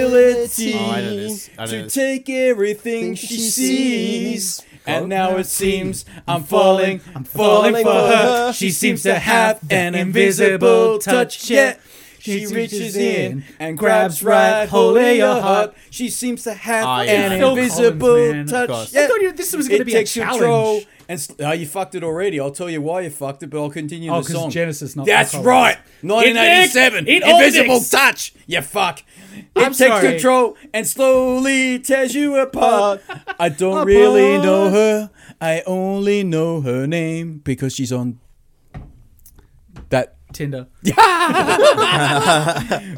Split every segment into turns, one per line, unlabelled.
ability
Oh, I know this. I know
to
this.
take everything
Think
she
she
sees.
sees.
And
Oh,
now
I
it
see.
seems I'm falling, I'm falling for her. She seems to have an invisible touch, yet she reaches in and grabs right hold of your heart. She seems to have
Ah, yeah.
an
Phil
Collins,
invisible
man.
touch,
Gosh.
yet
thought you- this was going to
it
be a
takes control.
challenge.
And s- oh, you fucked it already. I'll tell you why you fucked it, but I'll continue
Oh,
the song.
because Genesis, not
That's
Phil
right.
Collins.
1987.
It owned
Invisible
it.
touch. You fuck. It
I'm
takes
sorry.
control and slowly tears you apart. I don't really know her. I only know her name because she's on that.
Tinder.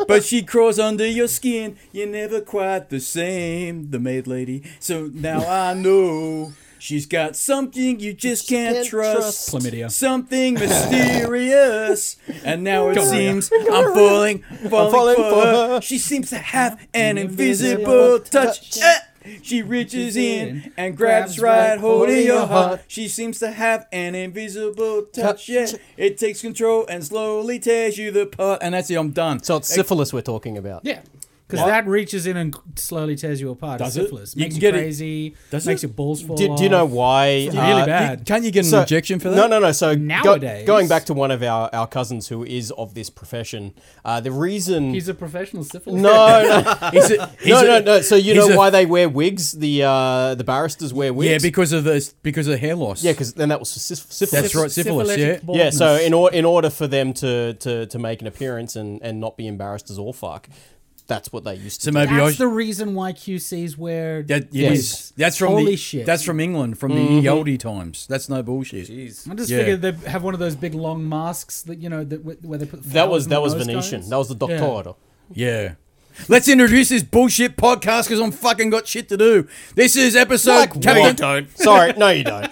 But she crawls under your skin. You're never quite the same, the maid lady. So now I know. She's got something you just can't,
can't
trust.
trust.
Chlamydia.
Something mysterious. And now it
Gonorrhea.
seems I'm falling, falling,
falling
for,
for
her.
her.
She seems to have an invisible
invisible
touch.
touch.
Eh! She reaches in and grabs right hold of your heart. She seems to have an invisible touch.
Touch.
Yeah, it takes control and slowly tears you apart. And that's it. I'm done.
So it's syphilis we're talking about.
Yeah. Because that reaches in and slowly tears you apart. It's
Does it?
syphilis.
You can
Makes you
get it-
crazy.
Does
makes
it?
your balls fall
Do, do you know
off.
why?
It's really bad.
Can't you get an
so-
uh, injection for that?
No, no, no. So go-
Nowadays-
going back to one of our, our cousins who is of this profession, uh, the reason
He's a professional syphilis.
no, no,
He's a- he's
no,
a-
no, no. So you
he's
know
a-
why they wear wigs? The uh, the barristers wear wigs.
Yeah, because of the because of hair loss.
yeah, because then that was sy- syphilis.
That's right, syphilis,
Syphilitic
yeah.
Yeah, so
baldness.
in or, in order for them to, to, to make an appearance and, and not be embarrassed as all fuck, that's what they used to.
So
do.
maybe I
That's
sh-
the reason why QCs wear.
That, it
Yes.
is. That's from
Holy
the,
shit. Mm-hmm.
That's from England, from the oldie times. That's no bullshit.
I just
Yeah.
figured they have one of those big long masks that you know that wh- where they put.
that was
flowers
that
on
was
the nose
Venetian.
cones.
That was the
Yeah.
Doctor.
Yeah. Let's introduce this bullshit podcast because I'm fucking got shit to do. This is episode Captain.
Sorry, no, you don't.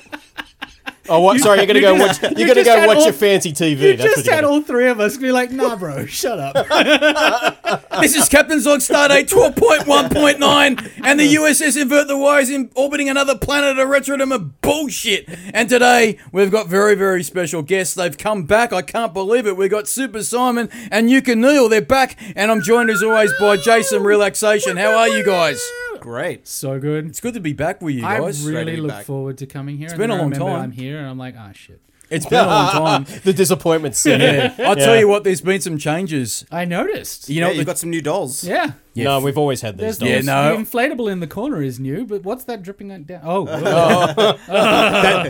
Oh, what? sorry, you're gonna
you
go
just-
watch.
you
You're gonna
just
go
had
watch
all-
your fancy TV.
You
that's
just
what
had
you're
all three of us be like, "Nah, bro, shut up."
this is Captain Zog Stardate 12.1.9 and the USS Invert the Wire is in orbiting another planet of retrodom of bullshit. And today we've got very, very special guests. They've come back. I can't believe it. We've got Super Simon and Yuka Neal. They're back. And I'm joined as always by Jason Relaxation. How are you guys?
Great.
so good.
It's good to be back with you
I
guys.
ready
really
to be
look
back.
forward to coming here. It's
been a long time.
I'm here, and I'm like, ah, shit.
It's been a long time.
doing. The disappointment scene.
Yeah. I'll tell you what, there's been some changes.
I noticed.
You
You know,
know,
yeah,
the-
you've got some new dolls.
Yeah.
No, we've always had these.
There's
dolls.
Yeah,
those-
no. Uh,
the inflatable in the corner is new, but what's that dripping on down? Oh,
that,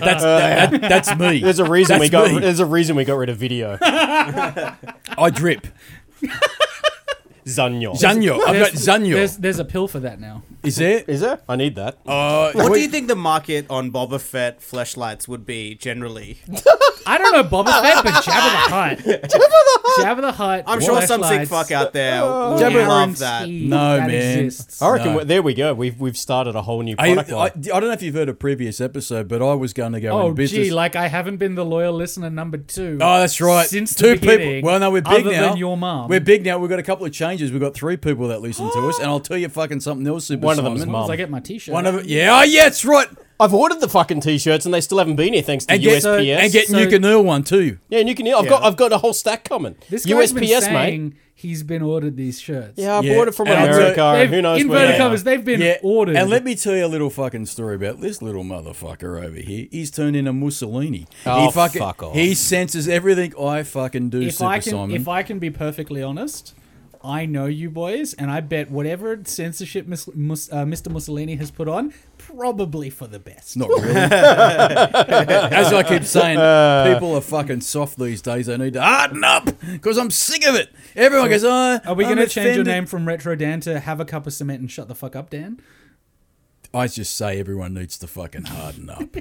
that's, that, that- that's me.
There's a reason we
That's
got.
me.
There's a reason we got rid of video.
I drip.
Zanyo.
Zanyo. I've got
there's- There's,
Zanyo.
there's a pill for that now.
Is there?
Is there? I need that.
Uh,
What
wait,
do you think the market on Boba Fett fleshlights would be generally?
I don't know Boba Fett, but Jabba the Hutt. Jabba the Hutt. Jabba the Hutt.
I'm sure some sick
flashlights.
fuck out there would
Guaranteed
love that.
No,
that
man.
Exists.
I reckon.
no.
we- There we go. We've we've started a whole new
I, I,
product
I
line.
don't know if you've heard a previous episode, but I was going to go
Oh,
in business.
gee, like I haven't been the loyal listener number two.
Oh, that's right.
Since
two
the beginning,
people. Well, no, we're big
other
now.
Than your mom.
We're big now. We've got a couple of changes. We've got three people that listen to us, and I'll tell you fucking something else. Super
One of them's
Simon.
mum.
Once I get my T-shirt.
One of yeah, oh, yeah, that's right.
I've ordered the fucking t-shirts and they still haven't been here thanks to
And get-
USPS.
and get
So-
Nuke and Earl one too.
yeah, and you can. I've
Yeah.
got I've got a whole stack coming.
this guy's been
USPS, mate.
saying he's been ordered these shirts.
Yeah, I
Yeah.
bought it from
And I'll tell-
America.
They've,
and who knows where?
inverted
they are.
commas. They've been ordered.
And let me tell you a little fucking story about this little motherfucker over here. He's turned into Mussolini.
Oh,
he fucking,
fuck off.
He senses everything I fucking do,
if
Super
I can,
Simon.
if I can be perfectly honest, I know you boys, and I bet whatever censorship Mus- Mus- uh, Mr. Mussolini has put on, probably for the best.
Not really. Uh, As I keep saying, people are fucking soft these days. They need to harden up because I'm sick of it. Everyone goes, oh,
Are we
going to
to change your name from Retro Dan to Have a Cup of Cement and Shut the Fuck Up Dan?
I just say everyone needs to fucking harden up.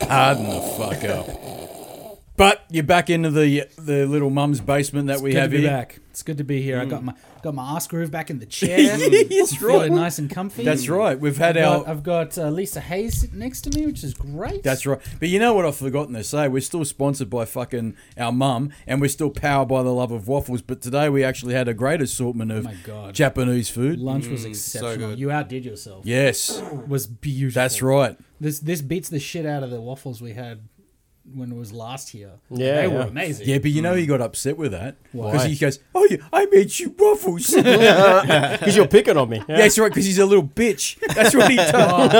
harden the fuck up. But you're back into the the little mum's basement that we
good
have
to be
here.
back. It's good to be here. I got my got my ass groove back in the chair.
Yes,
Feeling
right.
nice and comfy.
That's right. We've had
I've
our
got, I've got uh, Lisa Hayes sitting next to me, which is great.
That's right. But you know what I've forgotten to say? We're still sponsored by fucking our mum, and we're still powered by the love of waffles. But today we actually had a great assortment of
Oh
my God.
Japanese food.
Lunch was exceptional.
good.
you outdid yourself.
Yes,
It was beautiful.
that's right.
This this beats the shit out of the waffles we had when it was last year.
Yeah,
they were
yeah.
amazing.
Yeah, but you know he got upset with that because
Mm. Why?
he goes, "Oh, yeah, I made you waffles." yeah,
Because you're picking on me. Yeah.
that's right, because he's a little bitch. That's what he does.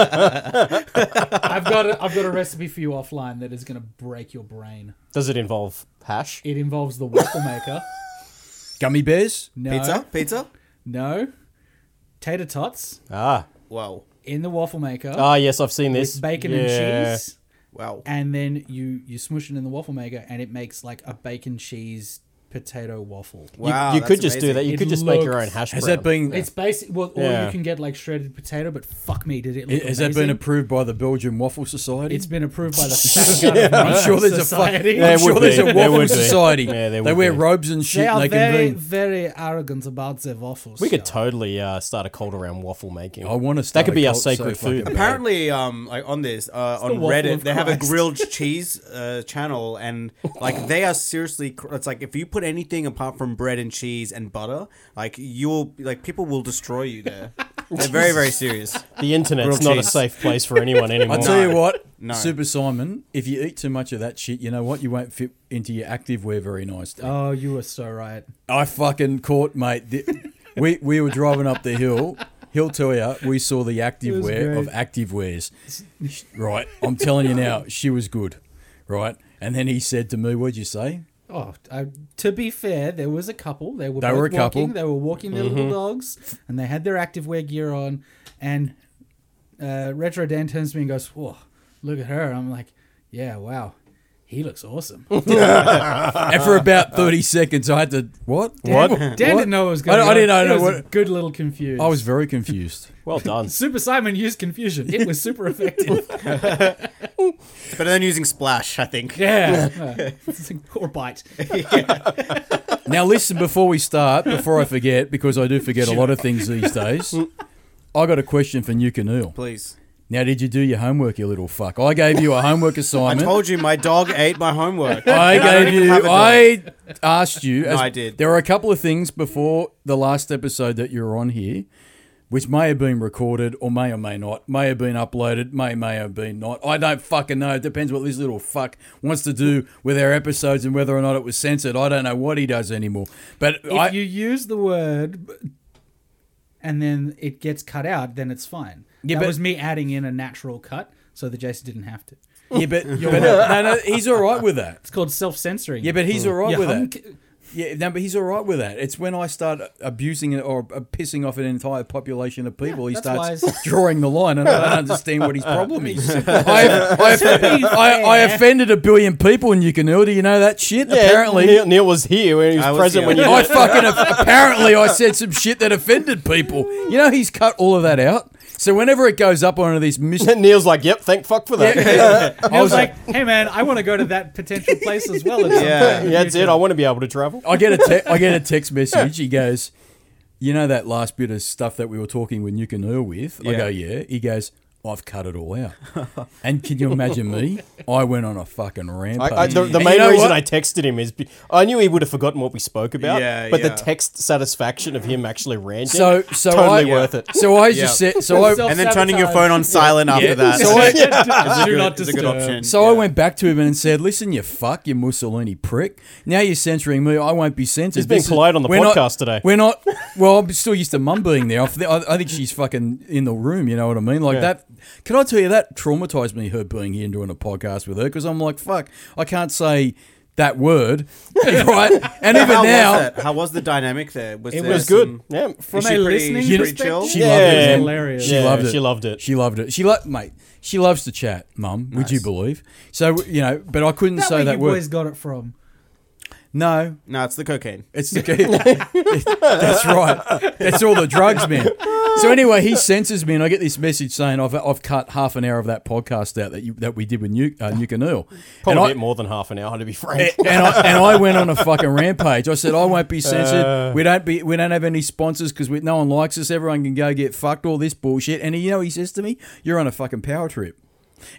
I've got a, I've got a recipe for you offline that is going to break your brain.
Does it involve hash?
It involves the waffle maker.
Gummy bears.
No,
Pizza? Pizza?
No, tater tots
Ah.
Wow.
in the waffle maker.
Oh,
Ah, yes, I've seen this.
with bacon
Yeah.
and cheese,
Wow.
and then you you smush it in the waffle maker, and it makes like a bacon cheese potato waffle.
You,
Wow.
you
that's
could just do
amazing.
that. You
It
could just make your own
looks-
hash brown.
Has that been
It's basic. Well, or
Yeah.
you can get like shredded potato, but fuck me, did it? Look
has that been
amazing.
approved by the Belgian Waffle Society?
It's been approved by the fat guy.
I'm sure there's
society.
a fuck, I'm
There
sure
would
there's
be.
a
There
waffle
would be.
society.
Yeah, there
they
would
wear
be.
robes and shit.
They are
and they
very,
convene.
very arrogant about their waffles.
We could
yeah.
totally uh, start a cult around waffle making.
I want to start
That could
a
be our
cult so
sacred
fucking
food.
bad.
Apparently, um, like on this, uh, on
waffle
Reddit,
of
they have a
Christ.
grilled cheese uh, channel, and like they are seriously, cr- it's like if you put anything apart from bread and cheese and butter, like you'll, like people will destroy you there. They're very, very serious.
The internet's
Grilled
not a
cheese.
safe place for anyone anymore.
I'll tell you what,
No.
Super Simon, if you eat too much of that shit, you know what? You won't fit into your active wear very nicely.
Oh, you were so right.
I fucking caught, mate. The- we, we were driving up the hill. He'll tell you, we saw the active
was
wear of
great.
active wears. Right. I'm telling you now, she was good. Right. And then he said to me, What'd you say?
Oh, I, to be fair, there was a couple. They were
They
both
were a couple. Mm-hmm.
Walking, they were walking their little dogs, and they had their activewear gear on. And uh, Retro Dan turns to me and goes, "Whoa, look at her!" I'm like, "Yeah, wow, he looks awesome."
And for about 30 seconds, I had to, What?
Dan,
What?
Dan didn't know it was
I
going.
don't- I didn't know- I know what-
Good little confused.
I was very confused.
Well done.
Super Simon used confusion. It was super effective.
It's better than using splash, I think.
yeah. It's like, or bite.
Now, listen, before we start, before I forget, because I do forget a lot of things these days, I got a question for Nuke and Earl.
Please.
Now, did you do your homework, you little fuck? I gave you a homework
I
assignment.
told you my dog ate my homework.
I
don't
gave
even
you.
have a dog.
I asked you. as-
I did.
There are a couple of things before the last episode that you were on here, which may have been recorded or may or may not, may have been uploaded, may may have been not. I don't fucking know. It depends what this little fuck wants to do with our episodes and whether or not it was censored. I don't know what he does anymore. But
If
I,
you use the word and then it gets cut out, then it's fine.
Yeah,
that
but-
was me adding in a natural cut so that Jason didn't have to.
yeah, but, but no, no, he's all right with that.
It's called self censoring.
Yeah, but he's all right with that.
it.
Yeah, no, but he's all right with that. It's when I start abusing it or uh, pissing off an entire population of people,
that's
he
why
starts
it's-
drawing the line, and I don't understand what his problem is. I, I, I, I offended a billion people in Yukonil. Do you know that shit?
Yeah,
apparently,
Neil, Neil was here when he was,
I was
present
here.
when you
I fucking apparently I said some shit that offended people. You know, he's cut all of that out. So whenever it goes up onto these mis-
And Neil's like, yep, thank fuck for that. Yeah,
I was like, hey man, I want to go to that potential place as well. at some
Yeah.
point in the
that's it.
future."
I want to be able to travel.
I get a te- I get a text message. He goes, "You know that last bit of stuff that we were talking with Nuke and Earl with?" I
Yeah.
go, "Yeah." He goes, "I've cut it all out." and can you imagine me? I went on a fucking rampage.
I, I, the
And
the
you
main
know
reason
what?
I texted him is be- I knew he would have forgotten what we spoke about,
Yeah,
but
yeah.
the text satisfaction of him actually ranting,
so so
totally
I,
worth it.
So I just said so I
Self-
And then turning your phone on silent after that.
So I-
Is a
Do
good-
not
is a good
disturb.
option.
So I
Yeah.
went back to him and said, "Listen, you fuck, you Mussolini prick. Now you're censoring me. I won't be censored."
He's being
This is-
polite on the
we're not-
podcast today.
We're not. Well, I'm still used to mum being there. I th- I think she's fucking in the room. You know what I mean? Like
Yeah.
that. Can I tell you that traumatized me? Her being here and doing a podcast with her because I'm like, fuck, I can't say that word, right? And even
How was
now,
that? How was the dynamic there? Was
It
it
there
was
some-
good. Yeah,
From
Is she
a
pretty-
listening
she pretty
perspective,
chill?
She loved it,
Yeah.
man.
hilarious.
She
Yeah,
loved it.
she loved it.
She loved it. She loved, mate. She loves to chat, mum. Would you believe? So you know, but I couldn't
That
say
where
that
you
word.
boys got it from.
no,
No, it's the cocaine.
It's the That's right. That's all the drugs, man. So anyway, he censors me, and I get this message saying I've, I've cut half an hour of that podcast out that you, that we did with Nuke, uh, Nuke and Earl. And
probably a
I- Eh,
bit more than half an hour to be frank.
and I, and I went on a fucking rampage. I said I won't be censored. we don't be we don't have any sponsors because no one likes us. Everyone can go get fucked. All this bullshit. And you know what he says to me, "You're on a fucking power trip."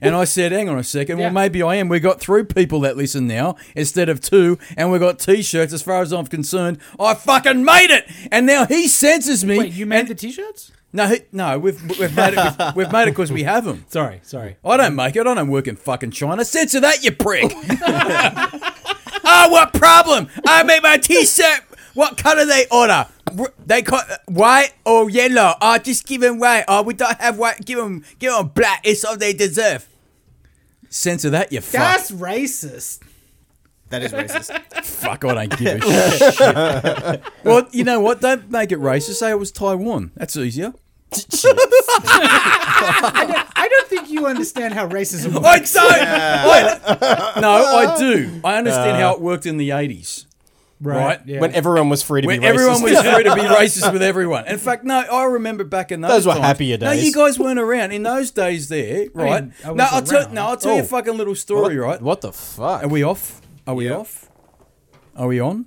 And I said, "Hang on a second.
Yeah.
Well, maybe I am. We got three people that listen now instead of two, and we got t-shirts. As far as I'm concerned, I fucking made it. And now he censors me.
Wait, you made
and-
the t-shirts?
No, he- no, we've we've made it. We've, we've made it because we have them.
Sorry, sorry.
I don't make it. I don't work in fucking China. Censor that, you prick. oh, what problem? I make my t-shirt. What colour they order? Wh- They cut white or yellow. Oh, just give 'em white. Oh, we don't have white. Give 'em give 'em black. It's all they deserve. Censor that, you fuck.
That's racist.
That is racist.
Fuck, I don't give a shit. well, you know what? Don't make it racist. Say it was Taiwan. That's easier.
I don't think you understand how racism works.
I don't. I- no, I do. I understand how it worked in the 80s. right.
Yeah.
when everyone was free to
When
be
everyone
racist.
was free to be racist with everyone. In fact, no, I remember back in those
Those were
times-
happier
No, you
days.
guys weren't around in those days, there, right?
I
no,
wasn't
I'll tell,
around.
no, I'll tell you a
Oh.
fucking little story, right?
What the fuck?
Are we off? Are we
Yeah.
off? Are we on?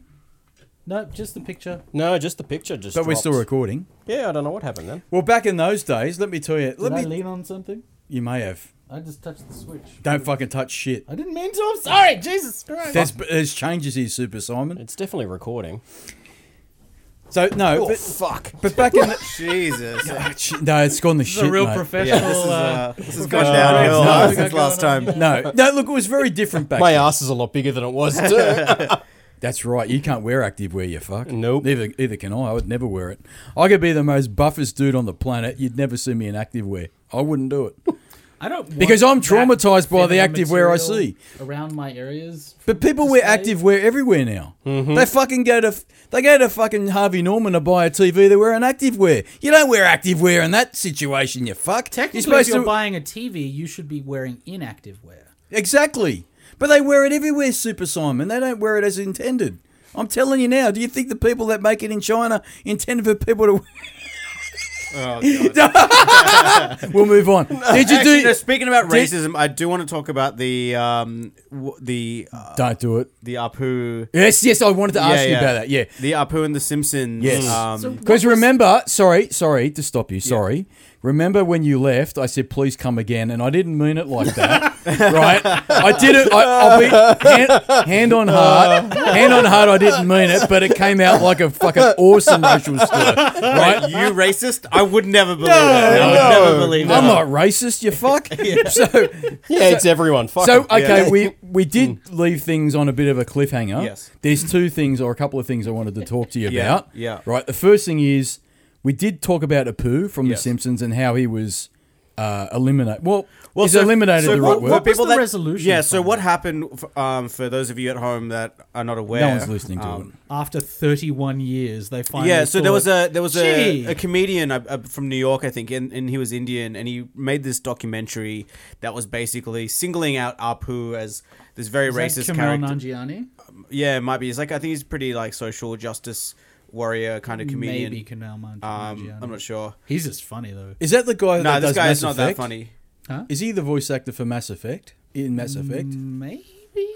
no, just the picture.
no, just the picture just.
But we're
dropped.
still recording.
Yeah, I don't know what happened then.
Well, back in those days, let me tell you.
Did
Let
I
me.
lean on something?
You may have.
I just touched the switch.
Don't fucking touch shit.
I didn't mean to. I'm sorry. Jesus Christ.
There's, there's changes here, Super Simon.
It's definitely recording.
So no, but,
fuck.
but back in the,
Oh, Jesus.
Ah, sh- no, it's gone the
This is
shit.
a real
mate.
professional.
Yeah, this is,
uh,
uh, this has gone
uh,
downhill
no.
uh,
We got
since last
going on
time.
no,
here.
no. Look, it was very different back.
My
then.
ass is a lot bigger than it was. too.
That's right. You can't wear activewear, you fuck.
Nope.
Neither, either can I. I would never wear it. I could be the most buffest dude on the planet. You'd never see me in activewear. I wouldn't do it.
I don't want
Because I'm
that
traumatized by the
feminine
activewear I
material
see.
around my areas.
But people wear
Display.
activewear everywhere now.
Mm-hmm.
They fucking go to f- they go to fucking Harvey Norman to buy a TV. They wear an activewear. You don't wear activewear in that situation, you fuck.
Technically,
you're supposed
if you're
to
buying a TV, you should be wearing inactive wear.
exactly. But they wear it everywhere, Super Simon. They don't wear it as intended. I'm telling you now. Do you think the people that make it in China intend for people to?
Oh, God.
we'll move on. Did you
Actually,
do?
no, speaking about
did-
racism, I do want to talk about the um, w- the uh,
Don't do it.
the Apu.
Yes, yes, I wanted to ask you about that. Yeah.
the Apu and the Simpsons.
Yes.
um,
So-
Because remember, sorry, sorry to stop you, sorry. Remember when you left, I said, please come again, and I didn't mean it like that, right? I did it, I, I'll be hand, hand on heart, hand on heart, I didn't mean it, but it came out like a fucking awesome racial slur, right?
you racist? I would never believe that. I would
no.
never believe that.
I'm not racist, you fuck. So,
yeah, it's everyone. Fuck.
so
'em.
okay, we we did leave things on a bit of a cliffhanger.
Hmm. Yes.
There's two things or a couple of things I wanted to talk to you
Yeah,
about.
yeah.
Right. The first thing is we did talk about Apu from The
Yes.
Simpsons and how he was uh, eliminated. Well,
Well,
is
so-
eliminated
so
the
what-
right word?
what
was
people
the
that-
resolution
Yeah. So
from
what
that?
happened? f- Um, for those of you at home that are not aware,
no one's listening to
um,
After 31 years, they finally.
Yeah, so there was
thought,
a there was a,
"Gee."
a comedian uh, uh, from New York, I think, and, and he was Indian, and he made this documentary that was basically singling out Apu as this very
Is that
racist
Kumail
character.
Nanjiani?
Yeah, it might be. He's like I think he's pretty like social justice warrior kind of comedian.
Maybe Kumail Nan-
Um,
Nanjiani.
I'm not sure.
He's just funny though.
it. Is that the guy
No,
that
this
does
guy
Mass
is not
Effect?
that funny.
Is he the voice actor for Mass Effect? In Mass Effect,
Mm.
Maybe.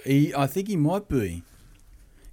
he, I think he might be.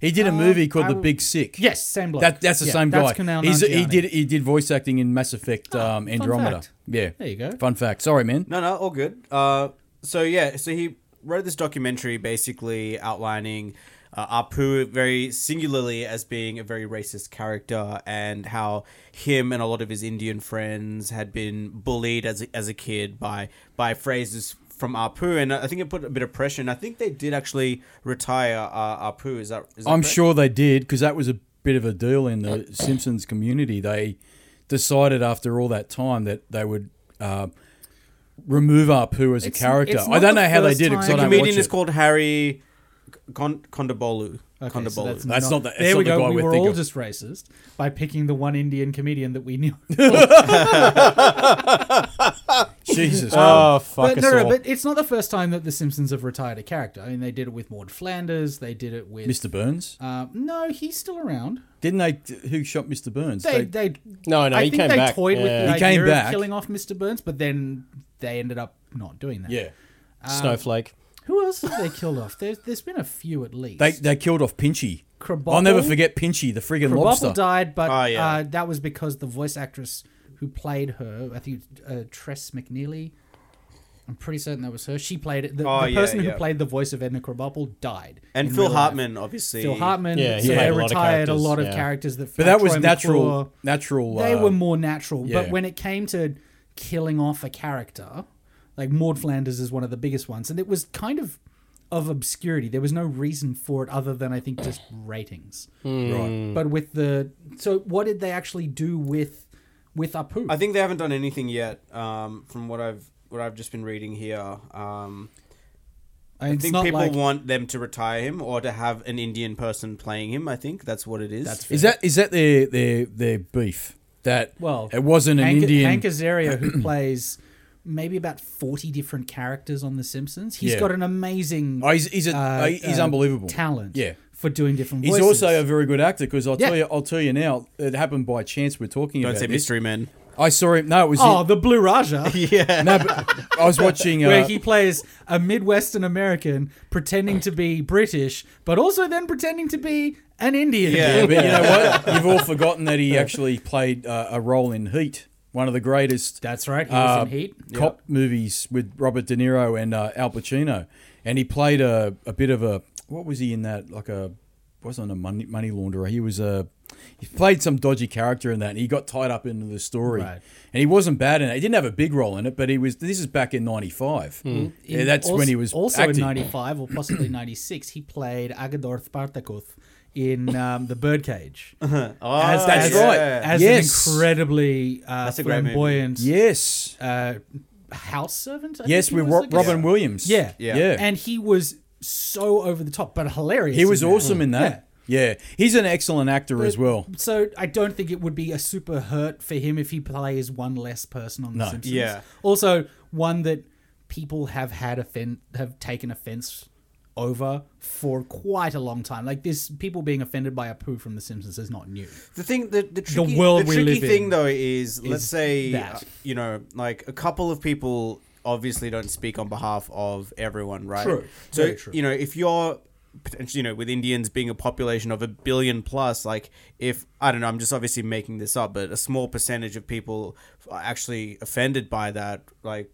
He
Uh,
did a movie called
I
The
will-
Big Sick.
Yes, same bloke.
That, that's the
Yeah,
same guy.
That's Kumail
He's, he
Nanjiani.
did he did voice acting in Mass Effect um, Andromeda.
fact.
Yeah,
There you go.
Fun fact. Sorry, man.
No, no, all good. Uh, so yeah, so he wrote this documentary basically outlining uh, Apu very singularly as being a very racist character and how him and a lot of his Indian friends had been bullied as a, as a kid by by phrases from Apu, and I think it put a bit of pressure. And I think they did actually retire uh, Apu. Is that? Is that
I'm
correct?
sure they did because that was a bit of a deal in the Simpsons community. They decided after all that time that they would uh, remove Apu as a
It's-
character.
it's
I
not
don't
the
know how they
first
did it because
time-
I
The
don't watch
comedian is
it.
called Harry Con- Kondabolu.
Okay, so
Kondabolu.
That's not the- that's
there we
not the
go.
guy
we
we're
were
thinking
all
of.
just racist by picking the one Indian comedian that we knew.
Jesus.
Oh fuck
but
us
no, no,
all.
but it's not the first time that The Simpsons have retired a character. I mean, they did it with Maud Flanders. They did it with
Mr. Burns.
Uh, no, he's still around.
Didn't they? Who shot Mr. Burns?
They,
They-
they,
No, no,
I
he
think
came
they
back.
toyed with
Yeah.
the
He came
idea
back.
of killing off Mr. Burns, but then they ended up not doing that.
yeah.
Snowflake.
Who else have they killed off? There's, there's been a few at least.
They, they killed off Pinchy.
Krabappel?
I'll never forget Pinchy, the friggin'
Krabappel
lobster.
died, but
Oh, yeah.
uh, that was because the voice actress who played her, I think uh, Tress McNeely, I'm pretty certain that was her. She played it. The,
Oh,
the
yeah,
person who
yeah.
played the voice of Edna Krabappel died.
And
in
Phil
real life.
Hartman, obviously.
Phil Hartman.
Yeah, he
so
played
they
a lot of
retired a
characters,
lot of
yeah.
characters that.
But that was
Troy McClure-
natural. Natural.
they
uh,
were more natural.
yeah.
But when it came to killing off a character, like Maud Flanders is one of the biggest ones, and it was kind of of obscurity. There was no reason for it other than I think just ratings.
right.
But with the so what did they actually do with with Apu?
I think they haven't done anything yet. Um, from what I've what I've just been reading here, um,
I
I think people want them to retire him or to have an Indian person playing him. I think that's what it is.
That's
Is that is that their their their beef that
well,
it wasn't an
Hank,
Indian
Hank Azaria who plays maybe about forty different characters on The Simpsons. He's
Yeah.
got an amazing.
Oh, he's he's, a,
uh,
he's
uh,
unbelievable.
talent.
Yeah.
for doing different.
He's
voices.
also a very good actor because I'll tell
Yeah.
you, I'll tell you now, it happened by chance. We're talking
Don't
about
say
this.
mystery man.
I saw him. No, it was.
oh the Blue Raja.
no, but I was watching. Uh,
where he plays a Midwestern American pretending to be British, but also then pretending to be an Indian.
Yeah.
yeah, but you know what? You've all forgotten that he actually played uh, a role in Heat, one of the greatest.
That's right. He was
uh,
in Heat.
Cop movies with Robert De Niro and uh, Al Pacino, and he played a, a bit of a what was he in that like a wasn't a money money launderer. He was a he played some dodgy character in that, and he got tied up into the story.
Right.
And he wasn't bad in it. He didn't have a big role in it, but he was. This is back in '95. Yeah,
Hmm. In-
that's
also,
when he was
also
acting.
in '95 or possibly '96. He played Agador Spartakoth in um, the Birdcage.
Oh,
As-
Uh-huh. That's
as-
right.
As
Yes.
an incredibly uh,
That's a great movie.
flamboyant
yes,
uh, house servant. I
yes,
think he
with
was,
Ro-
I guess.
Robin Williams.
Yeah.
yeah,
Yeah.
and he was so over the top, but hilarious.
He was
in that.
awesome in
Hmm. Yeah.
that. Yeah. he's an excellent actor as well.
So I don't think it would be a super hurt for him if he plays one less person on The
No.
Simpsons.
Yeah.
Also, one that people have had offen- have taken offense over for quite a long time. Like this, people being offended by a poo from The Simpsons is not new.
The thing, the the tricky, the
world we live
tricky thing
in
though is, let's say,
that.
uh, you know, like a couple of people obviously don't speak on behalf of everyone, right?
True.
So
Very true.
you know, if you're potentially, you know, with Indians being a population of a billion plus, like if I don't know, I'm just obviously making this up, but a small percentage of people are actually offended by that, like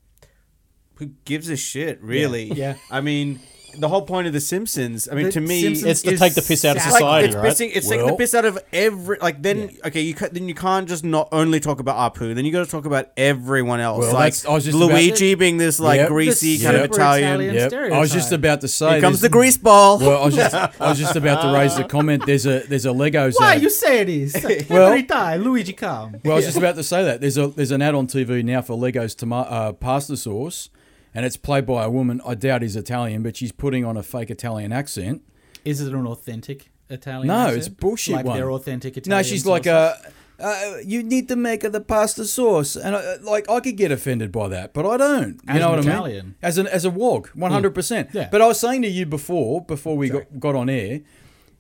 who gives a shit, really?
yeah.
I mean, the whole point of The Simpsons. I mean,
The
to me,
Simpsons
It's to
is
take the piss out of
sad.
like,
society,
it's
right?
pissing- it's taking the
Well-
piss out of every. Like then, okay, you ca- then you can't just not only talk about Apu. Then you got to talk about everyone else.
Well,
like
that's- I was just about
Luigi being this like
Yep.
greasy
The
kind of
super
Italian.
Italian.
Yep. I was just
stereotype.
about to say.
Here comes the
there's-
grease ball.
Well, I was just I was just about to raise the comment. There's a there's a Legos.
Why
ad.
you say this?
Well-
Every time, Luigi come.
well, I was just about to say that there's a there's an ad on TV now for Legos toma- uh, pasta sauce, and it's played by a woman. I doubt he's Italian, but she's putting on a fake Italian accent.
Is it an authentic Italian?
No,
accent?
it's bullshit
Like
one.
their authentic Italian.
No, she's like
sauces?
uh Uh, you need to make the pasta sauce, and I, like I could get offended by that, but I don't. You
As
know
an
what I
Italian.
mean? As an as a wog, one hundred percent.
Yeah.
But I was saying to you before before we got, got on air,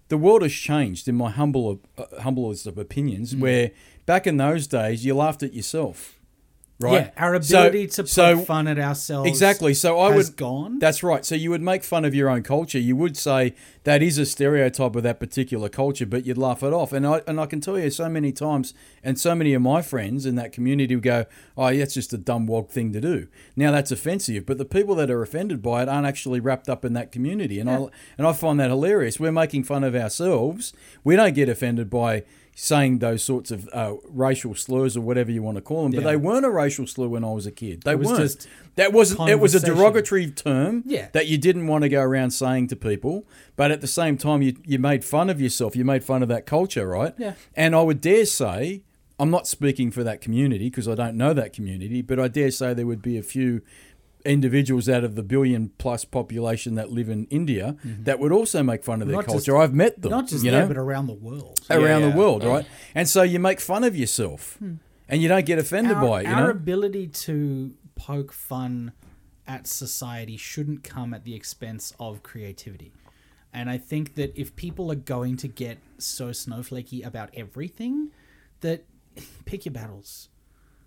the world has changed in my humble uh, humblest of
Mm.
opinions. Where back in those days, you laughed at yourself, right?
Yeah, our
So-
ability to put
so
fun at ourselves.
Exactly. So I
has
would
gone.
That's right. So you would make fun of your own culture. You would say that is a stereotype of that particular culture, but you'd laugh it off. And I and I can tell you so many times, and so many of my friends in that community would go, "Oh, yeah, it's just a dumb wog thing to do." Now that's offensive, but the people that are offended by it aren't actually wrapped up in that community, and I and I find that hilarious. We're making fun of ourselves. We don't get offended by saying those sorts of uh, racial slurs or whatever you want to call them, but they weren't a racial slur when I was a kid. They
was
weren't.
just
that wasn't. It was a
conversation.
derogatory derogatory term
Yeah.
that you didn't want to go around saying to people, but at the same time, you, you made fun of yourself. You made fun of that culture, right?
Yeah.
And I would dare say, I'm not speaking for that community because I don't know that community, but I dare say there would be a few individuals out of the billion plus population that live in India that would also make fun of their
Mm-hmm. Not just-
culture. I've met them.
not just
you
there,
know?
but around the world. Hmm.
around
Yeah, yeah.
the world, right? And so you make fun of yourself and you don't get offended
our,
by it, you
our
know?
ability to poke fun at society shouldn't come at the expense of creativity. And I think that if people are going to get so snowflakey about everything, that pick your battles.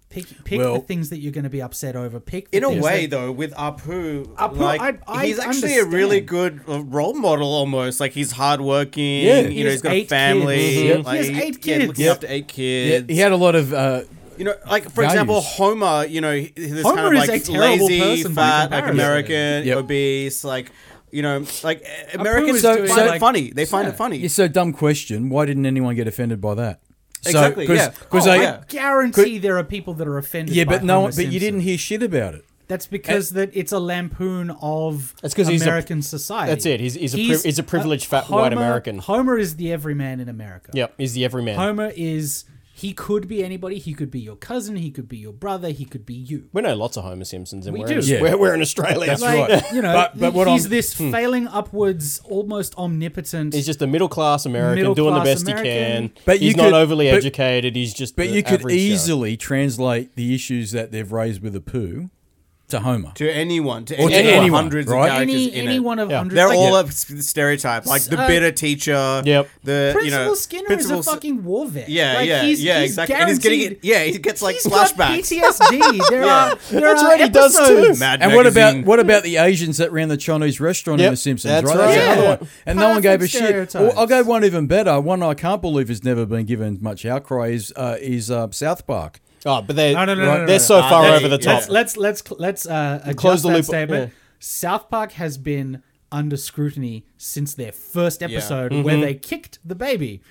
Pick, pick
Well-
the things that you're going to be upset over. Pick the
in a
things
way,
that-
though, with Apu,
Apu,
like,
I- I
he's actually a really
understand.
good uh, role model almost. Like he's hardworking.
Yeah. Mm-hmm.
you
He
know,
has
he's got a
eight
family.
kids. Mhm. He
Like,
has eight
yeah, looking
kids.
after eight kids.
Yeah, he had a lot of uh,
You know, like for
Values.
example, Homer. You know, he- this
Homer
kind of
is
like
a terrible
lazy,
person by
fat, like
comparison.
American,
Yep.
obese, like you know, like eh, Americans
is
find
doing,
it
like-
funny. They find it funny.
It's so dumb question. Why didn't anyone get offended by that? So,
Exactly, yeah.
Because
Oh,
I,
yeah.
yeah.
Guarantee there are people that are offended. by
but no,
Homer
one, but you
Simpson.
didn't hear shit about it.
That's because that it's a lampoon of
That's 'cause he's a-
American society.
that's it. He's- he's a pri- he's a privileged fat white American.
Homer is the everyman in America.
Yep, he's the everyman.
Homer is he could be anybody. He could be your cousin. He could be your brother. He could be you.
we know lots of Homer Simpsons, and
We
we are
do.
In,
Yeah.
we're, we're in Australia.
That's
Like
right.
you know,
But- but what
he's
I'm-
this failing upwards, almost omnipotent.
Hmm. He's just a middle class American doing the
Middle-class
best he
American.
can.
But
he's
you
not
could-
overly
but-
educated. He's just.
But
the
you could
average uh, Joe.
easily translate the issues that they've raised with the poo to Homer.
to anyone, to
Or to
anyone,
anyone,
hundreds
right?
of characters
any
in
any
it.
one of
Yeah.
hundreds.
They're
like,
all uh, a s- stereotype, like the
Uh,
bitter teacher.
Yep.
The you
Principal
know
Skinner
principal
is
s-
a fucking war vet.
Yeah,
Like,
yeah,
he's,
yeah,
he's
exactly. And he's getting it.
guaranteed-
Yeah, he gets like
he's got
flashbacks.
PTSD. There are there
That's
are
right, he does
episodes-
too.
Mad
And what about
Magazine.
what about the Asians that ran the Chinese restaurant in
Yep,
The Simpsons?
that's
right,
right.
That's another
Yeah.
one. And no one gave a
Perfect
shit. Or
stereotypes.
I'll go one even better. One I can't believe has never been given much outcry is uh, is uh, South Park.
Oh, but they.
No, no, no, no, no,
They're
no.
so
Ah,
far
that's-
over the top.
Let's let's let's cl- let's uh, adjust
Close the
that
loop-
statement.
yeah.
South Park has been under scrutiny since their first episode
Mm-hmm.
where they kicked the baby,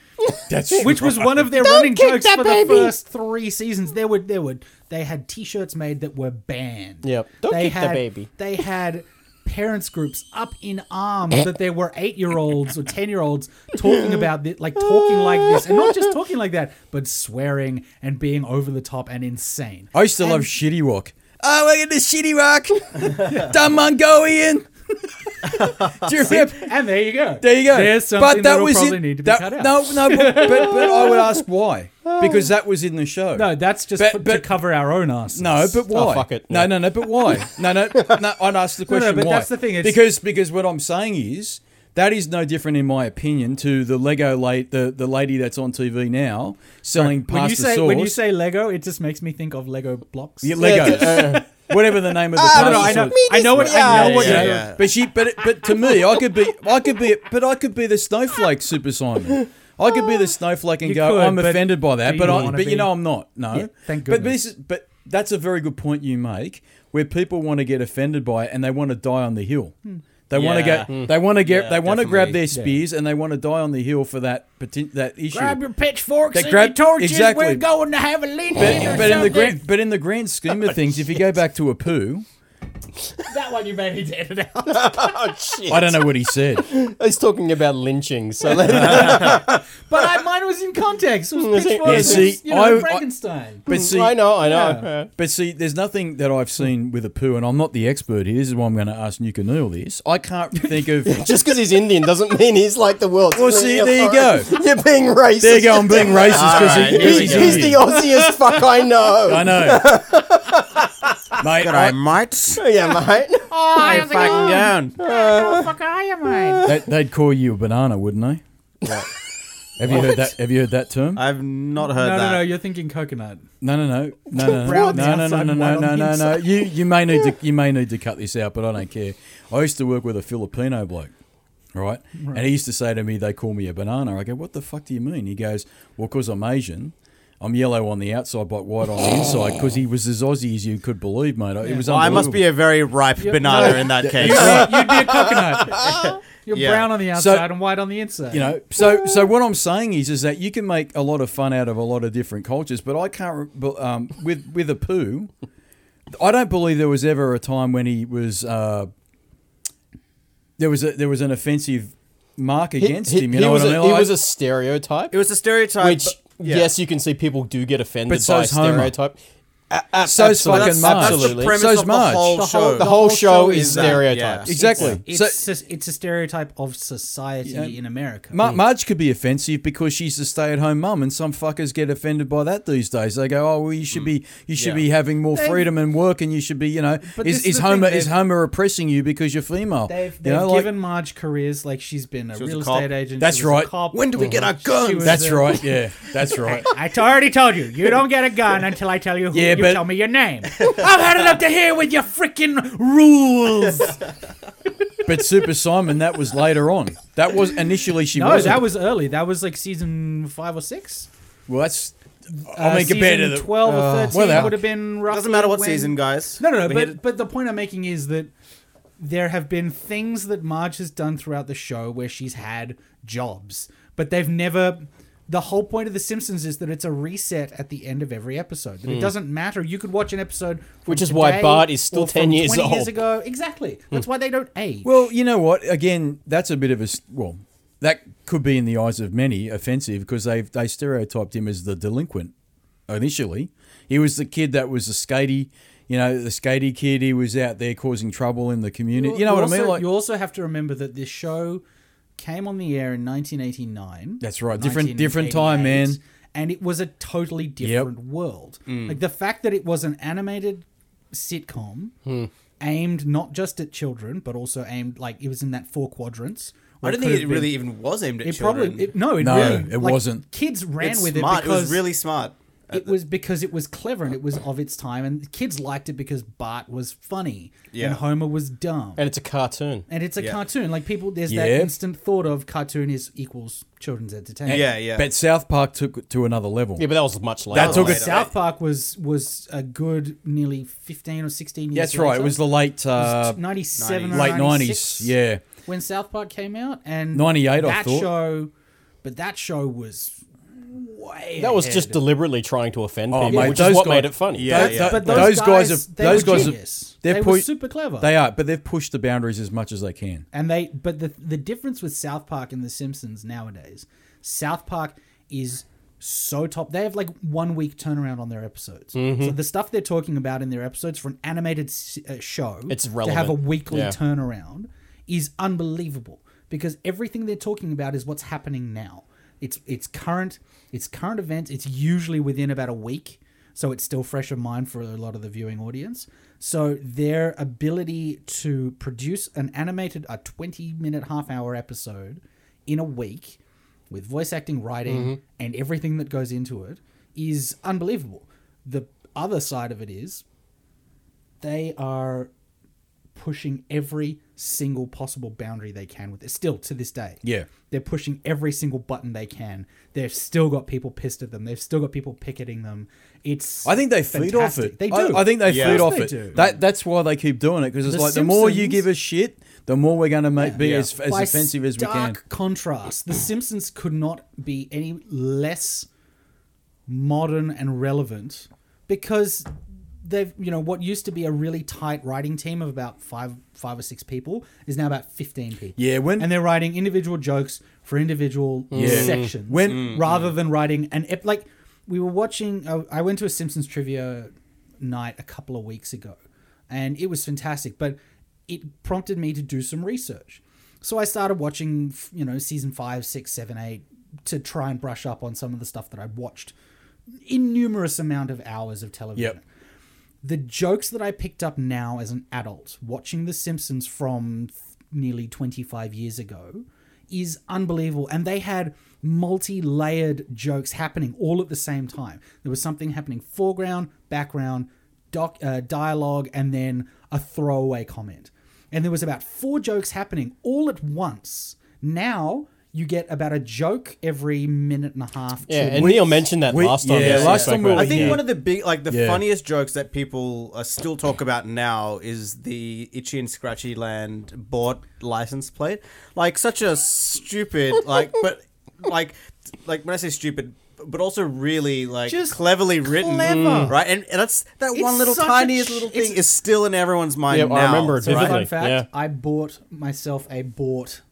That's
which was one of their running jokes for the first three seasons. There were there were they had T-shirts made that were banned.
Yep. Don't
they
kick the
had,
baby.
They had. Parents groups up in
Eh.
arms that there were eight year olds or ten year olds talking about this, like talking like this, and not just talking like that, but swearing and being over the top and insane.
I used to love Shitty Rock. Oh, look at the Shitty Rock, dumb Mongolian. Do you remember?
And there you go.
There you go.
There's something that will probably
in-
need to be
that-
cut out.
No, no, but, but, but I would ask why because that was in the show.
no, that's just
But-
for- to
but-
cover our own asses.
No, but why?
fuck it.
No,
Yeah.
no, no, but why? no, no, no. I'd ask the
No, no,
question
but
why.
that's the thing, it's-
because because what I'm saying is that is no different in my opinion to the Lego late the, the lady that's on TV now selling pasta
when you say
sauce.
when you say Lego, it just makes me think of Lego blocks.
Yeah, Lego, whatever the name of the pasta
No, no, Ah, I know.
sauce.
I know what. I know what.
Yeah,
Uh, you know?
yeah.
But she, but it, but to me, I could be, I could be, but I could be the snowflake Super Simon. I could be the snowflake and
You
go,
could,
I'm
but
offended by that,
do
but
you
I,
wanna
but you
be?
know, I'm not. No,
Yeah, thank
But this
goodness.
is, but that's a very good point you make, where people want to get offended by it and they want to die on the hill.
Hmm.
They want to
Yeah. Hmm.
get, they want to get,
Yeah,
they want to grab
definitely.
their spears and they want to die on the hill for that poten- that issue.
Grab your pitchforks
They
and
grab-
your torches.
exactly.
We're going to have a lynching
but,
or
but in the
something.
grand, but in the grand scheme of things, if you go back to a poo,
that one you made me to edit out.
oh shit!
I don't know what he said.
He's talking about lynching. So let,
But I, mine was in context. It was
Yeah,
pitchforks. it was,
see,
you know,
I- I-
Frankenstein.
But see,
I know. I know.
Yeah.
But see, there's nothing that I've seen with a poo, and I'm not the expert here. This is why I'm going to ask Nuka Noodle this. I can't think of.
Just because he's Indian doesn't mean he's like the world's.
Well, see,
leading
there you
authority. You're being racist.
there you go. I'm being racist because
Alright, here
he's,
we
he's
go.
He's the
Indian.
Aussiest fuck I know.
I know, mate.
But I
I,
might.
Yeah, mate.
I
oh.
fucking down.
they, they'd call you a banana, wouldn't they? Have you heard that? Have you heard that term?
I've not heard
No,
that.
no, no. You're thinking coconut.
No, no, no, no, no, no,
Brown
no, no, no,
outside,
no,
white
no,
on
no,
the
no, no.
inside.
You you may need to you may need to cut this out, but I don't care. I used to work with a Filipino bloke, right? And he used to say to me, "They call me a banana." I go, "What the fuck do you mean?" He goes, "Well, because I'm Asian." I'm yellow on the outside, but white on the inside, because he was as Aussie as you could believe, mate. It was
Well, I must be
unbelievable.
a very ripe banana in that case.
You'd be, you'd be a coconut. You're
Yeah.
brown on the
So-
outside and white on the inside.
you know. So, so what I'm saying is, is that you can make a lot of fun out of a lot of different cultures, but I can't. re- but, Um, with with a poo, I don't believe there was ever a time when he was. Uh, there was a there was an offensive mark against him. You know
was
what I
a, he
mean? Like-
was a stereotype.
it was a stereotype.
which
Uh, but- yeah.
yes, you can see people do get offended
But
by
so's Homer.
stereotype. A- a-
So's
absolute-
fucking
that's,
Marge.
that's the
Absolutely.
premise
So's
of
Marge.
the whole
The whole-
show.
The whole show is
that,
stereotypes.
yeah.
exactly.
It's,
so
sus- it's a stereotype of society in America.
Mar- Marge could be offensive because she's a stay-at-home mum, and some fuckers get offended by that these days. They go, "Oh, well, you should
Mm.
be you should
Yeah.
be having more
They've-
freedom and work, and you should be, you know,
But
is,
this is
is
the thing,
Homer is
they've-
Homer oppressing you because you're female?"
They've,
You
they've
know, like-
given Marge careers like she's been a
was a
real
cop.
estate agent.
That's
she was a
right.
cop.
When do we get our
She
guns?
was
That's
a-
right. Yeah, that's right.
I t- already told you, you don't get a gun until I tell you who.
Yeah, but-
me your name. I've had it up to here with your freaking rules.
But Super Simon, that was later on. That was initially she
no,
wasn't.
that was early. That was like season five or six.
well. That's
I mean, compared to
uh, season
the Oh.
twelve
Uh,
or thirteen
Well,
would have been rough.
Doesn't matter what season, guys.
No, no, no.
We
But
hit-
but the point I'm making is that there have been things that Marge has done throughout the show where she's had jobs, but they've never. The whole point of The Simpsons is that it's a reset at the end of every episode. That it doesn't matter. You could watch an episode, from
Hmm. Which is why
today
Bart is still
or from
10 years
20
old. Hmm.
Years ago, exactly. That's why they don't age.
Well, you know what? Again, that's a bit of a s- well. That could be in the eyes of many offensive because they they stereotyped him as the delinquent initially. He was the kid that was the skatey, you know, the skatey kid. He was out there causing trouble in the community. You know what I mean?
also-
Like
you also have to remember that this show came on the air in 1989.
That's right. Different- different time, man.
1988, And it was a totally different world.
Mm.
Like the fact that it was an animated sitcom
Hmm.
aimed not just at children, but also aimed like it was in that four quadrants.
I
where
don't
could
think it
have
really
been-
even was aimed at
It
children.
probably it, no, it
No,
really,
it
like,
wasn't.
Kids ran
it's
with
smart.
it because
it was really smart. Uh,
it was because it was clever and it was of its time, and kids liked it because Bart was funny
Yeah.
and Homer was dumb
and it's a cartoon.
and it's a
Yeah.
cartoon. Like people, there's
Yeah.
that instant thought of cartoon is equals children's entertainment.
Yeah, yeah.
But South Park took it to another level.
Yeah, but that was much later.
That took
later.
us.
South Park was was a good nearly fifteen or sixteen years.
That's right. It
later.
was the late uh,
It was 97 or
late
96
nineties. Yeah,
when South Park came out and
98, I
That
thought.
show, but that show was way.
That was
ahead.
just deliberately trying to offend
Oh,
people,
mate,
which
those
is what
guys-
made it funny.
Yeah.
Tho- tho-
But those,
those guys,
guys,
have
they
those
were
guys
genius.
have, they're
They were
pu-
super clever.
They are, but they've pushed the boundaries as much as they can.
And they, but the the difference with South Park and The Simpsons nowadays, South Park is so top. They have like one week turnaround on their episodes.
Mm-hmm.
So the stuff they're talking about in their episodes for an animated s- uh, show,
It's
to have a
relevant.
weekly
Yeah.
turnaround is unbelievable because everything they're talking about is what's happening now. It's it's current it's current events. It's usually within about a week, so it's still fresh of mind for a lot of the viewing audience. So their ability to produce an animated a twenty minute half hour episode in a week with voice acting, writing, and everything that goes into it is unbelievable. The other side of it is they are pushing every single possible boundary they can with it still to this day
Yeah.
they're pushing every single button they can they've still got people pissed at them they've still got people picketing them it's
I think they feed
fantastic.
off it.
they
I-
do
I, think they
Yeah.
feed
Of
off
course
it.
they do.
That that's why they keep doing it because it's
The
like the more you
Simpsons-
give a shit, the more we're going to make be
Yeah.
as, as
By
offensive as we can.
stark contrast the simpsons could not be any less modern and relevant because they've you know what used to be a really tight writing team of about five five or six people is now about 15 people
Yeah, when-
and they're writing individual jokes for individual sections
When-
rather than writing an ep- like we were watching uh, i went to a simpsons trivia night a couple of weeks ago and it was fantastic but it prompted me to do some research so i started watching f- you know season five six seven eight to try and brush up on some of the stuff that i'd watched innumerous amount of hours of television
Yep.
the jokes that I picked up now as an adult watching The Simpsons from th- nearly 25 years ago is unbelievable. And they had multi layered jokes happening all at the same time. There was something happening foreground, background, doc, uh, dialogue, and then a throwaway comment. And there was about four jokes happening all at once. Now you get about a joke every minute and a half.
Yeah,
to-
and Neil mentioned that
we-
last time.
yeah,
yes, we
last
spoke
time we
about
were
I
it.
think
Yeah.
one of the big, like the
Yeah.
funniest jokes that people uh, still talk about now is the Itchy and Scratchy Land bought license plate. Like such a stupid, like but like like when I say stupid, but also really like
Just
cleverly written, Mm.
clever.
right? And, and that's that
It's
one little
such a
tiniest
ch-
little
it's-
thing is still in everyone's mind
Yeah, I
now.
remember it
So
Right.
fun
vividly.
fact,
Yeah.
I bought myself a bought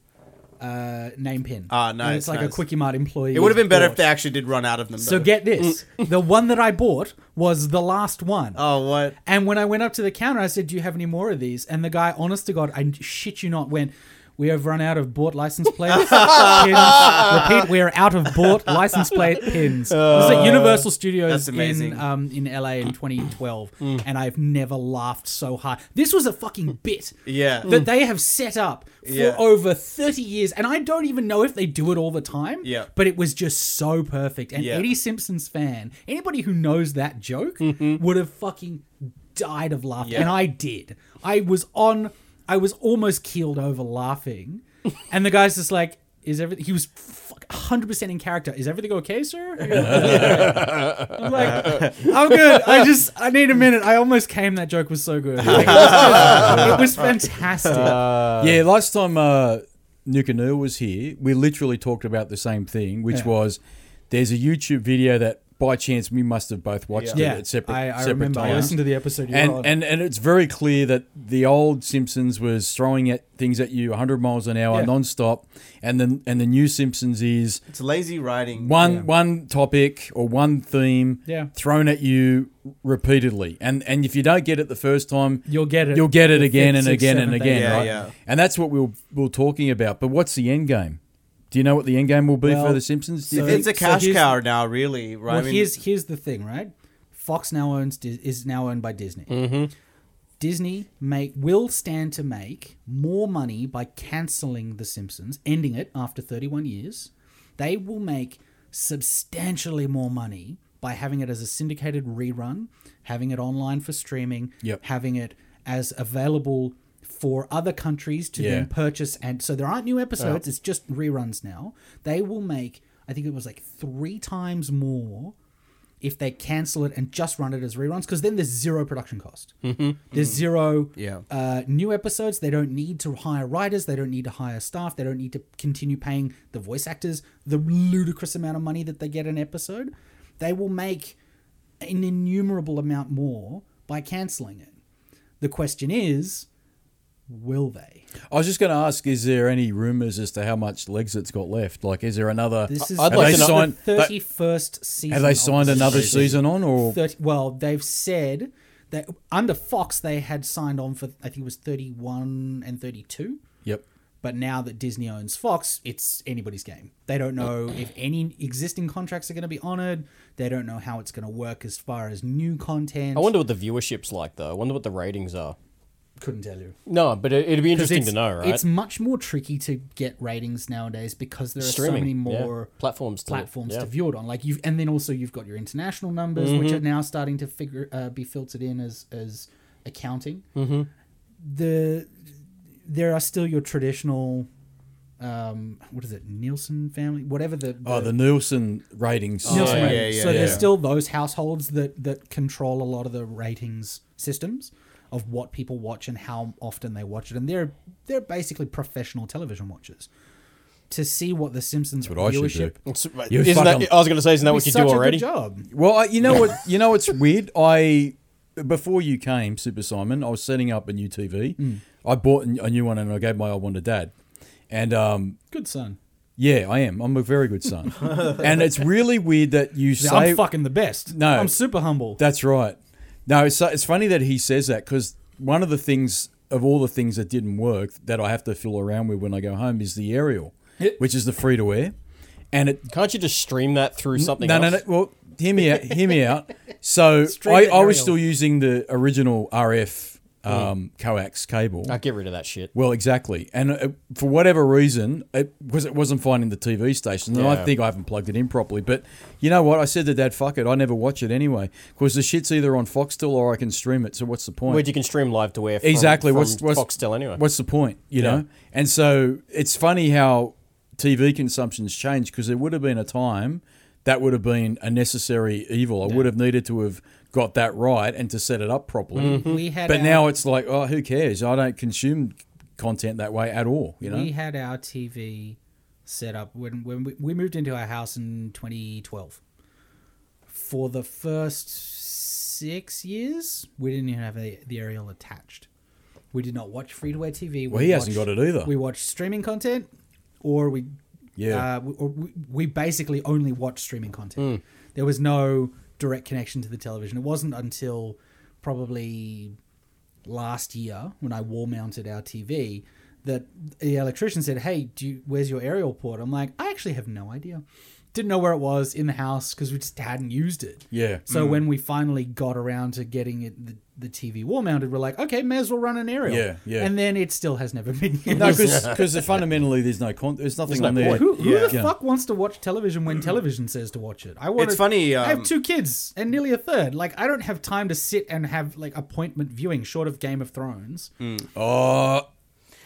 uh, name pin.
Ah,
And
nice,
it's like
nice.
a Quickie Mart employee.
It would have been better if
bought.
they Mm. actually did run out of them.
So
though.
get this: the one that I bought was the last one.
oh what?
And when I went up to the counter, I said, "Do you have any more of these?" And the guy, honest to God, I shit you not, went. We have run out of bought license plates. pins. Repeat, we are out of bought license plate pins. this is at Universal Studios
Uh, That's amazing. Mm.
in um, in LA in 2012, and I've never laughed so hard. This was a fucking bit
Yeah. Mm.
that they have set up for
Yeah.
over 30 years, and I don't even know if they do it all the time.
Yeah.
but it was just so perfect, and
Yeah.
Eddie Simpsons fan, anybody who knows that joke
Mm-hmm.
would have fucking died of laughter.
Yeah.
And I did. I was on I was almost keeled over laughing. and the guy's just like, is everything? He was hundred percent in character. Is everything okay, sir? I'm like, I'm good. I just I need a minute. I almost came. That joke was so good. Like, it, was, it was fantastic.
Uh, yeah, last time uh, Nukanur was here, we literally talked about the same thing, which
Yeah.
was there's a YouTube video that by chance we must have both watched
yeah,
it at separate,
I, I
separate
remember.
times.
I listened to the episode. you were on.
and, and and it's very clear that the old Simpsons was throwing at things at you 100 miles an hour
Yeah.
nonstop, and then and the new Simpsons is
It's lazy writing.
one one topic or one theme
Yeah.
thrown at you repeatedly, and and if you don't get it the first time,
You'll get it
You'll get it
the
again
fifth,
and
sixth,
again and
seventh,
again,
eighth. Yeah,
right?
yeah.
And that's what we will we we're talking about. But what's the end game? Do you know what the end game will be for
Well,
the Simpsons? Do you
so-
think?
It's a
So
cash
here's-
cow now, really. Right?
Well,
I mean,
here's here's the thing, right? Fox now owns Dis- is now owned by Disney.
Mm-hmm.
Disney make will stand to make more money by canceling The Simpsons, ending it after 31 years. They will make substantially more money by having it as a syndicated rerun, having it online for streaming,
Yep.
having it as available for other countries to
Yeah.
then purchase and so there aren't new episodes it's just reruns now they will make i think it was like three times more if they cancel it and just run it as reruns because then there's zero production cost there's zero
Yeah.
uh, new episodes they don't need to hire writers they don't need to hire staff they don't need to continue paying the voice actors the ludicrous amount of money that they get an episode they will make an innumerable amount more by canceling it the question is will they
I was just going to ask: Is there any rumors as to how much legs it's got left? Like, is there another?
This is
I'd
the-
like
this
to
is
know-
the thirty-first season.
Have they
of
signed
the
another season on, or
30 well, they've said that under Fox they had signed on for I think it was thirty-one and thirty-two,
yep?
but now that Disney owns Fox, it's anybody's game. They don't know if any existing contracts are going to be honored. They don't know how it's going to work as far as new content.
I wonder what the viewership's like, though. I wonder what the ratings are.
Couldn't tell you.
No, but it, it'd be interesting to
It's-
know, right?
It's much more tricky to get ratings nowadays because there are so many
Streaming, yeah.
more
Platforms to-
platforms
yeah. Mm-hmm.
to view it on. Like you, have and then also you've got your international numbers, which are now starting to figure uh, be filtered in as as accounting.
Mm-hmm.
The there are still your traditional, um, what is it, Nielsen family, whatever the,
Oh, the Nielsen ratings.
Oh, Nielsen
yeah,
ratings.
yeah,
so there's
yeah.
still those households that that control a lot of the ratings systems of what people watch and how often they watch it, and they're they're basically professional television watchers. To see what the Simpsons
what I should
viewership,
do.
It's- uh,
You
isn't
fucking-
that, I was going to say, isn't that
It'd
what
be
you do
such a good
already?
job.
Well, I, you know what? You know what's weird. I before you came, Super Simon, I was setting up a new TV.
Hmm.
I bought a new one and I gave my old one to Dad. And um,
Good son.
yeah, I am. I'm a very good son. and it's really weird that you say
I'm fucking the best.
No.
I'm super humble.
That's right. No, it's, it's funny that he says that because one of the things of all the things that didn't work that I have to fiddle around with when I go home is the aerial, which is the free to air, and it
Can't you just stream that through something
no,
else?
no, no. Well, hear me out. Hear me out. So I, I was still using the original RF
Hmm.
um, coax cable.
Ah, get rid of that shit.
Well, exactly. And uh, for whatever reason, it was it wasn't finding the TV station, and I
Yeah.
think I haven't plugged it in properly. But you know what? I said to Dad, "Fuck it, I never watch it anyway because the shit's either on Foxtel or I can stream it. So what's the point?"
Where you can stream live to where from,
exactly.
from
what's, what's
Foxtel anyway.
What's the point? You know. And so it's funny how TV consumption's changed because there would have been a time that would have been a necessary evil. I would have needed to have got that right and to set it up properly.
We had
But
our,
now it's like, oh, who cares? I don't consume content that way at all. You know.
we had our TV set up when when we, we moved into our house in 2012. For the first six years, we didn't even have the, the aerial attached. We did not watch free to air TV. We
Well, he hasn't
watched-
got it either.
We watched streaming content, or we
Yeah. Hmm.
uh, we, or we, we basically only watched streaming content. There was no direct connection to the television. It wasn't until probably last year when I wall mounted our TV that the electrician said, "Hey, do you, where's your aerial port?" I'm like, "I actually have no idea. Didn't know where it was in the house because we just hadn't used it."
Yeah. Hmm.
So when we finally got around to getting it, the, the TV wall mounted, we're like, "Okay, may as well run an aerial."
Yeah, yeah.
And then it still has never been used.
no, because fundamentally there's no con- there's nothing on there.
Who, who the
Yeah.
fuck wants to watch television when television says to watch it? I want.
It's funny,
I have
um,
two kids and nearly a third. Like I don't have
Hmm.
time to sit and have like appointment viewing, short of Game of Thrones.
Oh,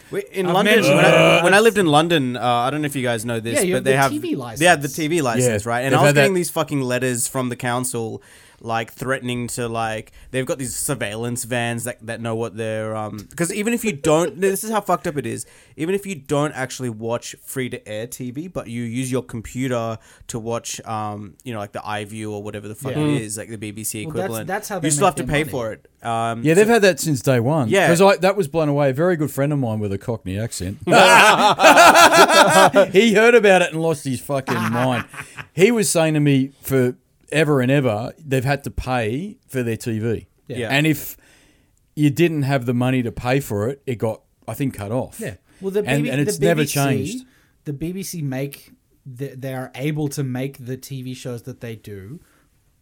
We- In
I've
London,
mentioned
when I,
that.
when I lived in London, uh, I don't know if you guys know this,
Yeah, you
but
have
they
the
have
TV license.
They have the TV license,
Yeah,
right? And
they've
I was
had that-
getting these fucking letters from the council, like threatening to like they've got these surveillance vans that that know what they're um because even if you don't, this is how fucked up it is. Even if you don't actually watch free to air TV, but you use your computer to watch um you know like the iView or whatever the fuck
Yeah. Mm.
it is, like the BBC
Well, that's-
equivalent.
that's how they
you still
make
have to
their
pay
money.
for it. Um,
Yeah, they've had that since day one.
Yeah.
because that was blown away. A very good friend of mine with a Cockney accent. he heard about it and lost his fucking mind. He was saying to me for ever and ever, they've had to pay for their TV.
Yeah.
and if you didn't have the money to pay for it, it got I think cut off.
Yeah. Well, the BB,
and, and it's
the BBC,
never changed.
The BBC make they, they are able to make the TV shows that they do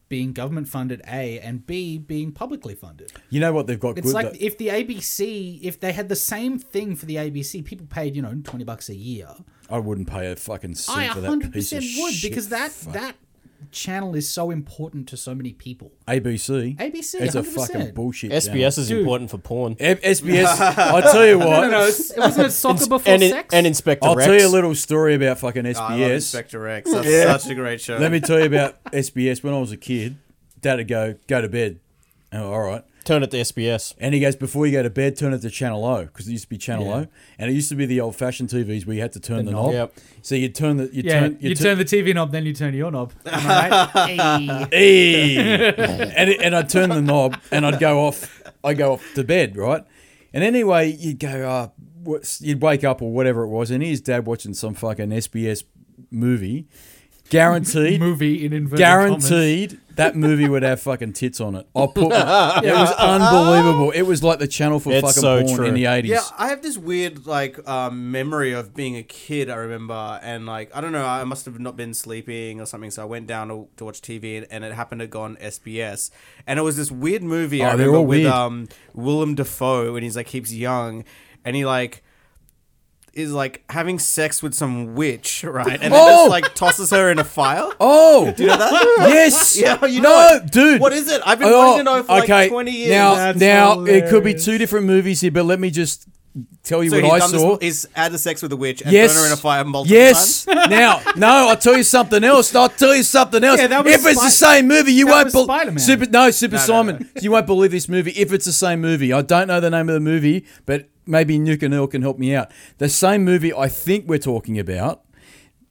being government funded A and B being publicly funded.
You know what they've got
It's
good.
like
though?
if the ABC if they had the same thing for the ABC, people paid, you know, 20 bucks a year.
I wouldn't pay a fucking cent
I
for that
100%
piece of
would
shit.
because that
Fuck.
that channel is so important to so many people.
ABC.
ABC,
It's a
100%.
fucking bullshit. channel.
SBS is important for porn.
E- SBS. I tell you what.
No, no, it's, it wasn't it soccer before
and, in-
sex.
and Inspector
I'll
Rex.
tell you a little story about fucking
Ah,
I love
SBS.
Inspector X. That's such a great show.
Let me tell you about SBS. When I was a kid, Dad would go, go to bed. And I'm, All right.
Turn it to SBS.
And he goes, before you go to bed, turn it to Channel O because it used to be Channel O, and it used to be the old-fashioned TVs where you had to turn the, knob.
Yep.
So you turn the you
yeah,
turn
you turn the TV knob, then you turn your knob. Am I right? Hey.
Hey. and it- and I'd turn the knob and I'd go off. I go off to bed, right? And anyway, you'd go, uh, what's, you'd wake up or whatever it was, and here's Dad watching some fucking SBS movie, guaranteed.
Movie in inverted commas.
Guaranteed, that movie would have fucking tits on it. I put, it was unbelievable. It was like the channel for
It's
fucking
so
porn
true.
in the eighties.
Yeah, I have this weird like um, memory of being a kid. I remember, and like I don't know, I must have not been sleeping or something. So I went down to, to watch TV, and, and it happened to go on SBS, and it was this weird movie. I
Oh, they're
remember
all
with
weird.
um, Willem Dafoe when he's like heaps young, and he like. Is like having sex with some witch, right? And then
Oh!
just like tosses her in a fire.
Oh, do you know that? yes.
Yeah, you
no,
know it.
dude. Oh,
What is it? I've been wanting to know for, like, 20 years.
Now,
That's
now it could be
hilarious.
two different movies here, but let me just tell you
So
what
he's,
I
done
saw.
This, he's had the sex with a witch and
yes.
thrown her in a fire multiple times.
yes. now, no. I'll tell you something else. I'll tell you something else.
Yeah, that was
if it's the
Spi-
same movie, you
that
won't
was
believe.
Spider-Man.
Super, no, Super
No, no,
Simon. You won't believe this movie if it's the same movie. I don't know the name of the movie, but maybe Nuke and Earl can help me out. The same movie I think we're talking about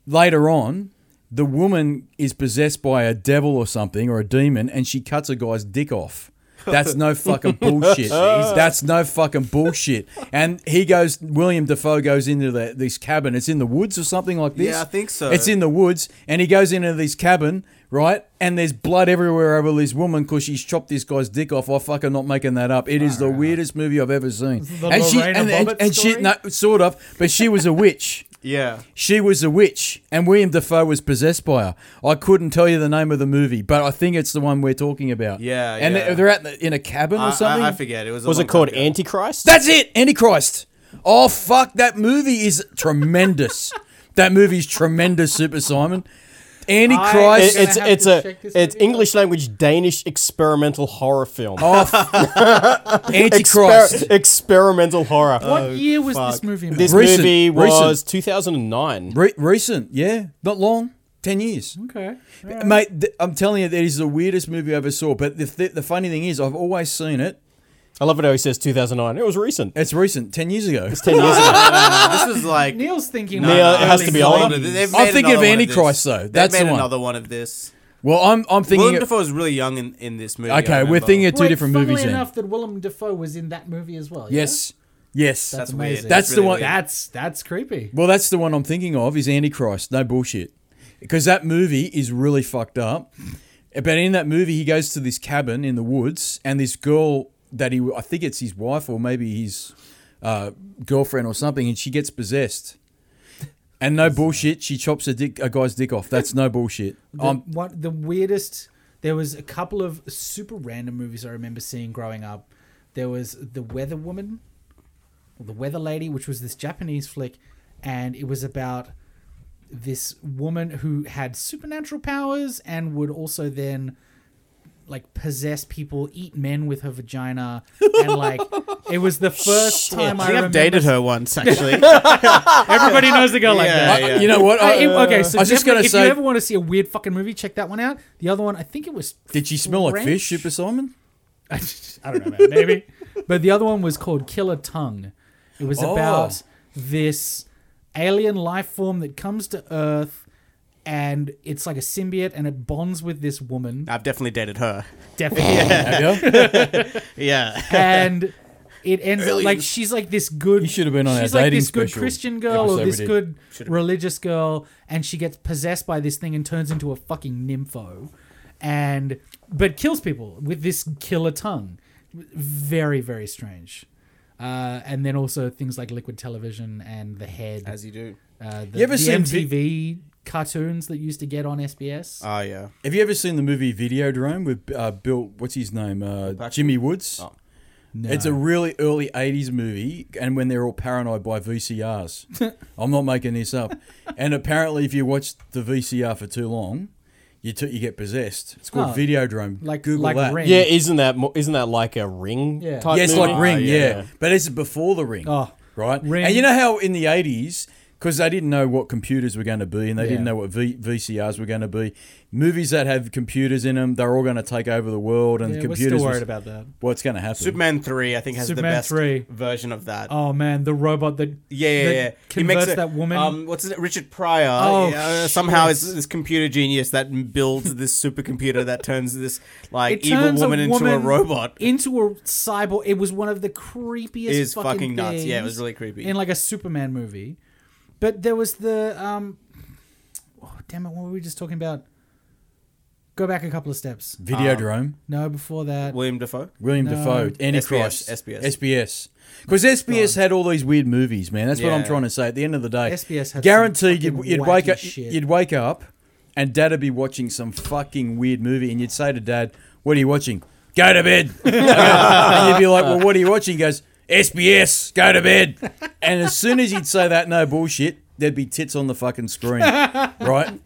later on, the woman is possessed by a devil or something or a demon, and she cuts a guy's dick off. That's no fucking bullshit. That's no fucking bullshit. And he goes, William Defoe goes into the, this cabin. It's in the woods or something like this.
Yeah, I think so.
It's in the woods, and he goes into this cabin, right? And there's blood everywhere over this woman because she's chopped this guy's dick off. I'm fucking not making that up. It is the weirdest movie I've ever seen.
the
and she,
Lorena
and, and,
Bobbitt
and she,
story?
no, sort of, but she was a witch.
Yeah.
She was a witch, and William Defoe was possessed by her. I couldn't tell you the name of the movie, but I think it's the one we're talking about.
Yeah,
and
yeah.
they're out in the- in a cabin
I-
or something.
I, I forget. It was. a
Was
long
it called
time ago.
Antichrist?
That's it, Antichrist. Oh fuck, that movie is tremendous. that movie's tremendous, Super Simon. Antichrist.
It-
I-
it's
Gonna have
it's
to
a
check this
it's
movie out.
English language Danish experimental horror film.
oh, f- Oh, Antichrist.
Exper- experimental horror.
What year was this movie? made?
This
Recent,
movie
recent.
was 2009.
Re- recent, yeah, not long, ten years.
okay.
Mate, th- I'm telling you, that is the weirdest movie I ever saw. But the, th- the funny thing is, I've always seen it.
I love it how he says 2009. It was recent.
It's recent, ten years ago.
10 years ago.
this was like.
Neil's thinking.
Neil,
like
it has to
early
be
They've
older.
made
90s.
another
I'm thinking of
one
Antichrist,
this.
though.
They've
That's
made
the one.
another one of this.
Well, I'm I'm
Willem
thinking.
Dafoe was really young in, in this movie. I
okay, we're
remember.
thinking of two
Wait,
different
funnily
movies. Then.
enough, that Willem Dafoe was in that movie as well. yeah?
Yes, yes.
that's,
That's weird.
amazing.
That's the
really
one-
weird.
That's that's creepy.
well, that's the one I'm thinking of. Is Antichrist? No bullshit, because that movie is really fucked up. But in that movie, he goes to this cabin in the woods, and this girl that he I think it's his wife or maybe his uh, girlfriend or something, and she gets possessed. And no bullshit, she chops a dick a guy's dick off. That's no bullshit.
The,
Um,
what the weirdest? There was a couple of super random movies I remember seeing growing up. There was the Weather Woman, or the Weather Lady, which was this Japanese flick, and it was about this woman who had supernatural powers and would also then like possess people, eat men with her vagina, and like it was the first time I,
I think
remember.
I've dated her once, actually.
Everybody knows the girl like
Yeah,
that.
yeah.
You know what?
I- it- okay, so
I was just gonna
definitely, if
say,
you ever want to see a weird fucking movie, check that one out. The other one, I think it was.
did she smell like
French?
fish, Super Simon?
I don't know, man, maybe. but the other one was called Killer Tongue. It was
Oh.
about this alien life form that comes to Earth, and it's like a symbiote, and it bonds with this woman.
I've definitely dated her.
Definitely.
Have you?
Yeah.
and it ends up like she's like this good.
You should have been on our
She's like
dating
this good
special
Christian girl
episode
or
we
this
did.
good religious girl, and she gets possessed by this thing and turns into a fucking nympho, and but kills people with this killer tongue. Very very strange. Uh, and then also things like liquid television and the head.
you do.
uh, the,
You ever
the
seen
MTV cartoons that used to get on
Uh,
SBS?
Oh, yeah.
Have you ever seen the movie Videodrome with uh, Bill? What's his name? Uh, Jimmy Woods.
Oh.
It's a really early '80s movie, and when they're all paranoid by VCRs, I'm not making this up. And apparently, if you watch the VCR for too long, you t- you get possessed. It's called
Oh.
Videodrome.
Like-
Google
like
that.
Ring.
Yeah, isn't that mo- isn't that like a ring?
Yeah.
type
Yeah, it's
movie?
like Ring,
Ah,
yeah. But this is before the Ring,
Oh,
right?
Ring.
And you know how in the '80s, because they didn't know what computers were going to be, and they
Yeah.
didn't know what v- VCRs were going to be. Movies that have computers in them, they're all going to take over the world, and
Yeah, we're
computers.
still
was-
worried about that.
What's going to happen?
Superman 3, I think, has
Superman
the best
3.
version of that.
Oh man, the robot that
Yeah, yeah,
that
yeah. He
converts
makes a-
that woman.
Um, what's it? Richard Pryor.
Oh,
uh, somehow is this computer genius that builds this supercomputer that turns this like
It
evil
turns a
woman, into a
woman e-
robot.
into a cyborg. It was one of the creepiest.
It is
fucking,
fucking nuts. Yeah, it
things
was really creepy.
in like a Superman movie. But there was the um, oh, damn it! What were we just talking about? Go back a couple of steps.
Videodrome.
No, before that.
William Defoe.
William
No.
Defoe, Antichrist,
SBS.
SBS. Because SBS had all these weird movies, man. That's what I'm
Yeah.
trying to say. At the end of the day,
SBS had
guaranteed you'd,
some fucking
you'd wake
wacky
up,
shit.
you'd wake up, and Dad'd be watching some fucking weird movie, and you'd say to Dad, "What are you watching? Go to bed." and you'd be like, "Well, what are you watching?" He goes, "SBS. Go to bed." And as soon as he'd say that, no bullshit, there'd be tits on the fucking screen, right?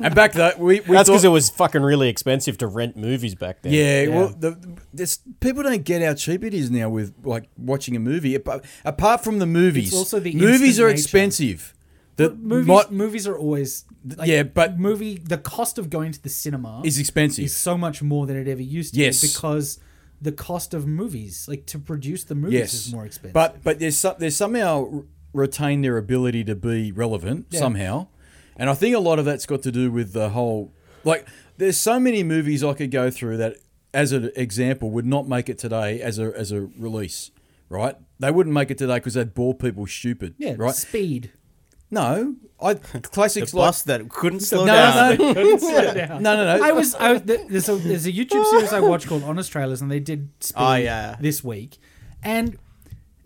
And back though, we, we
That's
thought-
because it was fucking really expensive to rent movies back then.
yeah, well, the, this, people don't get how cheap it is now with like watching a movie. Apart, apart from the movies,
It's also the
movies
instant
are
nature.
expensive. The
movies,
mo-
movies are always like,
Yeah, but-
movie the cost of going to the cinema
is expensive.
is so much more than it ever used to
Yes.
be because the cost of movies like to produce the movies
yes,
is more expensive
But but there's some, there's somehow r- retain their ability to be relevant somehow, and I think a lot of that's got to do with the whole like. There's so many movies I could go through that, as an example, would not make it today as a as a release. Right? They wouldn't make it today because they'd bore people stupid.
yeah
Right?
speed
No, I classics like
Bus that couldn't slow
no,
down.
no, no, no, no, no.
I was. I was th- there's a there's a YouTube series I watch called Honest Trailers, and they did Speed
Ah,
Oh, yeah.
this week, and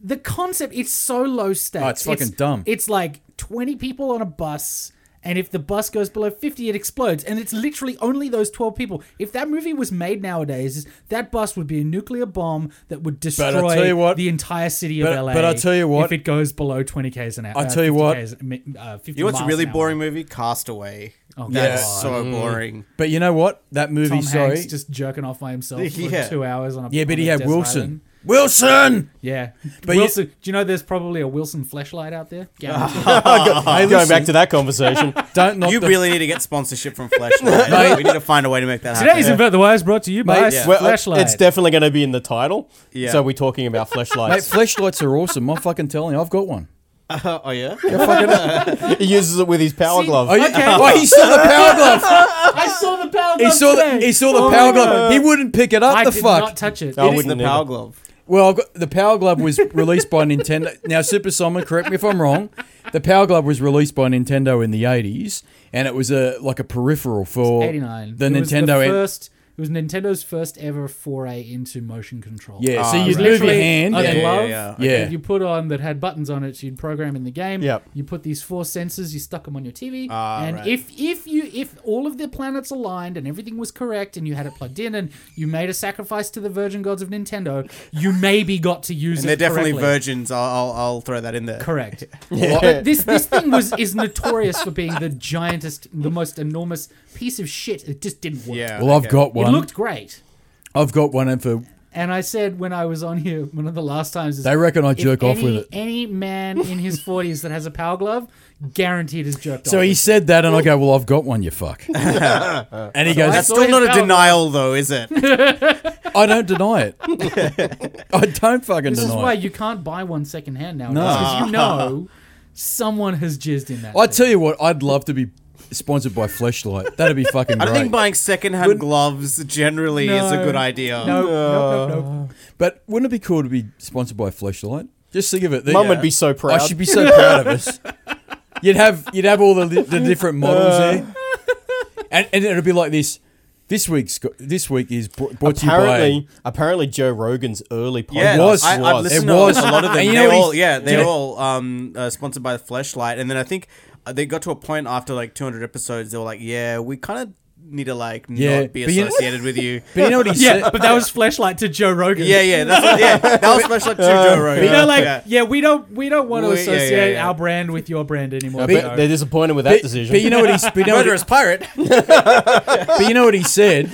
the concept it's so low stakes.
Oh, it's fucking dumb.
It's like twenty people on a bus. And if the bus goes below 50, it explodes. And it's literally only those 12 people. If that movie was made nowadays, that bus would be a nuclear bomb that would destroy
tell you what-
the entire city
but-
of LA.
but I tell you what-
If it goes below 20 Ks an hour.
I tell you what-
Uh, 50
You know what's a
miles
really
an hour.
boring movie? Castaway.
Oh,
That's
God.
so boring.
But you know what? That movie,
Tom
sorry.
Hanks just jerking off by himself for
Yeah.
two hours on a
yeah, but
on
he
a
had
desert
Wilson.
island.
Wilson.
Yeah,
But Ah.
but
you-
Wilson. do you know there's probably a Wilson flashlight out there? Guaranteed.
Hey,
Going
listen,
back to that conversation,
don't knock
You
the-
really need to get sponsorship from Flashlight.
Mate.
we need to find a way to make that happen.
Today's Invert the Wires brought to you by
Mate,
S-
well,
Flashlight.
uh, it's definitely going to be in the title.
Yeah.
So we're talking about
Mate,
fleshlights.
flashlights are awesome. I'm fucking telling you, I've got one.
Uh, oh yeah.
he uses it with his power glove.
Oh, you, oh, he saw the power glove.
I saw the power
He saw the he saw the power glove. He wouldn't pick it up.
I
the
did
fuck. Oh.
not touch it.
I
It is
wouldn't
the
either.
power glove.
well, I've got, the power glove was released by Nintendo. Now, Super Simon, correct me if I'm wrong. The power glove was released by Nintendo in the 80s, and it was a like a peripheral for
89.
the
It was
Nintendo.
the
en-
first. It was Nintendo's first ever foray into motion control.
yeah, so you
Ah,
It
would move
was
your
literally oh,
hand.
A
and-
yeah,
glove
yeah.
Yeah.
that you put on that had buttons on it. So you'd program in the game.
Yep.
You put these four sensors. You stuck them on your TV.
Ah,
and
right.
if if you if all of the planets aligned and everything was correct and you had it plugged in and you made a sacrifice to the virgin gods of Nintendo, you maybe got to use
And
it.
they're definitely
correctly.
virgins. I'll, I'll I'll throw that in there.
Correct. But this this thing was is notorious for being the giantest, the most enormous piece of shit. It just didn't work.
Yeah.
Well, I've
okay.
got one. one.
It It looked great.
I've got one, and for
And I said when I was on here, one of the last times, is,
they reckon I
if
jerk off with
any-
it.
Any man in his 40s that has a power glove, guaranteed is jerked off.
So he
with.
said that, and I go, "Well, I've got one, you fuck." and he goes,
I
That's
saw
still
his
not a
power
denial, though, is it?
"I don't deny it. I don't fucking
This is
deny
why
it."
you can't buy one second hand now. Because you know someone has jizzed in that.
I
thing.
tell you what, I'd love to be sponsored by Fleshlight. That'd be fucking
I
great.
don't think buying secondhand gloves generally is a
No.
good idea.
No, no, no, no.
but wouldn't it be cool to be sponsored by Fleshlight? Just think of it.
Mum
There.
would be so proud.
I should be so proud of us. You'd have you'd have all the, the different models there, and and it'd be like this. This week's got- this week is br- brought to you by.
apparently, apparently Joe Rogan's early podcast
Yeah,
was.
I, I've
was.
listened
It was.
to a lot of them.
And you know
they're
what he-
all, yeah, they're
did it-
all um, uh, sponsored by the Fleshlight, and then I think uh, they got to a point after like 200 episodes. They were like, "Yeah, we kind of need to like
Yeah,
not be
but you-
associated with you."
But you know what he said.
Yeah, but that was flashlight to Joe Rogan.
Yeah, yeah, that's what, yeah. That was Fleshlight to Joe Rogan.
You know, like
yeah.
yeah. we don't we don't want to
We- yeah, yeah,
associate
yeah.
our brand with your brand anymore.
I
you
bet
know.
they're disappointed with
But,
that decision.
but you know what he. But you know what he-
murderous pirate.
But you know what he said?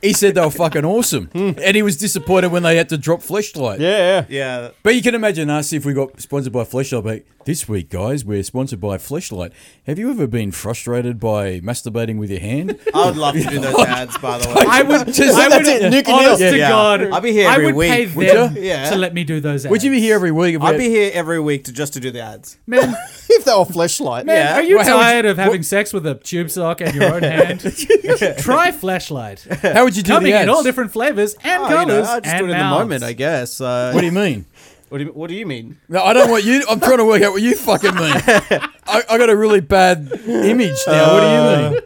he said they were fucking awesome. and he was disappointed when they had to drop Fleshlight.
yeah, yeah.
Yeah,
But you can imagine us if we got sponsored by Fleshlight. But this week, guys, we're sponsored by Fleshlight. Have you ever been frustrated by masturbating with your hand?
I would love to do those ads. By the way,
I would.
Just-
I
that's
would.
it,
nuke it
honest
out.
to
Yeah.
God,
I'd be here
I
every
would pay
week. Would
them
ya?
Yeah.
to let me do those. Ads.
Would you be here every week? If we
I'd
had-
be here every week to just to do the ads.
man?
If they were fleshlight,
man,
Yeah.
Are you
Well, how would
tired
you-
of having sex with a tube sock and your own hand? Try flashlight.
How would you do
Coming
the ads?
in all different flavors and
Oh, you know,
colors
I'll just
and
do it in the
mouths.
moment, I guess. Uh,
what do you mean?
what, do you, what do you mean?
No, I don't want you. I'm trying to work out what you fucking mean. I, I got a really bad image now. what do you mean?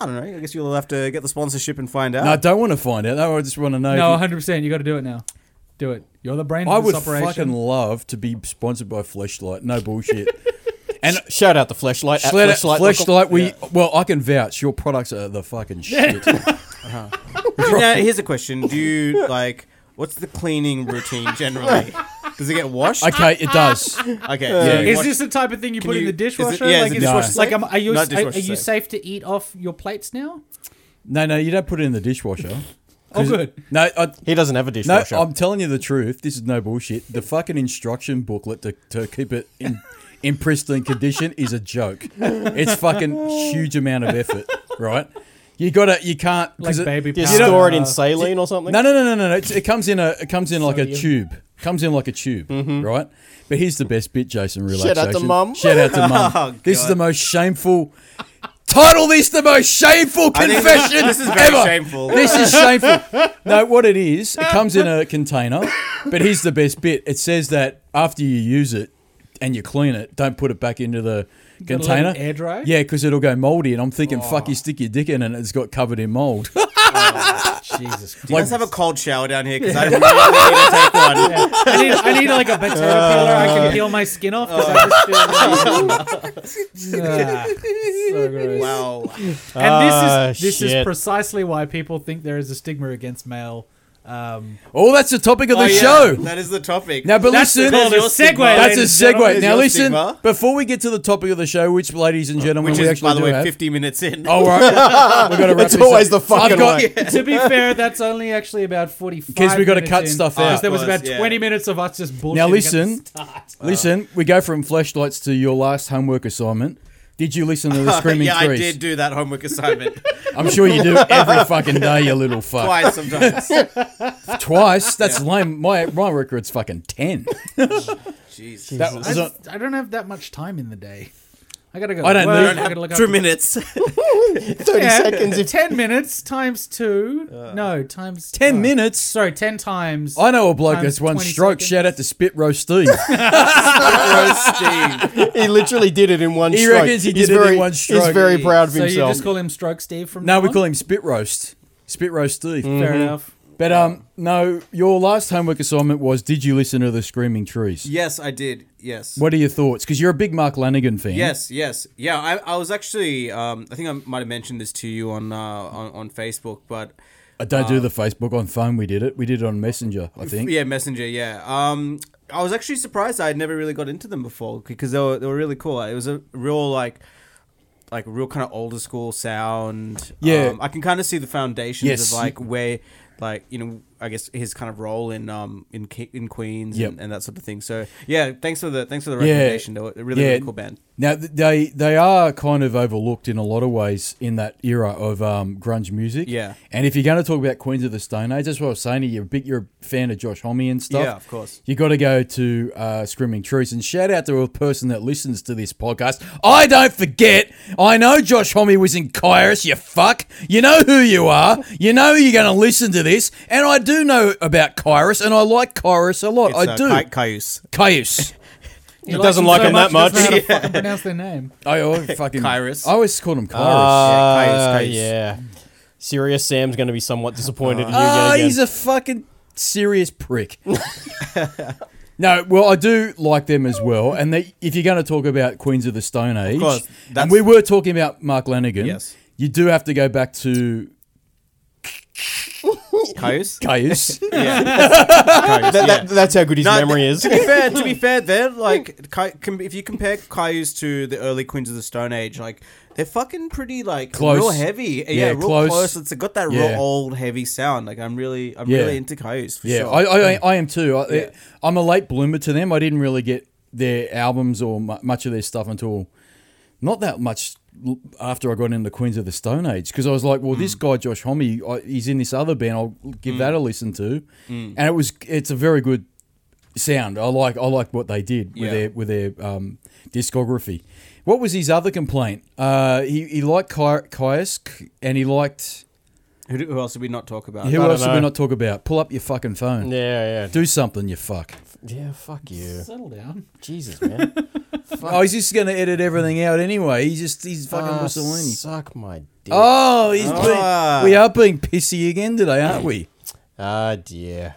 I don't know. I guess you'll have to get the sponsorship and find out.
No, I don't want to find out. No, I just want to know.
No,
if
100. percent You got to do it now. Do it. You're the brain
you, I
of this
would
operation.
fucking love to be sponsored by Fleshlight. No bullshit. and
shout out the fleshlight. At
Fleshlight,
fleshlight.
Fleshlight we well, I can vouch your products are the fucking shit.
now, here's a question: Do you like what's the cleaning routine generally? Does it get washed?
okay, it does.
okay,
Yeah.
Is this the type of thing you put in
you-
the
is it-
dishwasher?
yeah, is
like,
it
is-
dishwasher
like,
safe?
am- are you
Not
are, are
dishwasher
you
safe.
safe to eat off your plates now?
No, no, you don't put it in the dishwasher.
Oh, good.
No, I,
He doesn't have a
no,
dishwasher.
I'm telling you the truth. This is no bullshit. The fucking instruction booklet to, to keep it in in pristine condition is a joke. It's fucking huge amount of effort, right? You gotta, you can't 'cause
Like
it-
baby
you
powder.
store it in
Uh,
saline or something.
No, no, no, no, no. no. It's, it comes in a, it comes in like a
Sodium.
tube. Comes in like a tube,
Mm-hmm.
right? But here's the best bit, Jason. Relaxation.
Shout out to mum.
Shout out to mum.
Oh,
this is
God.
the most shameful. Title this the most shameful
I think
confession
this is very
ever.
shameful.
This is shameful. No, what it is, it comes in a container, but here's the best bit. It says that after you use it and you clean it, don't put it back into the
Gotta let
container.
it air dry?
Yeah, because it'll go moldy. And I'm thinking, fuck,
Oh.
you stick your dick in and it's got covered in mold.
Jesus Christ.
Let's have a cold shower down here because I really need to take one.
I need, I need like a potato peeler. I
Oh.
can peel my skin off because I just feel. Ah, so gross.
Wow.
Ah,
And this is this
shit.
is precisely why people think there is a stigma against male. Um,
oh, that's the topic of the
Oh, yeah,
show.
That is the topic.
Now, but
that's
listen,
the called a
your
segue.
stigma.
that's a
ladies and
segue.
There's
Now,
your
listen,
stigma.
before we get to the topic of the show, which, ladies and gentlemen,
which
we
is,
actually
by the
do
way,
have.
50 minutes in.
Oh, right. We've got to wrap
It's
this
always
up.
the fucking
I've got,
way.
gentlemen. to be fair, that's only actually about forty-five.
'Cause we gotta
minutes
cut
in,
stuff
because
out.
There was
Of
about
course, yeah.
twenty minutes of us just bullshit.
Now listen, listen. We go from flashlights to your last homework assignment. Did you listen to the screaming
yeah, I
trees?
did do that homework assignment
I'm sure you do every fucking day, you little fuck.
twice sometimes.
Twice. That's lame. My my record's fucking ten.
Jeez.
That was
I,
on-
I don't have that much time in the day. I gotta go.
I don't
to work,
need-
I gotta look
Two
after
minutes.
Thirty
Yeah.
seconds. If
ten minutes times two.
Uh.
no, times
ten
no.
minutes.
Sorry, ten times.
I know a bloke
Times
that's one
20
stroke.
seconds.
Shout out to Spit Roast Steve.
Steve.
he literally did it in one
He
stroke.
reckons he
he's
did it in
very,
one stroke.
He's very proud of
so you
himself.
just call him Stroke Steve from
no,
now
we
on?
call him Mm-hmm. Spit Roast. Spit Roast Steve.
Hmm.
Fair enough.
But um, no, your last homework assignment was: Did you listen to the screaming trees?
Yes, I did. Yes.
What are your thoughts? Because you're a big Mark Lanigan fan.
Yes, yes, yeah. I, I was actually, um, I think I might have mentioned this to you on uh, on, on Facebook, but
I don't
Uh,
do the Facebook on phone. We did it. We did it on Messenger. I think.
yeah, Messenger, yeah. Um, I was actually surprised I had never really got into them before because they were they were really cool. It was a real like like real kind of older school sound.
Yeah.
Um, I can kind of see the foundations
Yes.
of like where, like you know, I guess his kind of role in um in Ke- in Queens
Yep.
and, and that sort of thing. So yeah, thanks for the thanks for the recommendation. though. A really,
Yeah.
really cool band.
Now th- they they are kind of overlooked in a lot of ways in that era of um, grunge music.
Yeah.
And if you're going to talk about Queens of the Stone Age, that's what I was saying. to you. You're a big, you're a fan of Josh Homme and stuff.
Yeah, of course.
You got to go to uh, Screaming Truths and shout out to a person that listens to this podcast. I don't forget. I know Josh Homme was in Kairos. You fuck. You know who you are. You know you're going to listen to this, and I do know about Kairos, and I like Kairos a lot.
It's,
I
uh,
do.
Ca- Cayuse.
Caius.
He doesn't like him that much.
Doesn't know how to fucking pronounce their name.
I always fucking
Kairos. Uh,
I always called him Kairos.
Yeah, Caius,
Ah,
Caius.
yeah. Uh, Serious Sam's going to be somewhat disappointed in you yet
Oh,
again.
he's a fucking serious prick. no, well, I do like them as well. And they, if you're going to talk about Queens of the Stone Age,
course,
and
that's-
we were talking about Mark Lanigan,
Yes.
you do have to go back to Oh,
Cayuse.
Caius.
Cayuse,
That-
yeah.
that- that's how good his
No,
memory
th-
is.
To be fair, to be fair, they're like Kai- com- if you compare Cayuse to the early Queens of the Stone Age, like they're fucking pretty like
Close.
real heavy. Yeah,
Yeah,
real
close.
close. It's got that
Yeah.
real old heavy sound. Like I'm really, I'm
Yeah.
really into Cayuse for
yeah,
sure.
I, I, I am too. I,
Yeah.
I'm a late bloomer to them. I didn't really get their albums or mu- much of their stuff until not that much l- after I got into Queens of the Stone Age because I was like, well, this guy Josh Homme, I, he's in this other band. I'll give that a listen to, and it was it's a very good sound. I like I like what they did with
Yeah.
their with their um, discography. What was his other complaint? Uh, he, he liked Kai- Caius c- and he liked
who, do- who else did we not talk about?
who
don't
else did we
know.
not talk about? Pull up your fucking phone.
yeah, yeah.
Do something, you fuck.
Yeah, fuck you.
Settle down.
Jesus, man.
Oh, he's just going to edit everything out anyway. He's just, he's fucking
Ah,
Mussolini.
Suck my dick. Ah,
Oh, he's
Ah.
being, we are being pissy again today, aren't we?
Ah, dear.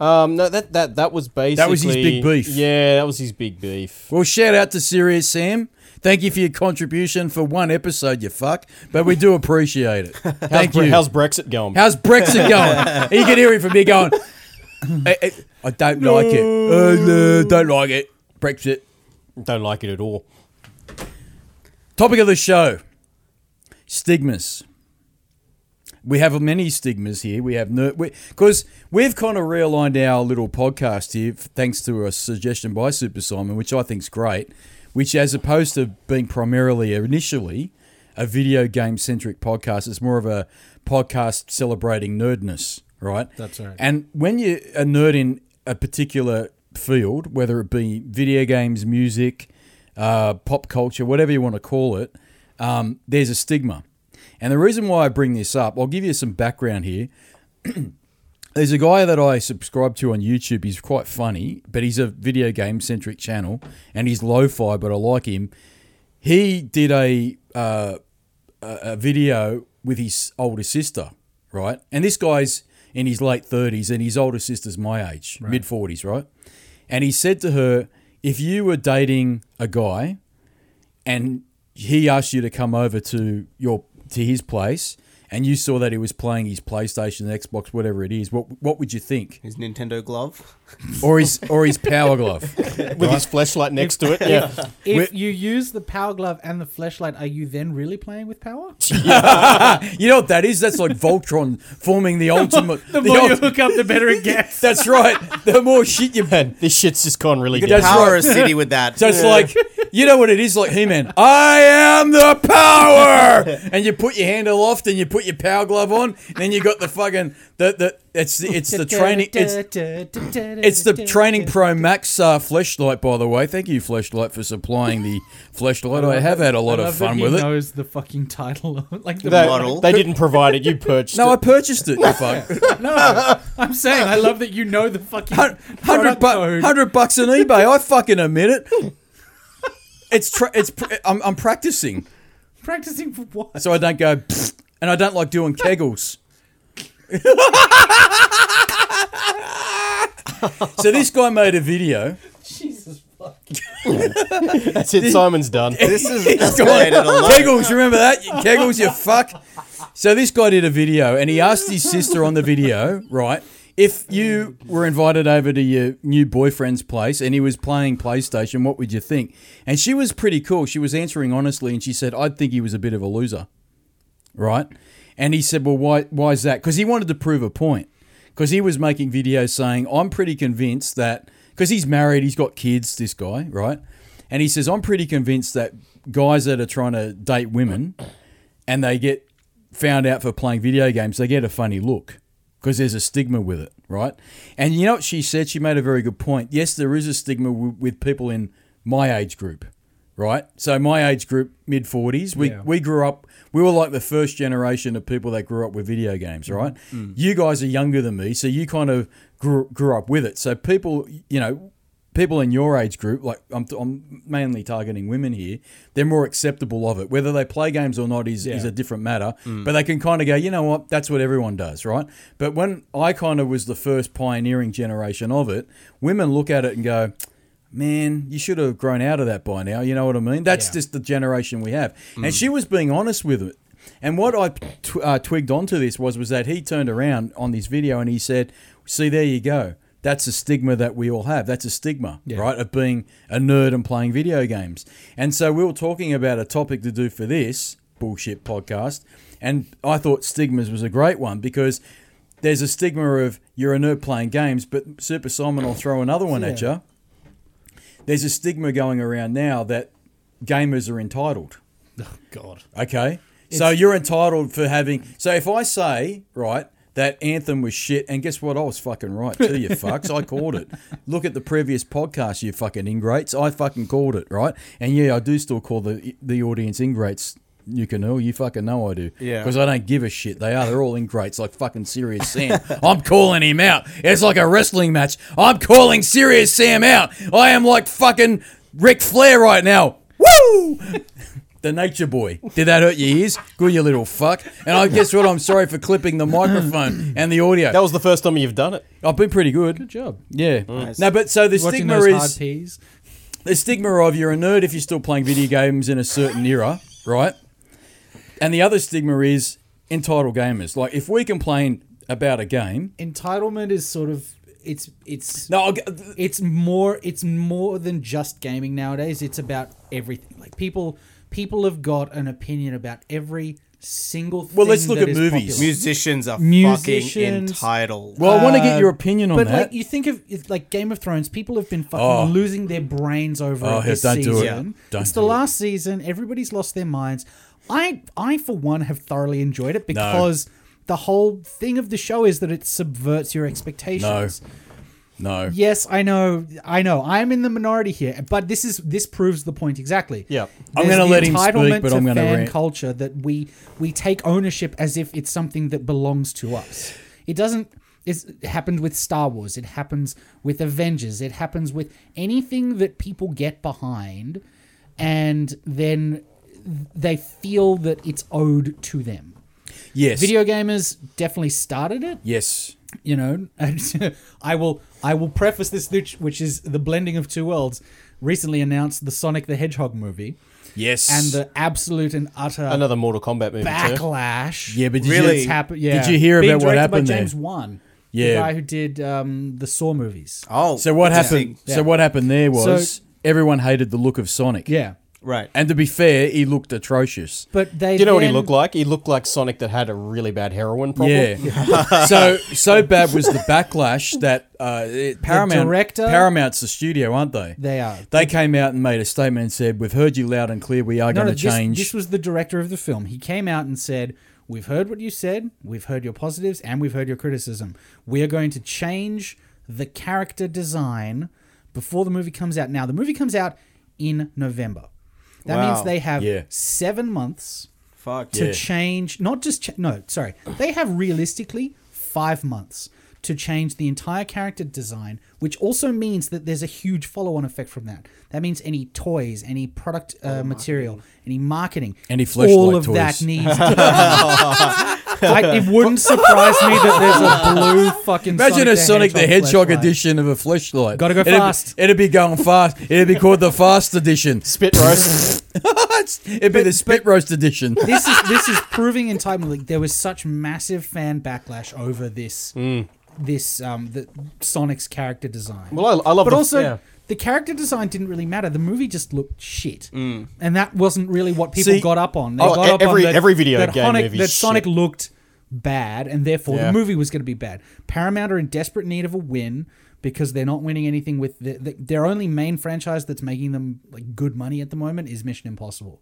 Um, no, that, that, that was basically.
was his big beef.
Yeah, that was his big beef.
Well, shout out to Serious Sam. Thank you for your contribution for one episode, you fuck. But we do appreciate it.
How's,
Thank
Bre-
you.
how's Brexit going?
How's Brexit going? you can hear it from me going, "Eh, eh, I don't like it. Uh, no, don't like it. Brexit.
Don't like it at all.
Topic of the show stigmas. We have many stigmas here. We have no, because we, have kind of realigned our little podcast here, f- thanks to a suggestion by Super Simon, which I think's great. Which, as opposed to being primarily initially a video game centric podcast, it's more of a podcast celebrating nerdness, right?
That's right.
And when you're a nerd in a particular field, whether it be video games, music, uh, pop culture, whatever you want to call it, um, there's a stigma. And the reason why I bring this up, I'll give you some background here. There's a guy that I subscribe to on YouTube. He's quite funny, but he's a video game centric channel and he's lo fi, but I like him. He did a, uh, a a video with his older sister, right? And this guy's in his late 30s and his older sister's my age, mid 40s, right? And he said to her, If you were dating a guy and he asked you to come over to your to his place and you saw that he was playing his PlayStation, Xbox, whatever it is, what what would you think?
His Nintendo glove.
Or his or his power glove.
With his flashlight next to it. Yeah.
If you use the power glove and the flashlight, are you then really playing with power?
You know what that is? That's like Voltron forming the ultimate the, ulti-
up, the better it gets.
That's right. The more shit you
Man, this shit's just gone really
That's
good.
Power a city with that.
So it's like, you know what it is like He Man. I am the power, and you put your hand aloft and you put your power glove on, and then you got the fucking the the it's the, it's the training it's it's the training pro max uh, flashlight. By the way, thank you flashlight for supplying the flashlight. I have had a lot of fun with
he
it.
Knows the fucking title, of it. like the
They,
Model.
they didn't provide it. You purchased
No, I
it.
purchased it. you fuck.
I'm saying, I love that you know the fucking
Hundred
product
bu-
code.
hundred bucks on eBay. I fucking admit it. It's tra- it's pr- I'm, I'm practicing.
Practicing for what?
so I don't go, "Pfft," and I don't like doing kegels. so this guy made a video.
Jesus fuck.
That's it. Simon's done.
this is
He's gone,
escalated a lot.
kegels, remember that? Kegels, you fuck. So this guy did a video, and he asked his sister on the video, right? If you were invited over to your new boyfriend's place and he was playing PlayStation, what would you think? And she was pretty cool. She was answering honestly, and she said, "I'd think he was a bit of a loser." right? And he said, "Well, why? Why is that?" Because he wanted to prove a point. Because he was making videos saying, "I'm pretty convinced that." Because he's married, he's got kids. This guy, right? And he says, "I'm pretty convinced that guys that are trying to date women, and they get found out for playing video games, they get a funny look." Because there's a stigma with it, right? And you know what she said? She made a very good point. Yes, there is a stigma w- with people in my age group, right? So my age group, mid forties, we
Yeah.
we grew up. We were like the first generation of people that grew up with video games, right? You guys are younger than me, so you kind of grew, grew up with it. So people, you know, people in your age group, like I'm, I'm mainly targeting women here, they're more acceptable of it. Whether they play games or not is, is a different matter, but they can kind of go, you know what, that's what everyone does, right? But when I kind of was the first pioneering generation of it, women look at it and go, man, you should have grown out of that by now. You know what I mean? That's
Yeah.
just the generation we have. And she was being honest with it. And what I tw- uh, twigged onto this was was that he turned around on this video and he said, "See, there you go. That's a stigma that we all have. That's a stigma, right, of being a nerd and playing video games." And so we were talking about a topic to do for this bullshit podcast, and I thought stigmas was a great one because there's a stigma of you're a nerd playing games, but Super Simon will throw another one at you there's a stigma going around now that gamers are entitled.
Oh, God.
Okay. so you're entitled for having. So if I say, right, that Anthem was shit, and guess what? I was fucking right too, you fucks. I called it. Look at the previous podcast, you fucking ingrates. I fucking called it, right? And yeah, I do still call the the audience ingrates. You can know, you fucking know I do.
Yeah.
Because I don't give a shit. They are. They're all ingrates, like fucking Serious Sam. I'm calling him out. It's like a wrestling match. I'm calling Serious Sam out. I am like fucking Ric Flair right now. Woo! The Nature Boy. Did that hurt your ears? Good, you little fuck. And I guess what? I'm sorry for clipping the microphone and the audio.
That was the first time you've done it.
I've been pretty good.
Good job.
Yeah. No, but so the
Watching
stigma
those hard
is
P's.
the stigma of you're a nerd if you're still playing video games in a certain era, right? And the other stigma is entitled gamers. Like if we complain about a game,
Entitlement is sort of. It's it's
no, I'll, g-
it's more it's more than just gaming nowadays it's about everything like people people have got an opinion about every single thing
Well, let's look
that
at
is
movies.
popular.
Musicians are fucking
Musicians-
entitled.
well, I want to get
Uh,
your opinion on
but
that.
like you think of it's like Game of Thrones, people have been fucking
Oh.
losing their brains over
Oh,
it
yeah,
this
don't do
season.
it. Don't
it's
do
the
it.
last season. Everybody's lost their minds. I I for one have thoroughly enjoyed it because the whole thing of the show is that it subverts your expectations.
no.
Yes, I know, I know. I'm in the minority here, but this is this proves the point exactly.
Yeah.
I'm
There's
gonna
the
let him speak,
entitlement
but I'm gonna
fan
rant.
culture that we we take ownership as if it's something that belongs to us. It doesn't. It's, it happened with Star Wars. It happens with Avengers. It happens with anything that people get behind, and then they feel that it's owed to them.
Yes.
Video gamers definitely started it
Yes.
you know and i will i will preface this which, which is the blending of two worlds recently announced the sonic the hedgehog movie
Yes.
and the absolute and utter
Another Mortal Kombat movie too.
backlash
yeah, but did
Really?
you,
that's happen- yeah.
Did you hear
Being
about what
directed
happened
by
there?
james wan the
Yeah.
guy who did um, the saw movies
oh,
So what
yeah.
happened?
Yeah.
So what happened there was
So-
everyone hated the look of Sonic.
yeah
Right.
And to be fair, he looked atrocious.
but they
Do you know what he
then-
looked like? He looked like Sonic that had a really bad heroin problem.
Yeah. so so bad was the backlash that uh, it- Paramount
director-
Paramount's the studio, aren't they?
They are.
They came out and made a statement and said, "We've heard you loud and clear. We are
no,
going
no,
to
this,
change."
this was the director of the film he came out and said we've heard what you said we've heard your positives and we've heard your criticism we are going to change the character design before the movie comes out now the movie comes out in november that means
Wow.
they have
Yeah.
seven months
Fuck.
to change not just cha- no sorry they have realistically five months to change the entire character design which also means that there's a huge follow-on effect from that that means any toys any product uh, material any marketing
Any
all
fleshlight
of that
toys.
needs I, it wouldn't surprise me that there's a blue fucking
Imagine a Sonic the Hedgehog
fleshlight.
edition of a fleshlight.
Gotta go
It'd be-
fast.
it'd be going fast. It'd be called the fast edition.
Spit roast.
it'd be the spit roast edition.
this is this is proving entitlement. Like, there was such massive fan backlash over this this um, the Sonic's character design.
Well, I, I love
but
the,
also
yeah.
the character design didn't really matter. The movie just looked shit, and that wasn't really what people
See-
got up on. They
Mm. Oh,
got
e-
up
every-
on that,
every video
that
game
Sonic,
movie's
that Sonic
shit.
looked bad, and therefore
Yeah.
the movie was going to be bad. Paramount are in desperate need of a win because they're not winning anything with the, the, their only main franchise that's making them like good money at the moment is Mission Impossible.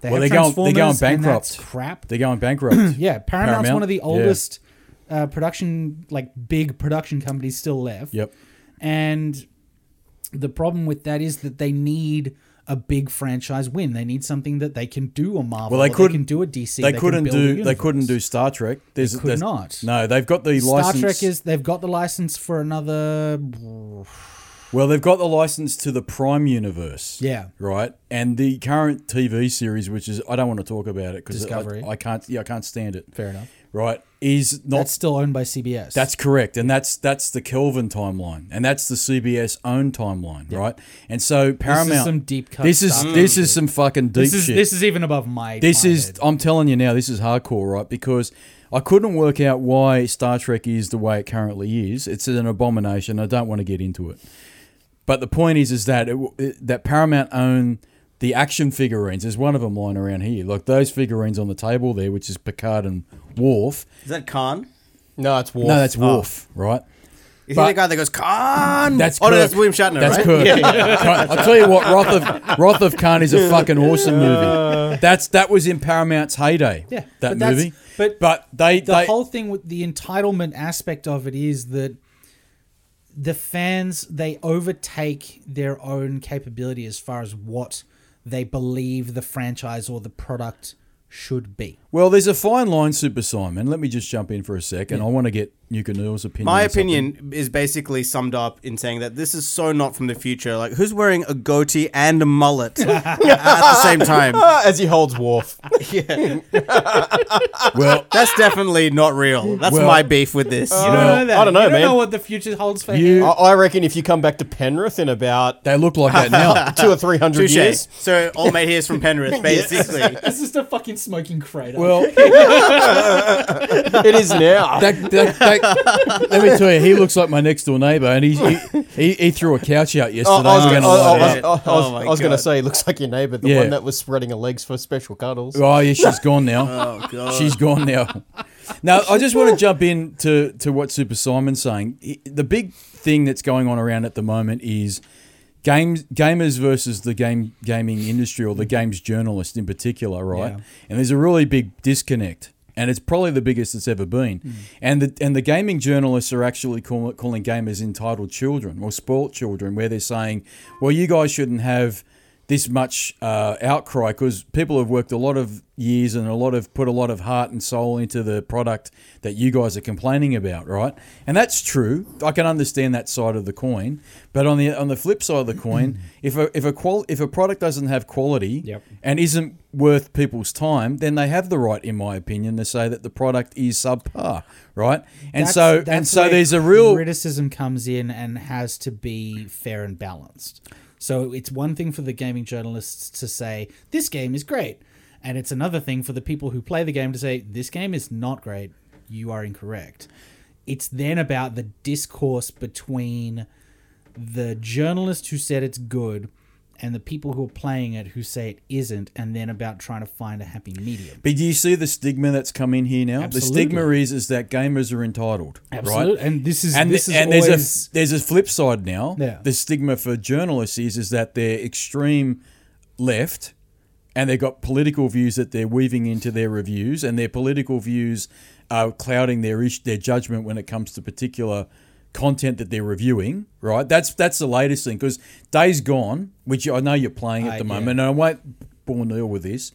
They
Well,
have
they're going- they're going
Transformers, and that's
bankrupt.
crap.
They're going bankrupt.
Yeah, Paramount's
Paramount?
one of the
Yeah.
oldest uh, production, like big production companies still left.
Yep.
And the problem with that is that they need a big franchise win. They need something that they can do a Marvel.
Well, they
or
couldn't-
can do a DC.
They,
can
couldn't
build a
do. They
universe.
couldn't do Star Trek. There's,
could
there's-
not.
No, they've got the
Star
license.
Trek is they've got the license for another.
Well, they've got the license to the Prime universe.
Yeah.
Right. And the current TV series, which is I don't want to talk about it because
Discovery.
I, I can't. Yeah, I can't stand it.
Fair enough.
Right. Is not.
That's still owned by CBS.
that's correct, and that's that's the Kelvin timeline, and that's the CBS own timeline, right? And so Paramount.
some deep cut
This is
stuff.
this is some fucking deep
this is
shit.
this is even above my.
This
my
is,
head.
I'm telling you now, this is hardcore, right? Because I couldn't work out why Star Trek is the way it currently is. It's an abomination. I don't want to get into it. But the point is, is that it, w- it- that Paramount own the action figurines. There's one of them lying around here, like those figurines on the table there, which is Picard and Worf.
Is that Khan?
no, it's war.
No, that's Worf, right?
Is
But-
he the guy that goes Khan?
That's
oh no,
Kirk.
that's William Shatner,
That's
right?
Kirk. I'll tell you what, Wrath of Wrath of Khan is a fucking awesome movie. That's that was in Paramount's heyday.
Yeah,
that
but that's-
movie.
but
but they
the
they,
whole thing with the entitlement aspect of it is that the fans they overtake their own capability as far as what they believe the franchise or the product should be.
Well, there's a fine line, Super Simon. Let me just jump in for a second. I want to get Nukanuel's opinion.
My
on something.
opinion is basically summed up in saying that this is so not from the future. Like, who's wearing a goatee and a mullet at the same time?
Ah, as he holds Worf.
Well,
That's definitely not real. That's
Well-
my beef with this.
know that. I don't know,
you don't
man.
know what the future holds for
I,
You-
him.
I reckon if you come back to Penrith in about
they look like that now.
two or three hundred
Touche.
years,
So, old mate here's from Penrith, basically.
It's just a fucking smoking crater.
Well,
it is now.
that, that, that, let me tell you, he looks like my next door neighbour, and he's, he, he he threw a couch out yesterday.
Oh, I was
He's
gonna-
gonna
I- I
light it
was-
up.
I was- I was-
Oh my
I was going to
God.
say, it looks like your neighbour, the
Yeah.
one that was spreading her legs for special cuddles.
Oh yeah, she's gone now. She's gone now. Now I just want to jump in to, to what Super Simon's saying. He- The big thing that's going on around at the moment is games gamers versus the game gaming industry or the games journalist in particular, right? And there's a really big disconnect. And it's probably the biggest it's ever been, and the and the gaming journalists are actually call, calling gamers entitled children or spoilt children, where they're saying, "Well, you guys shouldn't have this much uh, outcry because people have worked a lot of years and a lot of put a lot of heart and soul into the product that you guys are complaining about, right? And that's true. I can understand that side of the coin, but on the on the flip side of the coin, if a if a qual if a product doesn't have quality
Yep.
and isn't worth people's time, then they have the right, in my opinion, to say that the product is subpar, right? And
That's-
so and
that's
so
where
there's a real
criticism comes in and has to be fair and balanced. So it's one thing for the gaming journalists to say this game is great, and it's another thing for the people who play the game to say this game is not great. You are incorrect. It's then about the discourse between the journalist who said it's good and the people who are playing it who say it isn't, and then about trying to find a happy medium.
But do you see the stigma that's come in here now?
Absolutely.
The stigma is is that gamers are entitled,
Absolute-
right?
and this is
And,
this
th-
is
and
always
there's a there's a flip side now.
Yeah.
The stigma for journalists is is that they're extreme left, and they've got political views that they're weaving into their reviews, and their political views are clouding their ish, their judgment when it comes to particular content that they're reviewing. Right? That's that's the latest thing because Days Gone, which I know you're playing at
I-
the
yeah.
moment, and I won't bore Neil with this,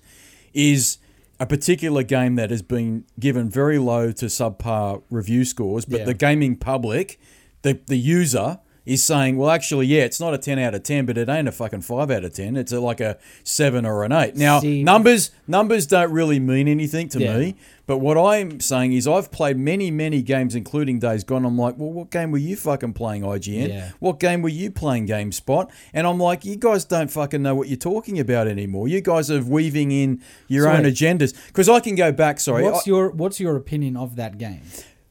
is a particular game that has been given very low to subpar review scores, but
Yeah.
the gaming public, the, the user, is saying, well, actually, yeah, it's not a 10 out of 10, but it ain't a fucking 5 out of 10. It's a, like a 7 or an 8. Now,
See-
numbers numbers don't really mean anything to
Yeah.
me, but what I'm saying is I've played many, many games, including Days Gone. I'm like, well, what game were you fucking playing, IGN?
Yeah.
What game were you playing, GameSpot? And I'm like, you guys don't fucking know what you're talking about anymore. You guys are weaving in your
So
own
wait.
agendas. Because I can go back, sorry.
what's
I,
your what's your opinion of that game?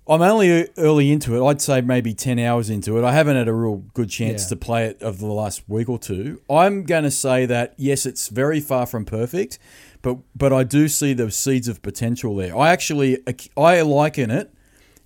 I'm only early into it. I'd say maybe 10 hours into it. I haven't had a real good chance
Yeah.
to play it over the last week or two. I'm going to say that yes, it's very far from perfect, but but I do see the seeds of potential there. I actually I liken it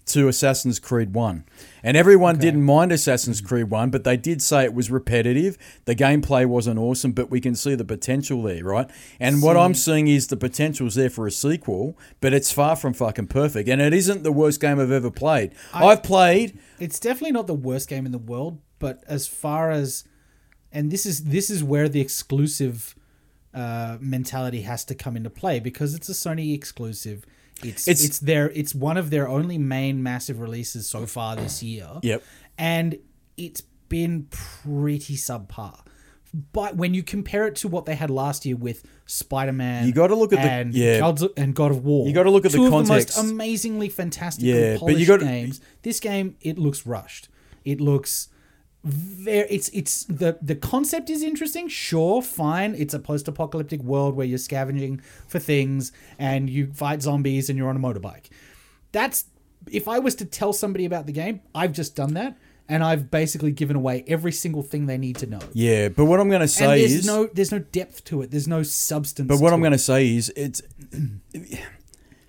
to Assassin's Creed 1. And everyone didn't mind Assassin's Creed 1, but they did say it was repetitive. The gameplay wasn't awesome, but we can see the potential there, right? And what I'm seeing is the potential's there for a sequel, but it's far from fucking perfect. And it isn't the worst game I've ever played. I, have played.
It's definitely not the worst game in the world, but as far as and this is this is where the exclusive uh, mentality has to come into play because it's a Sony exclusive. It's, it's
It's-
their it's one of their only main massive releases so far this year.
Yep.
And it's been pretty subpar. But when you compare it to what they had last year with Spider Man,
You gotta look at the-
and
yeah.
Gods- and God of War.
You gotta look at the
two
context.
Of the most amazingly fantastic,
Yeah, but
yeah,
you
polished
gotta-
games. This game it looks rushed. It looks very. It's it's the the concept is interesting. Sure, fine. It's a post apocalyptic world where you're scavenging for things and you fight zombies and you're on a motorbike. That's if I was to tell somebody about the game, I've just done that and I've basically given away every single thing they need to know.
Yeah, but what I'm going to
And
say
there's
is
no there's no depth to it. There's no substance.
But what
to
I'm
it.
going to say is it's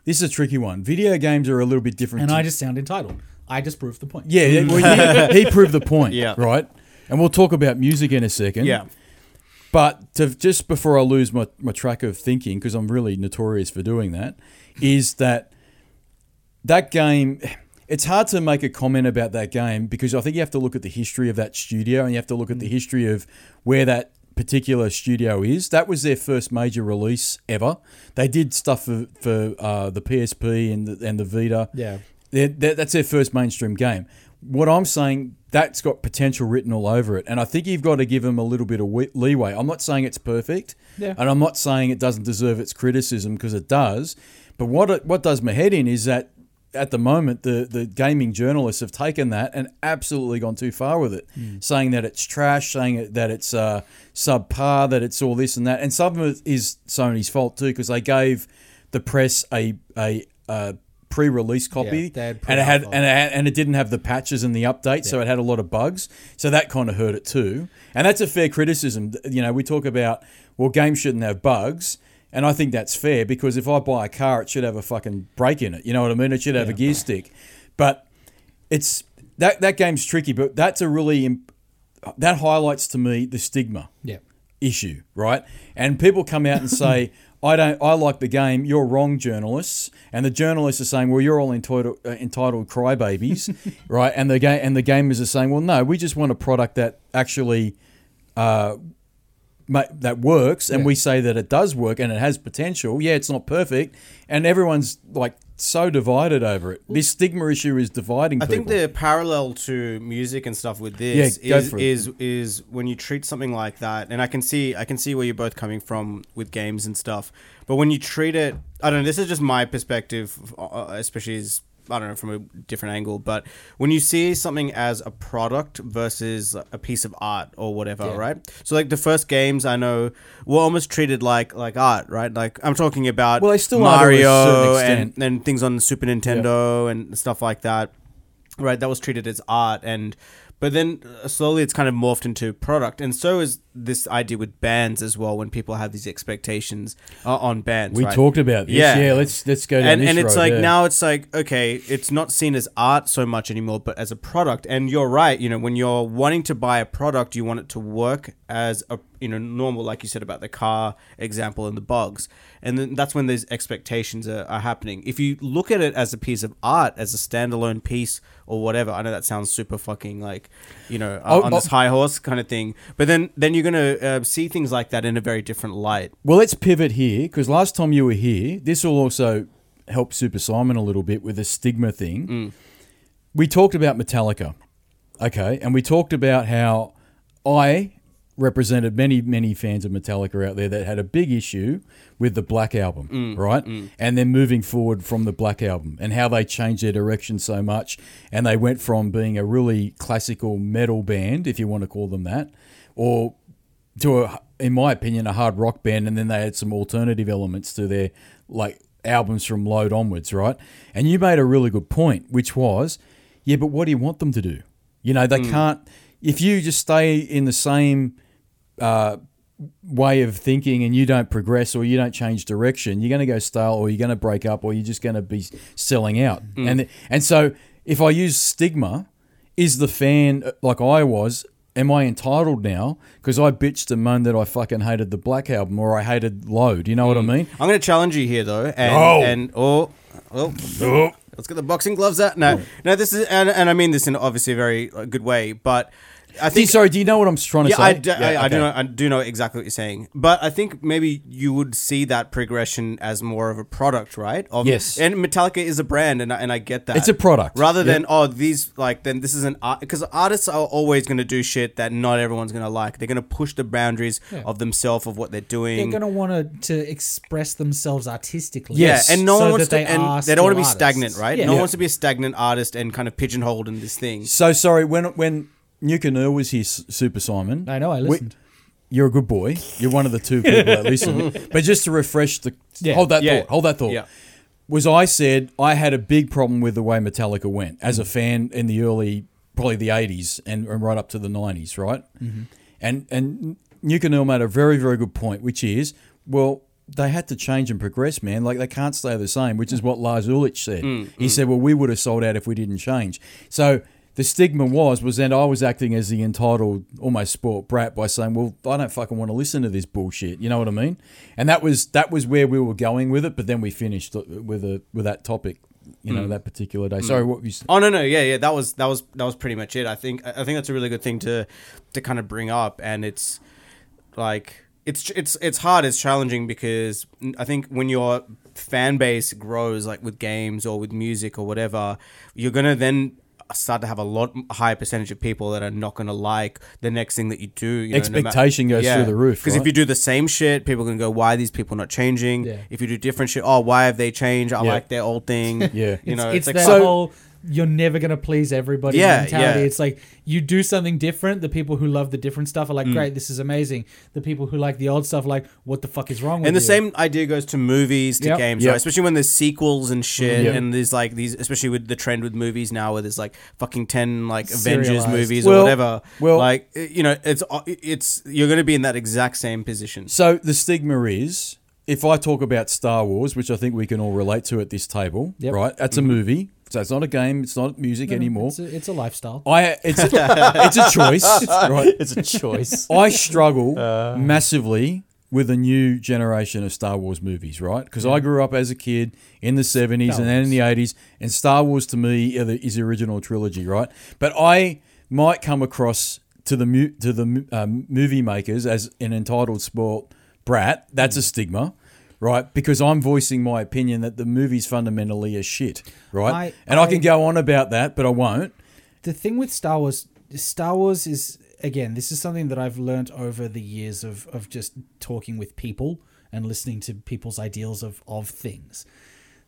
This is a tricky one. Video games are a little bit different
and
to
I just sound entitled. I just proved the point.
Yeah, yeah, well, he, he proved the point.
Yeah.
Right. And we'll talk about music in a second.
Yeah.
But to, just before I lose my, my track of thinking, because I'm really notorious for doing that, is that that game. It's hard to make a comment about that game because I think you have to look at the history of that studio and you have to look at the history of where that particular studio is. That was their first major release ever. They did stuff for, for uh, the PSP and the, and the Vita.
Yeah.
They're, they're- that's their first mainstream game. What I'm saying, that's got potential written all over it. And I think you've got to give them a little bit of we- leeway. I'm not saying it's perfect.
Yeah.
And I'm not saying it doesn't deserve its criticism because it does. But what, it, what does my head in is that at the moment, the, the gaming journalists have taken that and absolutely gone too far with it, saying that it's trash, saying it- that it's uh, subpar, that it's all this and that. And some of it is Sony's fault too, because they gave the press a, a, a pre-release copy,
they had
and it had
pre-alpha.
and it had, and it didn't have the patches and the update, so it had a lot of bugs. So that kind of hurt it too, and that's a fair criticism. You know, we talk about well, games shouldn't have bugs. And I think that's fair because if I buy a car, it should have a fucking brake in it. You know what I mean? It should have a gear stick. But it's that that game's tricky. But that's a really imp- that highlights to me the stigma
Yeah.
issue, right? And people come out and say, "I don't, I like the game." You're wrong, journalists. And the journalists are saying, "Well, you're all entitled, uh, entitled crybabies," right? And the game and the gamers are saying, "Well, no, we just want a product that actually." Uh, ma- that works and we say that it does work and it has potential yeah it's not perfect and everyone's like so divided over it this stigma issue is dividing
I think
people
the parallel to music and stuff with this
Yeah, go
is,
for it.
is is when you treat something like that, and I can see I can see where you're both coming from with games and stuff. But when you treat it, I don't know. This is just my perspective, uh, especially as I don't know from a different angle. But when you see something as a product versus a piece of art or whatever, right? So like the first games I know were almost treated like like art, right? Like I'm talking about
Well, they still are to a
Mario
certain extent.
and and things on the Super Nintendo and stuff like that. Right, that was treated as art, and but then uh, slowly it's kind of morphed into product, and so is this idea with bands as well. When people have these expectations uh, on bands,
we
right?
talked about this yeah, let's let's go down
and,
this
and it's
road,
like
yeah.
now it's like okay it's not seen as art so much anymore but as a product and you're right you know when you're wanting to buy a product you want it to work as a you know normal like you said about the car example and the bugs and then that's when those expectations are, are happening if you look at it as a piece of art as a standalone piece or whatever i know that sounds super fucking like you know
Oh,
uh, on
oh.
this high horse kind of thing but then then you're gonna uh, see things like that in a very different light
Well, let's pivot here because last time you were here, this will also help Super Simon a little bit with the stigma thing. We talked about Metallica, okay, and we talked about how I represented many, many fans of Metallica out there that had a big issue with the Black Album, right? And then moving forward from the Black Album and how they changed their direction so much. And they went from being a really classical metal band, if you want to call them that, or to a in my opinion a hard rock band and then they had some alternative elements to their like albums from Load onwards, right? And you made a really good point, which was, yeah, but what do you want them to do? You know, they can't. If you just stay in the same way of thinking and you don't progress or you don't change direction, you're going to go stale or you're going to break up or you're just going to be selling out.
Mm.
And and so if I use stigma, is the fan uh, like I was? Am I entitled now? Because I bitched and moaned that I fucking hated the Black Album or I hated Load. You know what I mean?
I'm going to challenge you here, though, and
No.
and oh, oh, let's get the boxing gloves out. No, no, this is and, and I mean this in obviously a very uh, good way, but I
Do you-
think
sorry, do you know what I'm trying to
yeah,
say?
I, d- I- I do
okay.
know, I do know exactly what you're saying, but I think maybe you would see that progression as more of a product, right? Of,
Yes.
and Metallica is a brand, and I, and I get that
It's a product.
rather
Yeah.
than oh these like then this is an art because artists are always going to do shit that not everyone's going to like. They're going to push the boundaries of themselves of what they're doing.
They're gonna want to to express themselves artistically.
Yeah, and no
so
one wants
that
to,
they are
and they don't want to be
still
stagnant,
artists.
right?
Yeah.
No one wants to be a stagnant artist and kind of pigeonholed in this thing.
So sorry when when Nuka Nur was here, S- Super Simon.
I know, I
we-
listened.
you're a good boy. You're one of the two people that listen. But just to refresh the hold that
Yeah.
thought. Hold that thought.
Yeah.
Was I said I had a big problem with the way Metallica went as
Mm.
a fan in the early, probably the '80s and, and right up to the '90s, right?
Mm-hmm.
And and Nuka Neal made a very very good point, which is well. They had to change and progress, man. Like they can't stay the same, which is
Mm.
what Lars Ulrich said. he said, "Well, we would have sold out if we didn't change." So the stigma was was that I was acting as the entitled, almost sport brat by saying, "Well, I don't fucking want to listen to this bullshit." You know what I mean? And that was that was where we were going with it. But then we finished uh, with a with that topic, you
Mm.
know, that particular day. Sorry, what you s-
Oh no, no, yeah, yeah. That was that was that was pretty much it. I think I I think that's a really good thing to to kind of bring up, and it's like it's it's it's hard, it's challenging because I think when your fan base grows, like with games or with music or whatever, you're gonna then start to have a lot a higher percentage of people that are not gonna like the next thing that you do. You know, no ma-
Expectation goes through the roof,
because if
right?
you do the same shit, people are gonna go, "Why are these people not changing?"
Yeah.
If you do different shit, "Oh, why have they changed? I
Yeah.
like their old thing."
Yeah.
you
it's,
know,
it's,
like
that
so-
whole you're never gonna please everybody
Yeah,
mentality.
yeah.
It's like you do something different. The people who love the different stuff are
Mm.
like, great, this is amazing. The people who like the old stuff are like, what the fuck is wrong with
And the
you?
same idea goes to movies, to
Yep.
games,
Yep.
right? Especially when there's sequels and shit,
Yep.
and there's like these, especially with the trend with movies now, where there's like fucking ten like Avengers
Serialized.
movies or
Well-
whatever.
well-
like i- you know, it's uh, it's you're gonna be in that exact same position.
So the stigma is if I talk about Star Wars, which I think we can all relate to at this table,
Yep. Mm-hmm.
right? That's a movie. So it's not a game, it's not music anymore.
It's a, it's a lifestyle.
I it's it's a choice, right?
it's a choice.
I struggle massively with the new generation of Star Wars movies, right? Because I grew up as a kid in the 70s and then in the 80s, and Star Wars to me are the, is the original trilogy, right? But I might come across to the mu- to the mu- um, movie makers as an entitled sport brat. That's a stigma. Right, because I'm voicing my opinion that the movies fundamentally are shit, right?
I-
and I can
I-
go on about that, but I won't.
the thing with Star Wars, Star Wars is again, this is something that I've learnt over the years of of just talking with people and listening to people's ideals of of things.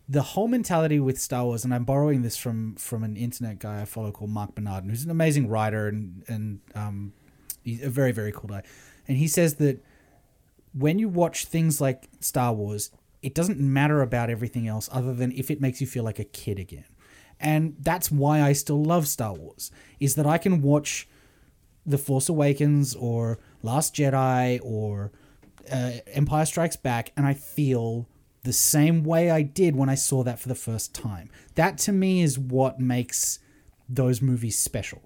The whole mentality with Star Wars, and I'm borrowing this from from an internet guy I follow called Mark Bernardin, who's an amazing writer and and um, he's a very very cool guy, and he says that when you watch things like Star Wars, it doesn't matter about everything else other than if it makes you feel like a kid again. And that's why I still love Star Wars, is that I can watch The Force Awakens or Last Jedi or uh, Empire Strikes Back and I feel the same way I did when I saw that for the first time. That to me is what makes those movies special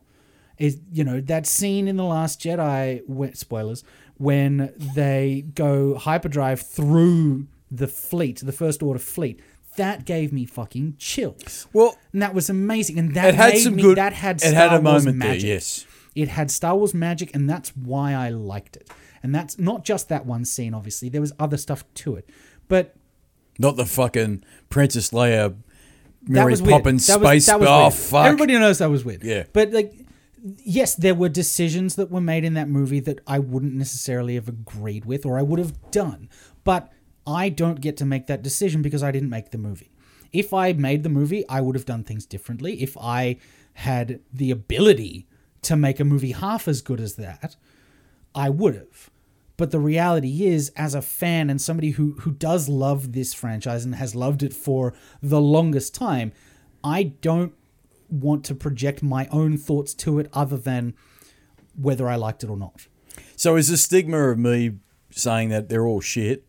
is you know that scene in the last jedi when, spoilers when they go hyperdrive through the fleet the first order fleet that gave me fucking chills
Well,
and that was amazing and that
it had
made
some
me
good.
that had
it
Star
had a
Wars
moment
magic.
there. Yes,
It had Star Wars magic, and that's why I liked it. And that's not just that one scene, obviously. There was other stuff to it. But
Not the fucking Princess Leia,
that
Mary
was weird.
Poppins
that
space.
was, that was
oh
weird.
fuck!
Everybody knows that was weird.
Yeah.
But like yes, there were decisions that were made in that movie that I wouldn't necessarily have agreed with or I would have done. But I don't get to make that decision because I didn't make the movie. If I made the movie, I would have done things differently. If I had the ability to make a movie half as good as that, I would have. But the reality is, as a fan and somebody who who does love this franchise and has loved it for the longest time, I don't want to project my own thoughts to it other than whether I liked it or not.
So is the stigma of me saying that they're all shit?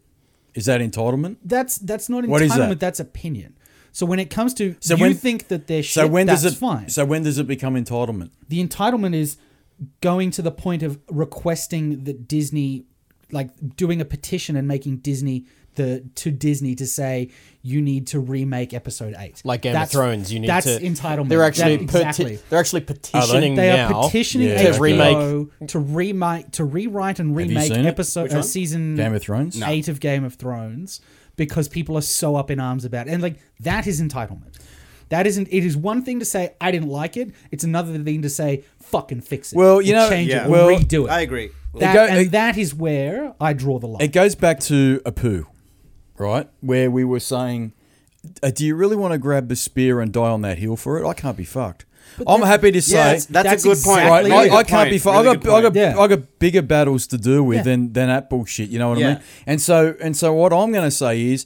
Is that entitlement?
That's that's not entitlement.
What is that?
That's opinion. So when it comes to
So
you
when-
think that they're shit,
So when
that's
does it?
fine.
So when does it become entitlement?
the entitlement is going to the point of requesting that Disney, like doing a petition and making Disney the to Disney to say you need to remake Episode Eight,
Like Game
That's-
of Thrones, you need
that's
to.
entitlement.
They're actually
That-
peti-
exactly.
they're actually petitioning
They
now
are petitioning
Yeah,
HBO
to
okay.
remake.
to remake to rewrite and
you
remake
seen it?
episode
Which
uh,
one?
season
Game of Thrones? No.
eight of Game of Thrones because people are so up in arms about it. and like that is entitlement. That isn't. It is one thing to say I didn't like it. It's another thing to say fucking fix it.
Well, you
or
know-
change
Yeah.
it, or
well,
redo it.
I agree.
That,
go-
and
it-
that is where I draw the line.
It goes back to Apu, right? Where we were saying, uh, do you really want to grab the spear and die on that hill for it? I can't be fucked. I'm happy to say.
yeah, that's, that's
that's
a good point.
Right,
exactly
I,
Really
I can't be. Fu- I got, I got,
point. Yeah.
I got bigger battles to deal with
Yeah.
than than that bullshit. You know what I
Yeah.
mean? And so, and so, what I'm going to say is,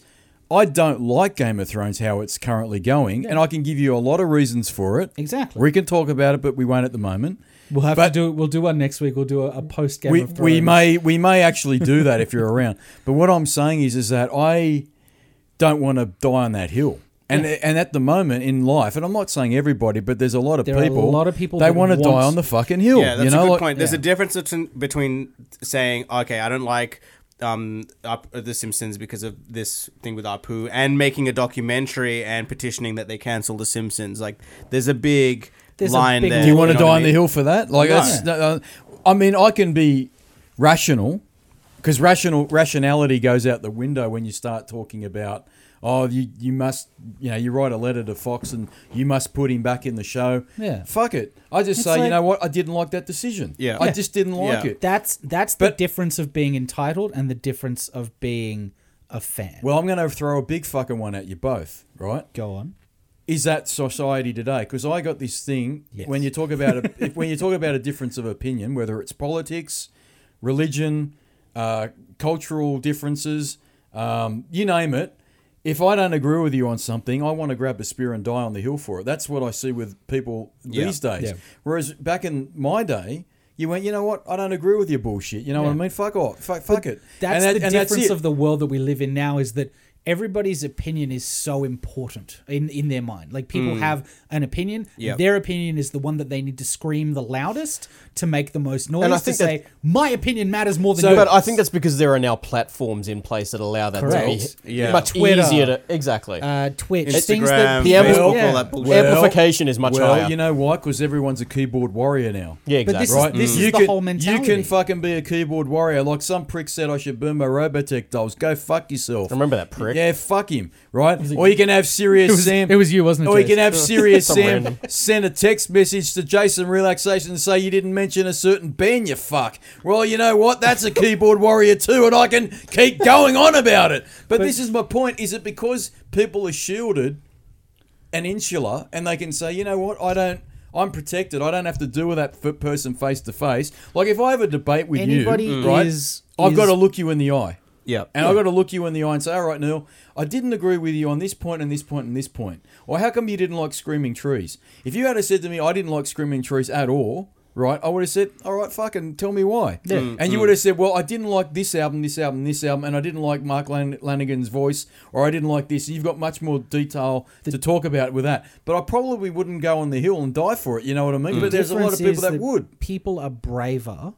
I don't like Game of Thrones how it's currently going, and I can give you a lot of reasons for it.
Exactly.
We can talk about it, but we won't at the moment.
we'll have
but-
to do. We'll do one next week. We'll do a, a post Game
we,
of Thrones.
we may we may actually do that if you're around. But what I'm saying is is that I don't want to die on that hill. And and at the moment in life, and I'm not saying everybody, but there's a lot of
There are a
people.
lot of people
they
that
wanna
want-
die on the fucking hill.
Yeah, that's
you know,
a good
like-
point. There's
yeah.
a difference between, between saying, okay, I don't like um up The Simpsons because of this thing with Apu, and making a documentary and petitioning that they cancel The Simpsons. Like, there's a big
There's a
line
big
there.
line.
Do you want
know
to die
what I
on the
mean?
hill for that? Like,
No.
that's, uh, I mean, I can be rational because rational rationality goes out the window when you start talking about, oh, you you must, you know, you write a letter to Fox and you must put him back in the show.
Yeah.
fuck it. I just
It's
say, you
like-
know what, I didn't like that decision.
Yeah.
I
Yeah.
just didn't like
Yeah.
it.
That's that's the
But-
difference of being entitled and the difference of being a fan.
well, I'm going to throw a big fucking one at you both, right?
go on.
is that society today? Because I got this thing
Yes.
when you talk about a, if, when you talk about a difference of opinion, whether it's politics, religion, uh, cultural differences, um, you name it. If I don't agree with you on something, I want to grab a spear and die on the hill for it. That's what I see with people these days.
Yeah.
Whereas back in my day, you went, you know what? I don't agree with your bullshit. You know what I
Yeah.
mean? Fuck off. Fuck, fuck it.
That's
And that-
the
and
difference
it.
of the world that we live in now is that everybody's opinion is so important in, in their mind. Like people have an opinion.
Yep.
Their opinion is the one that they need to scream the loudest to make the most noise
And I
to
think
say, my opinion matters more than
So,
yours.
but I think that's because there are now platforms in place that allow that
Correct.
to be
Yeah.
much
Twitter.
easier to exactly.
uh, Twitch,
Instagram,
things that
the
people-
Facebook,
Yeah.
all that bullshit.
Well- Amplification is much
well,
higher.
you know why? Because everyone's a keyboard warrior now.
yeah,
but
exactly.
this
right?
this is the
can,
whole
You
mentality.
can fucking be a keyboard warrior. Like some prick said, I should burn my Robotech dolls. Go fuck yourself.
Remember that prick?
Yeah, fuck him, right? or you can have Serious
It was-
Sam.
it was you, wasn't it,
Or you
Jason?
can have Serious
Some
Sam
random.
send a text message to Jason Relaxation and say you didn't mention a certain band, you fuck. Well, you know what? That's a keyboard warrior too, and I can keep going on about it. But, this is my point: is it because people are shielded and insular, and they can say, you know what? I don't. I'm protected. I don't have to deal with that f- person face to face. Like if I have a debate with
Anybody
you, right?
is-
I've
is-
got to look you in the eye.
Yeah.
And I've got to look you in the eye and say, all right, Neil, I didn't agree with you on this point and this point and this point. Or how come you didn't like Screaming Trees? If you had have said to me, I didn't like Screaming Trees at all, right, I would have said, all right, fucking tell me why.
Mm,
And you would have said, well, I didn't like this album, this album, this album, and I didn't like Mark Lan- Lanigan's voice, or I didn't like this. You've got much more detail to talk about with that. But I probably wouldn't go on the hill and die for it, you know what I
Mm.
mean? But there's a lot of
difference
people
is
that would.
People are braver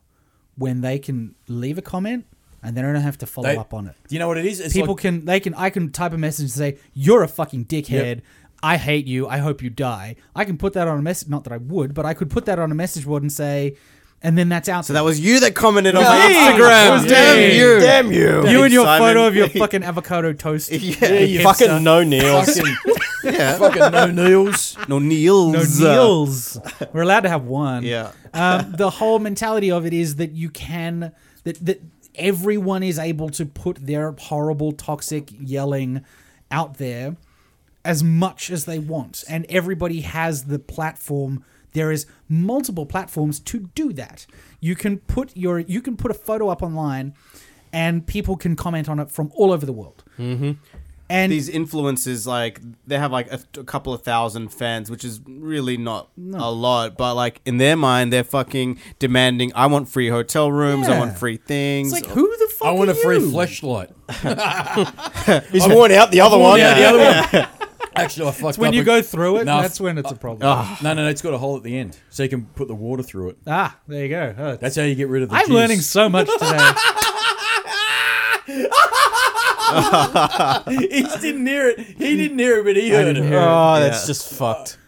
when they can leave a comment and they don't have to follow
They-
up on it.
Do you know what it is? It's
people
like-
can they can I can type a message and say you're a fucking dickhead. I hate you. I hope you die. I can put that on a message. Not that I would, but I could put that on a message board and say, and then that's out.
So that was you that commented on my
Me!
Instagram.
It was
damn
me.
you! Damn you!
you and your
Simon.
photo of your fucking avocado toast.
yeah,
Yeah, you fucking no Neils.
fucking,
yeah.
fucking no Neils.
No Neils.
No deals. We're allowed to have one.
Yeah.
um, the whole mentality of it is that you can that that everyone is able to put their horrible toxic yelling out there as much as they want and everybody has the platform There is multiple platforms to do that. You can put your you can put a photo up online, and people can comment on it from all over the world. Mm-hmm. And
These influencers, like they have like a, a couple of thousand fans, which is really not a lot. But like in their mind, they're fucking demanding. I want free hotel rooms. I
Yeah.
want free things.
it's like who the fuck?
I want
are
a free
you?
fleshlight.
He's worn out the other one.
Yeah, the other one. Actually, I fucked
When
up
you
a-
go through it,
No,
that's when it's a problem.
No, no, no. It's got a hole at the end, so you can put the water through it.
Ah, there you go. Oh,
That's how you get rid of the.
I'm
juice.
learning so much today.
he just didn't hear it. He didn't hear it, but he heard it.
Oh, that's just fucked.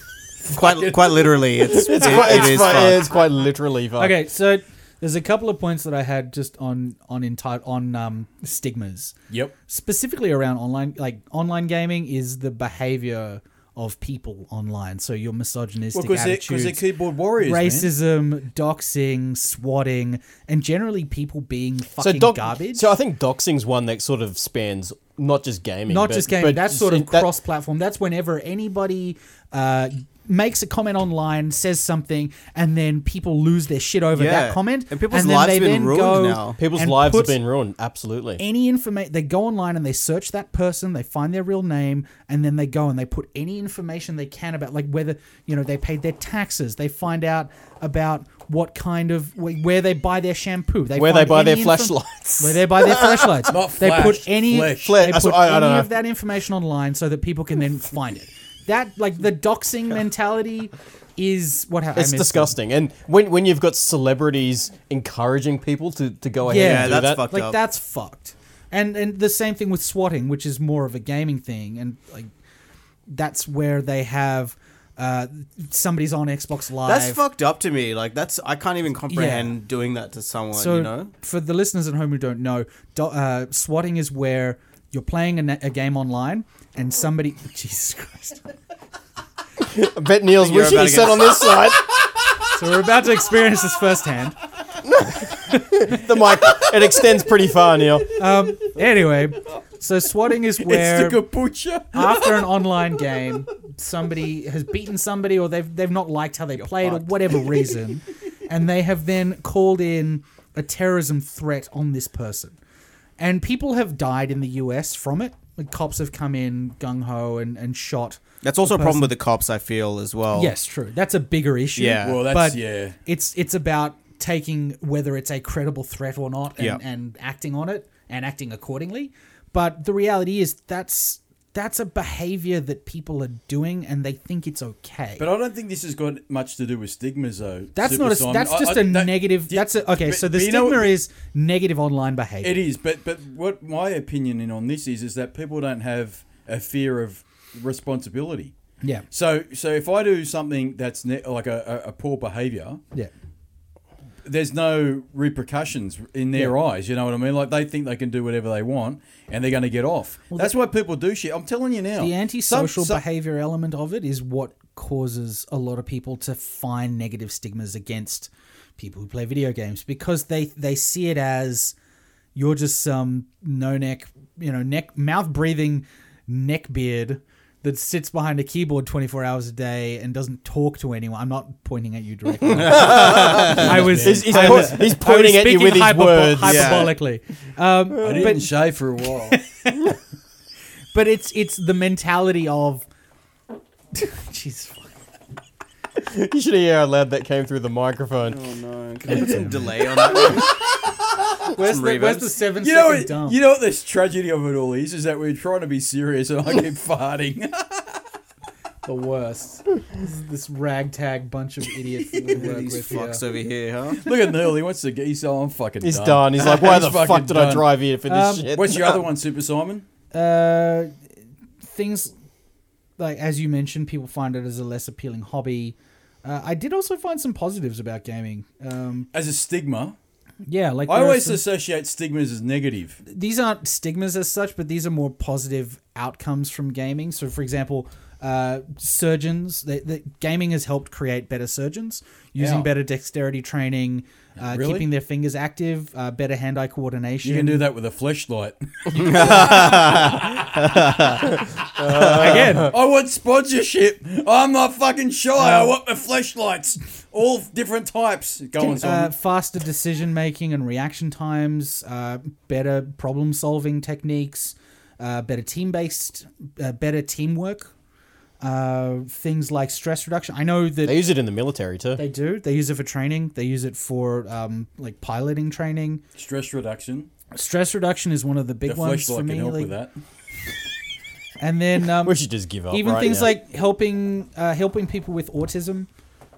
quite quite literally, it's it's
Quite-
it
it's,
is
quite,
fucked.
it's quite literally fucked.
okay, so there's a couple of points that I had just on on enti- on um, stigmas.
Yep.
specifically around online like online gaming is the behavior of people online so your misogynistic
Well, because they're, 'cause
attitudes
they're keyboard warriors. man.
racism doxing swatting and generally people being fucking
doc-
garbage
So I think doxing's one that sort of spans not just gaming,
not
but-
just gaming
but
that's sort
in-
of
that-
cross platform that's whenever anybody uh, makes a comment online says something and then people lose their shit over
Yeah.
that comment
And people's
then
lives
they
have been
then
ruined
go
now.
People's
and
lives have
put
been ruined. Absolutely.
any information they go online and they search that person they find their real name and then they go and they put any information they can about like whether you know they paid their taxes they find out about what kind of wh- where they buy their shampoo they
Where they
find
buy their
any info-
flashlights.
where they buy their flashlights
Not
they put
flash,
any
flesh.
Flesh,
they
that's
put
what- I- I
any
don't know.
of that information online so that people can then find it that like the doxing mentality is what ha- I
It's
missed it.
disgusting. And when, when you've got celebrities encouraging people to, to go ahead
Yeah,
and do
that's
that,
fucked
like
up.
that's fucked and and the same thing with swatting which is more of a gaming thing and like that's where they have uh somebody's on xbox live
That's fucked up to me. Like that's I can't even comprehend doing that to someone.
so
you know,
for the listeners at home who don't know do, uh, swatting is where you're playing a, na- a game online and somebody jesus christ
I bet Neil's
You're
wishing
about
he
to
sat
get-
on this side.
so we're about to experience this firsthand
the mic it extends pretty far, Neil.
um anyway so swatting is where
It's the kombucha.
after an online game, somebody has beaten somebody or they've they've not liked how they played or whatever reason, and they have then called in a terrorism threat on this person. And people have died in the US from it. The cops have come in gung ho and, and shot.
that's also a
the
problem
person-
with the cops. I feel as well.
Yes, true. That's a bigger issue.
Yeah.
Well, that's
but
yeah.
It's it's about taking whether it's a credible threat or not and,
Yeah.
and acting on it and acting accordingly. But the reality is that's that's a behavior that people are doing and they think it's okay.
But I don't think this has got much to do with stigmas, though.
that's
Super
not a,
Simon.
that's
I-
just
I-
a
that-
negative.
yeah,
That's a, okay.
but-
so the
but you know
stigma
what-
is negative online behavior.
It is, but but what my opinion in on this is is that people don't have a fear of responsibility.
yeah.
So so if I do something that's ne- like a, a, a poor behaviour,
Yeah.
there's no repercussions in their eyes. You know what I mean? Like they think they can do whatever they want and they're going to get off. That's why people do shit. I'm telling you now.
Oh.
The
Some-
antisocial
some-
behavior element of it is what causes a lot of people to find negative stigmas against people who play video games because they they see it as you're just some no neck, you know, neck mouth breathing neck beard that sits behind a keyboard 24 hours a day and doesn't talk to anyone. I'm not pointing at you directly. I was
He's, he's
I
po-
was-
he's
I was
pointing at you
speaking
with his
hyperbo-
words.
hyperbolically. Um,
I didn't shave for a while.
but it's it's the mentality of jeez
You should hear how loud that came through the microphone.
Can we put some delay on that. one?
where's
Some
the, where's
reverse.
the seven
you know,
second
what,
dump?
you know what this tragedy of it all is? Is that we're trying to be serious and I keep farting.
the worst this, this ragtag bunch of idiots that we work
These
with here.
fucks over here, huh?
Look at Neil. He wants to get. He's oh, I'm fucking.
He's
done.
done. He's like, why
He's
the fuck
fucking
did I
done.
drive here for this
Um,
shit?
What's your other one, Super Simon?
uh things like as you mentioned people find it as a less appealing hobby uh, I did also find some positives about gaming. Um,
As a stigma,
yeah, like
I
there are
always
some-
associate stigmas as negative.
these aren't stigmas as such, but these are more positive outcomes from gaming. So, for example, uh, surgeons, they, they, gaming has helped create better surgeons using
Yeah.
better dexterity training, uh,
Really?
keeping their fingers active, uh, better hand-eye coordination.
You can do that with a flashlight.
again.
I want sponsorship. I'm not fucking shy. I
Uh,
want the flashlights, all different types. Go on,
Uh,
Simon.
faster decision making and reaction times, uh, better problem solving techniques, uh, better team based, uh, better teamwork, uh, things like stress reduction. I know that
They use it in the military too.
they do. They use it for training. They use it for um, like piloting training.
Stress reduction.
Stress reduction is one of the big
The
uh, ones for
flashlight
me.
can help
like-
with that.
And then um,
we should just give up.
even
right
things
now.
like helping uh, helping people with autism,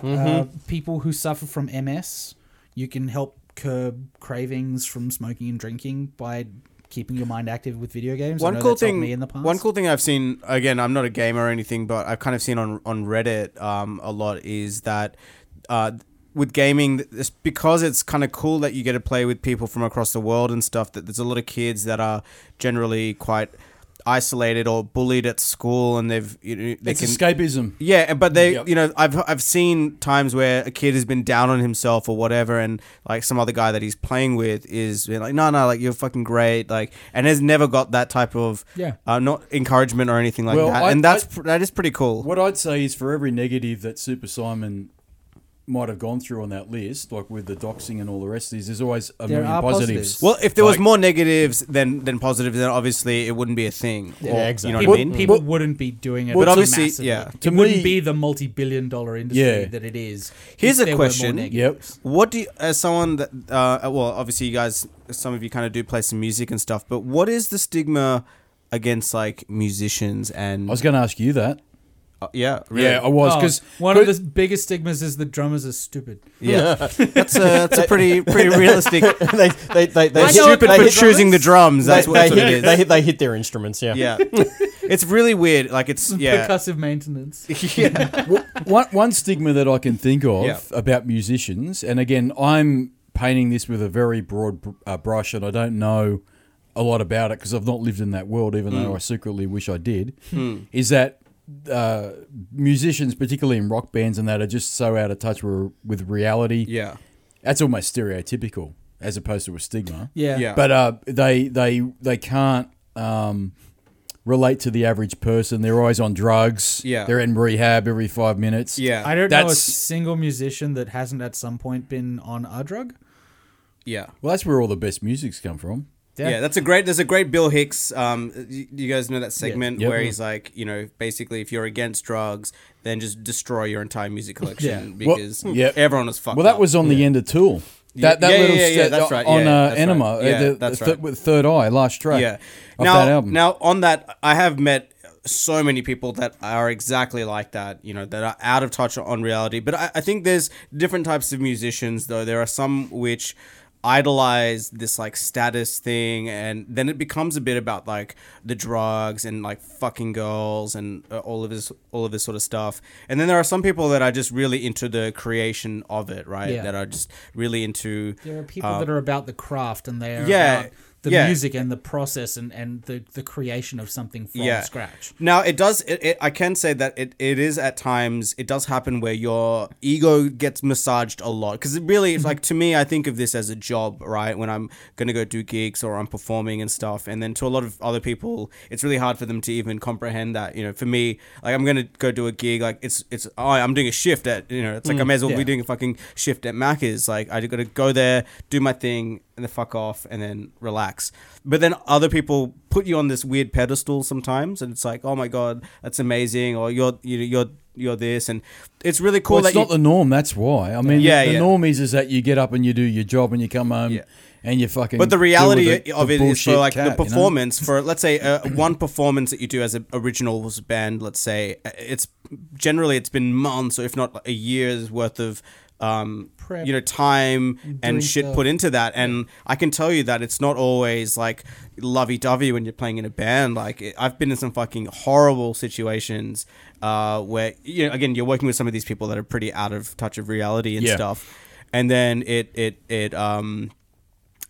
uh, people who suffer from MS. You can help curb cravings from smoking and drinking by keeping your mind active with video games. I
One
know
cool
that's helped
thing.
me in the past.
One cool thing I've seen. Again, I'm not a gamer or anything, but I've kind of seen on on Reddit um, a lot is that. Uh, with gaming, it's because it's kind of cool that you get to play with people from across the world and stuff. That there's a lot of kids that are generally quite isolated or bullied at school, and they've you know they
It's
can
escapism.
Yeah, and- but they,
Yep.
you know, I've I've seen times where a kid has been down on himself or whatever, and like some other guy that he's playing with is been like, no, no, like you're fucking great, like, and has never got that type of
Yeah.
uh, not encouragement or anything like
Well,
that,
I-
and that's
I-
pr- that is pretty cool.
What I'd say is for every negative that Super Simon might have gone through on that list, like with the doxing and all the rest of these, there's always a
There
million
are
positives.
positives.
Well, if there was
Like-
more negatives than than positives, then obviously it wouldn't be a thing. Or-
exactly.
You know
people,
what I mean?
people wouldn't be doing it.
But obviously,
obviously,
yeah.
it
To
wouldn't
me-
be the multi-billion-dollar industry
Yeah.
that it is.
Here's
if
a
there were more
question.
Yep.
negatives.
What do you, as someone that, uh, well, obviously you guys, some of you kind of do play some music and stuff, but what is the stigma against like musicians and,
I was going to ask you that.
uh, yeah, really?
Yeah, I was because
Oh, one of the biggest stigmas is the drummers are stupid.
Yeah, that's a that's a pretty pretty realistic.
they, they, they, they,
I
hit-
know
Stupid
but
they
for
hit-
choosing the drums.
they-
That's what,
they
that's what
hit-
it
they
is.
hit- they hit their instruments. Yeah.
Yeah, it's really weird. Like it's yeah.
Percussive maintenance.
yeah.
one, one stigma that I can think of
Yeah.
about musicians, and again, I'm painting this with a very broad br- uh, brush, and I don't know a lot about it because I've not lived in that world, even
Hmm.
though I secretly wish I did, is that uh, musicians, particularly in rock bands and that, are just so out of touch with, with reality.
Yeah.
That's almost stereotypical as opposed to a stigma.
Yeah.
Yeah.
But uh, they they they can't um, relate to the average person. They're always on drugs.
Yeah.
They're in rehab every five minutes.
Yeah.
I don't know a
That's-
single musician that hasn't at some point been on a drug.
yeah.
Well, that's where all the best music's come from.
Yeah. that's a great. There's a great Bill Hicks. Um, you, you guys know that segment
Yep.
where he's like, you know, basically, if you're against drugs, then just destroy your entire music collection
Yeah.
Well, hmm.
because
yep.
everyone was fucked.
Well, that
up.
was on the end of Tool. That, that
Uh, Yeah, yeah,
little
yeah, yeah,
set
that's right,
on
yeah,
uh,
that's right.
Enema, uh,
Yeah,
the,
that's
the th-
right.
with Third Eye, last track.
Yeah.
of
now,
that album.
now on that, I have met so many people that are exactly like that. You know, that are out of touch on reality. But I, I think there's different types of musicians, though. There are some which idolize this like status thing and then it becomes a bit about like the drugs and like fucking girls and uh, all of this all of this sort of stuff and then there are some people that are just really into the creation of it right
Yeah.
that are just really into
There are
Uh,
people that are about the craft and they are
yeah,
about the
yeah.
music and the process and, and the, the creation of something from scratch.
Now it does. It, it, I can say that it, it is at times. It does happen where your ego gets massaged a lot because it really it's like to me. I think of this as a job, right? When I'm gonna go do gigs or I'm performing and stuff, and then to a lot of other people, it's really hard for them to even comprehend that. You know, for me, like I'm gonna go do a gig, like it's it's oh, I'm doing a shift at you know, it's
Mm,
like I may as well be doing a fucking shift at Macca's. Like I gotta go there, do my thing, and then fuck off and then relax. But then other people put you on this weird pedestal sometimes, and it's like, oh my god, that's amazing, or you're you know, you're you're this, and it's really cool
Well, it's
that
not
you,
the norm. That's why. I mean,
Yeah,
the, the
yeah.
norm is is that you get up and you do your job and you come home
Yeah.
and you fucking.
but the
deal with
reality
the-
of
the
it is for
bullshit
like
cat,
the
you know?
performance for let's say uh, one performance that you do as an originals band let's say uh, it's generally it's been months or if not a year's worth of um,
Prep.
you know time
Doing
and shit
stuff.
put into that and i can tell you that it's not always like lovey-dovey when you're playing in a band like it- i've been in some fucking horrible situations uh, where you know again you're working with some of these people that are pretty out of touch of reality and
Yeah.
stuff and then it it it um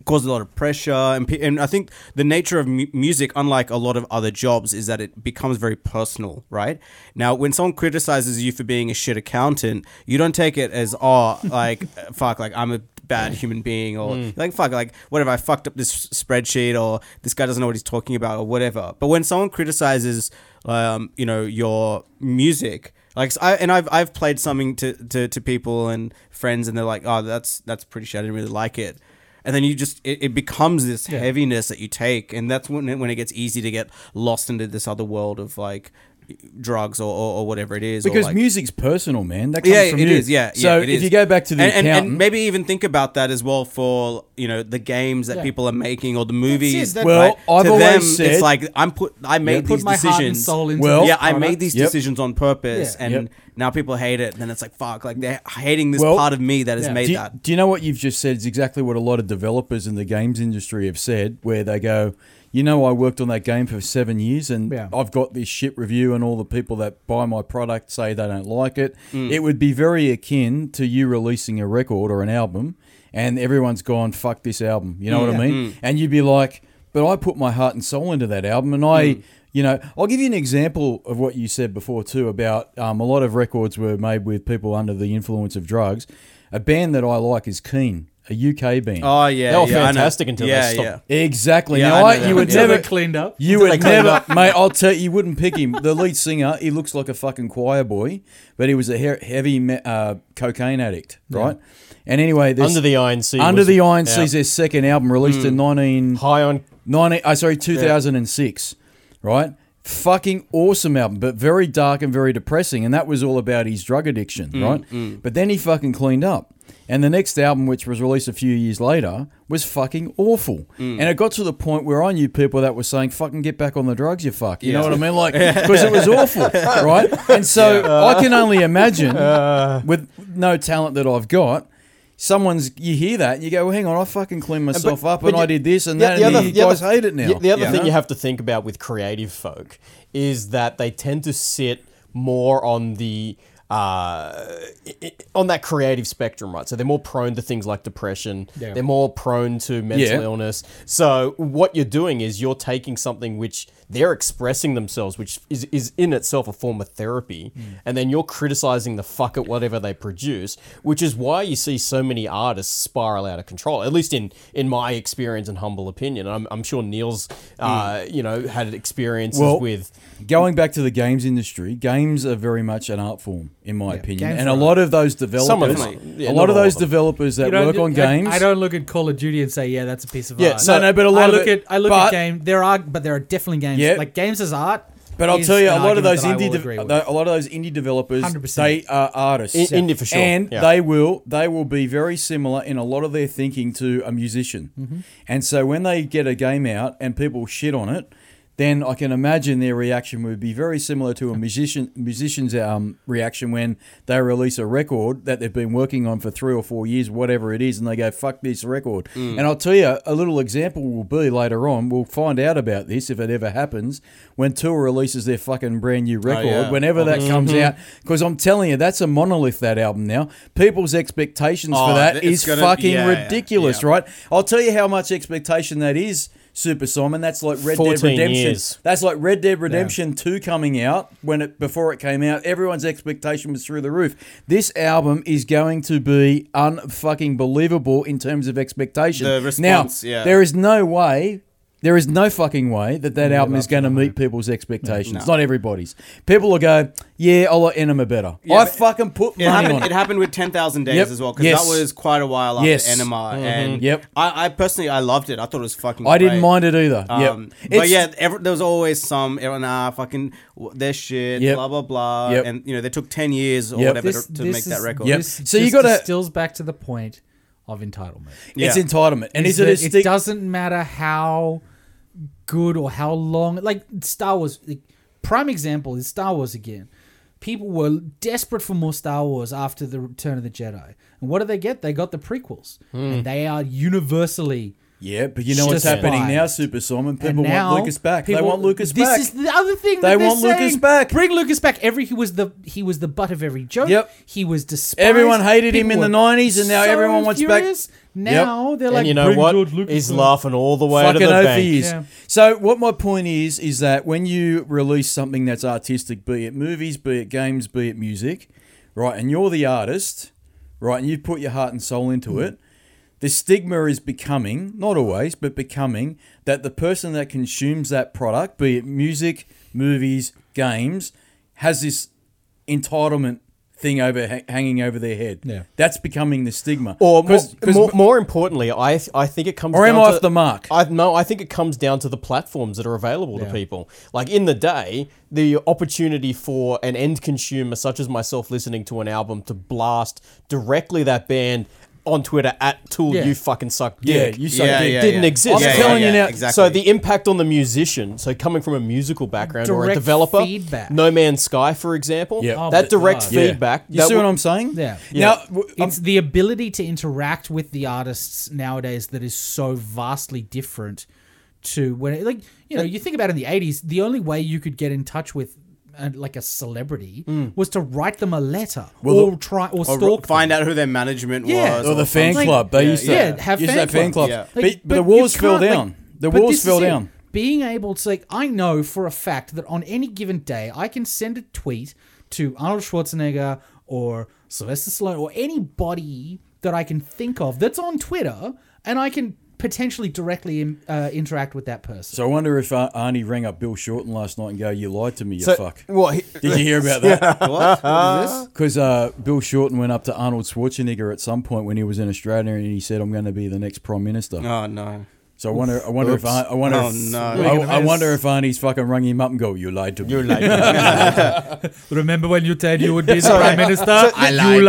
causes a lot of pressure and, pe- and i think the nature of mu- music unlike a lot of other jobs is that it becomes very personal right now when someone criticizes you for being a shit accountant you don't take it as oh like fuck like i'm a bad human being or like fuck like whatever I fucked up this spreadsheet or this guy doesn't know what he's talking about or whatever. But when someone criticizes, um, you know, your music. Like I and I've I've played something to, to, to people and friends and they're like oh that's that's pretty shit I didn't really like it and then you just it, it becomes this heaviness that you take and that's when it, when it gets easy to get lost into this other world of like drugs or, or, or whatever it is or,
Because
like-
music's personal, man. That comes
yeah, it
from
is.
you.
Yeah,
So
yeah, it
if
is.
you go back to the
and, and- and
accountant,
maybe even think about that as well for you know the games that people are making or the movies.
that-
Well, I've
to
always
them,
said-
it's like I'm put. I made
Yeah,
these
put
Put my
decisions.
heart and soul into
Well-
this
yeah, I
product.
made these
Yep.
decisions on purpose,
Yeah.
and
Yep.
now people hate it. And then it's like fuck, like they're hating this
Well,
part of me that has
yeah.
made
do, you-
that.
do you know what you've just said is exactly what a lot of developers in the games industry have said, where they go, you know, I worked on that game for seven years and
Yeah.
I've got this shit review, and all the people that buy my product say they don't like it.
Mm.
It would be very akin to you releasing a record or an album, and everyone's gone, fuck this album. You know what I
Mm.
mean? And you'd be like, but I put my heart and soul into that album, and I.
Mm.
You know, I'll give you an example of what you said before too about um, a lot of records were made with people under the influence of drugs. A band that I like is Keen, a UK band.
Oh yeah,
They were
yeah, I know.
fantastic until they
yeah,
stopped.
yeah.
exactly.
Yeah,
now
I
I,
know that
you would
band. Yeah.
Until
never,
they're cleaned up.
you would never, mate. I'll tell you, you wouldn't pick him. The lead singer, he looks like a fucking choir boy, but he was a he- heavy me- uh, cocaine addict, right? And anyway, this
Under the Iron Sea.
Under
was- Hmm.
the Iron Sea
yeah.
is their second album, released in nineteen
High on.
90, uh, sorry, 2006, right? Fucking awesome album, but very dark and very depressing. And that was all about his drug addiction,
Mm,
right? But then he fucking cleaned up. And the next album, which was released a few years later, was fucking awful.
Mm.
And it got to the point where I knew people that were saying, fucking get back on the drugs, you fuck. You know what I mean? Like, because it was awful, right? And so I can only imagine
Uh.
with no talent that I've got. Someone's you hear that and you go, well, hang on, I fucking cleaned myself up
but
and I
you-
did this and
Yeah,
that.
the
and
other-
you
the other-
guys hate it now.
Yeah, the other
Yeah.
thing you have to think about with creative folk is that they tend to sit more on the uh, i- i- on that creative spectrum, right? So they're more prone to things like depression.
Yeah.
They're more prone to mental
Yeah.
illness. So what you're doing is you're taking something which they're expressing themselves, which is, is in itself a form of therapy,
Hmm.
and then you're criticizing the fuck at whatever they produce, which is why you see so many artists spiral out of control. At least in in my experience and humble opinion, I'm, I'm sure Neil's, uh,
Hmm.
you know, had experiences
Well,
with.
Going back to the games industry, games are very much an art form, in my opinion.
games
And
are
a lot of those developers,
Some of them are. Yeah,
a
not
lot of
all
those
of them.
developers that
You don't-
work on
I-
games,
I don't look at Call of Duty and say, "Yeah, that's a piece of
Yeah,
art."
no, no, but a lot
I
of
look
it-
at I look
but-
at game. There are, but there are definitely games
Yeah.
like games as art.
but I'll
is
tell you,
an
a lot of
argument
those
that I will
indie, de-
agree with.
a lot of those indie developers,
100%.
they are artists,
I- indie for sure,
and
yeah.
they will, they will be very similar in a lot of their thinking to a musician. And so when they get a game out and people shit on it. Then I can imagine their reaction would be very similar to a musician musician's um, reaction when they release a record that they've been working on for three or four years, whatever it is, and they go fuck this record. And I'll tell you a little example will be later on. We'll find out about this if it ever happens when Tool releases their fucking brand new record,
yeah.
whenever that comes
Mm-hmm.
out. Because I'm telling you, that's a monolith. That album now, people's expectations for
Oh,
that
it's
is
gonna-
fucking
yeah, yeah,
ridiculous,
yeah.
right? I'll tell you how much expectation that is. Super Simon, that's like Red Dead
14
Redemption.
years.
That's like Red Dead Redemption 2 coming out when it before it came out, everyone's expectation was through the roof. This album is going to be unfucking believable in terms of expectation.
The response,
now,
yeah.
there is no way there is no fucking way that that album is going to meet people's expectations. Not everybody's. People will go, "Yeah, I like Enema better." I
but-
fucking put
It
money
happened,
on
it
it.
happened with 10,000 Days
Yep.
as well, because
Yes.
that was quite a while after
Yes. Mm-hmm.
Enema. And
Yep.
I, I personally, I loved it. I thought it was fucking
I didn't
great.
mind it either. Yep.
Um, But
It's-
yeah, every, there was always some everyone, nah, fucking w- their shit,
Yep.
blah blah blah,
Yep.
and you know they took ten years or
Yep.
whatever
This-
to, to
this
make that
is-
record.
Yep.
This
So you
just
gotta-
distills back to the point of entitlement.
it's
Yeah.
entitlement. And is,
that
it a stick?
It doesn't matter how good or how long. Like Star Wars, like, prime example is Star Wars again. People were desperate for more Star Wars after the Return of the Jedi, and what did they get? They got the prequels,
Hmm.
and they are universally.
Yeah, but you know what's
Justified.
happening now, Super Simon.
And
People
now
want Lucas back.
people-
they want Lucas
this
back.
This is the other thing.
They
that they're
want Lucas
saying.
back.
Bring Lucas back. Every he was the he was the butt of every joke.
Yep.
He was despised.
Everyone hated him in
were
the 90s, and now
so
everyone wants back-
furious. Now they're like,
and you know
"Bring
what?
George Lucas
He's
back."
laughing all the way to
Fucking
the
oath
bank.
he is.
Yeah.
So what my point is is that when you release something that's artistic, be it movies, be it games, be it music, right, and you're the artist, right, and you put your heart and soul into it, the stigma is becoming, not always, but becoming that the person that consumes that product, be it music, movies, games, has this entitlement thing over ha- hanging over their head.
Yeah.
That's becoming the stigma.
Or more,
'Cause- 'cause
more, more importantly, I I think it comes.
Or am
down
I
to,
off the mark?
I no, I think it comes down to the platforms that are available to people. Like in the day, the opportunity for an end consumer such as myself listening to an album to blast directly that band on Twitter at Tool,
Yeah.
you fucking suck
Yeah,
dick.
you suck
Yeah,
dick.
yeah,
didn't
yeah.
exist.
I'm telling you now-
exactly.
So the impact on the musician, so coming from a musical background or a
Direct
developer,
feedback.
No Man's Sky, for example,
Yeah. Oh
that
my
direct
God.
Yeah.
Uh, feedback.
You
that
see
would-
what I'm saying?
Yeah.
Now, w- um, I'm-
it's the ability to interact with the artists nowadays that is so vastly different to when like you know you think about in the 80s the only way you could get in touch with uh, like a celebrity
Mm.
was to write them a letter or try or
Or
stalk them.
find out who their management
Yeah.
was.
or the fan
Like-
club. They
Yeah,
used to
yeah, have
used to
fan
have fan
clubs.
clubs.
Yeah.
But,
Like,
but the
you
walls fell
can't, like-
down. the
but
walls
this
fell
is it.
down.
Being able to, like, I know for a fact that on any given day, I can send a tweet to Arnold Schwarzenegger or Sylvester Stallone or anybody that I can think of that's on Twitter, and I can potentially directly um, uh, interact with that person.
So I wonder if uh, Arnie rang up Bill Shorten last night and go, "You lied to me, you
So-
fuck."
Well, he-
Did you hear about that?
What? What is this?
Because uh, Bill Shorten went up to Arnold Schwarzenegger at some point when he was in Australia, and he said, "I'm going to be the next prime minister."
Oh no.
So I wonder, I wonder if Ar- I wonder,
Oh,
if,
no.
I, I wonder if Arnie's fucking rung him up and go, "You lied to me." You lied.
Remember when you said you would be the
Sorry.
prime minister? I lied. You
So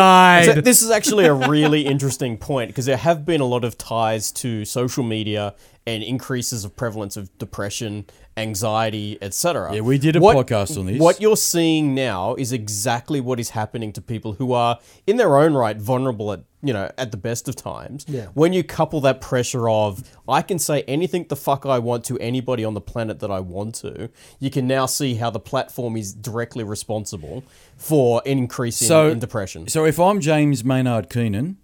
lied.
this is actually a really interesting point because there have been a lot of ties to social media and increases of prevalence of depression, anxiety, etc.
Yeah, we did a podcast on this.
What you're seeing now is exactly what is happening to people who are in their own right vulnerable at you know at the best of times.
Yeah.
When you couple that pressure of I can say anything the fuck I want to anybody on the planet that I want to, you can now see how the platform is directly responsible for an increase in,
so
in depression.
So if I'm James Maynard Keenan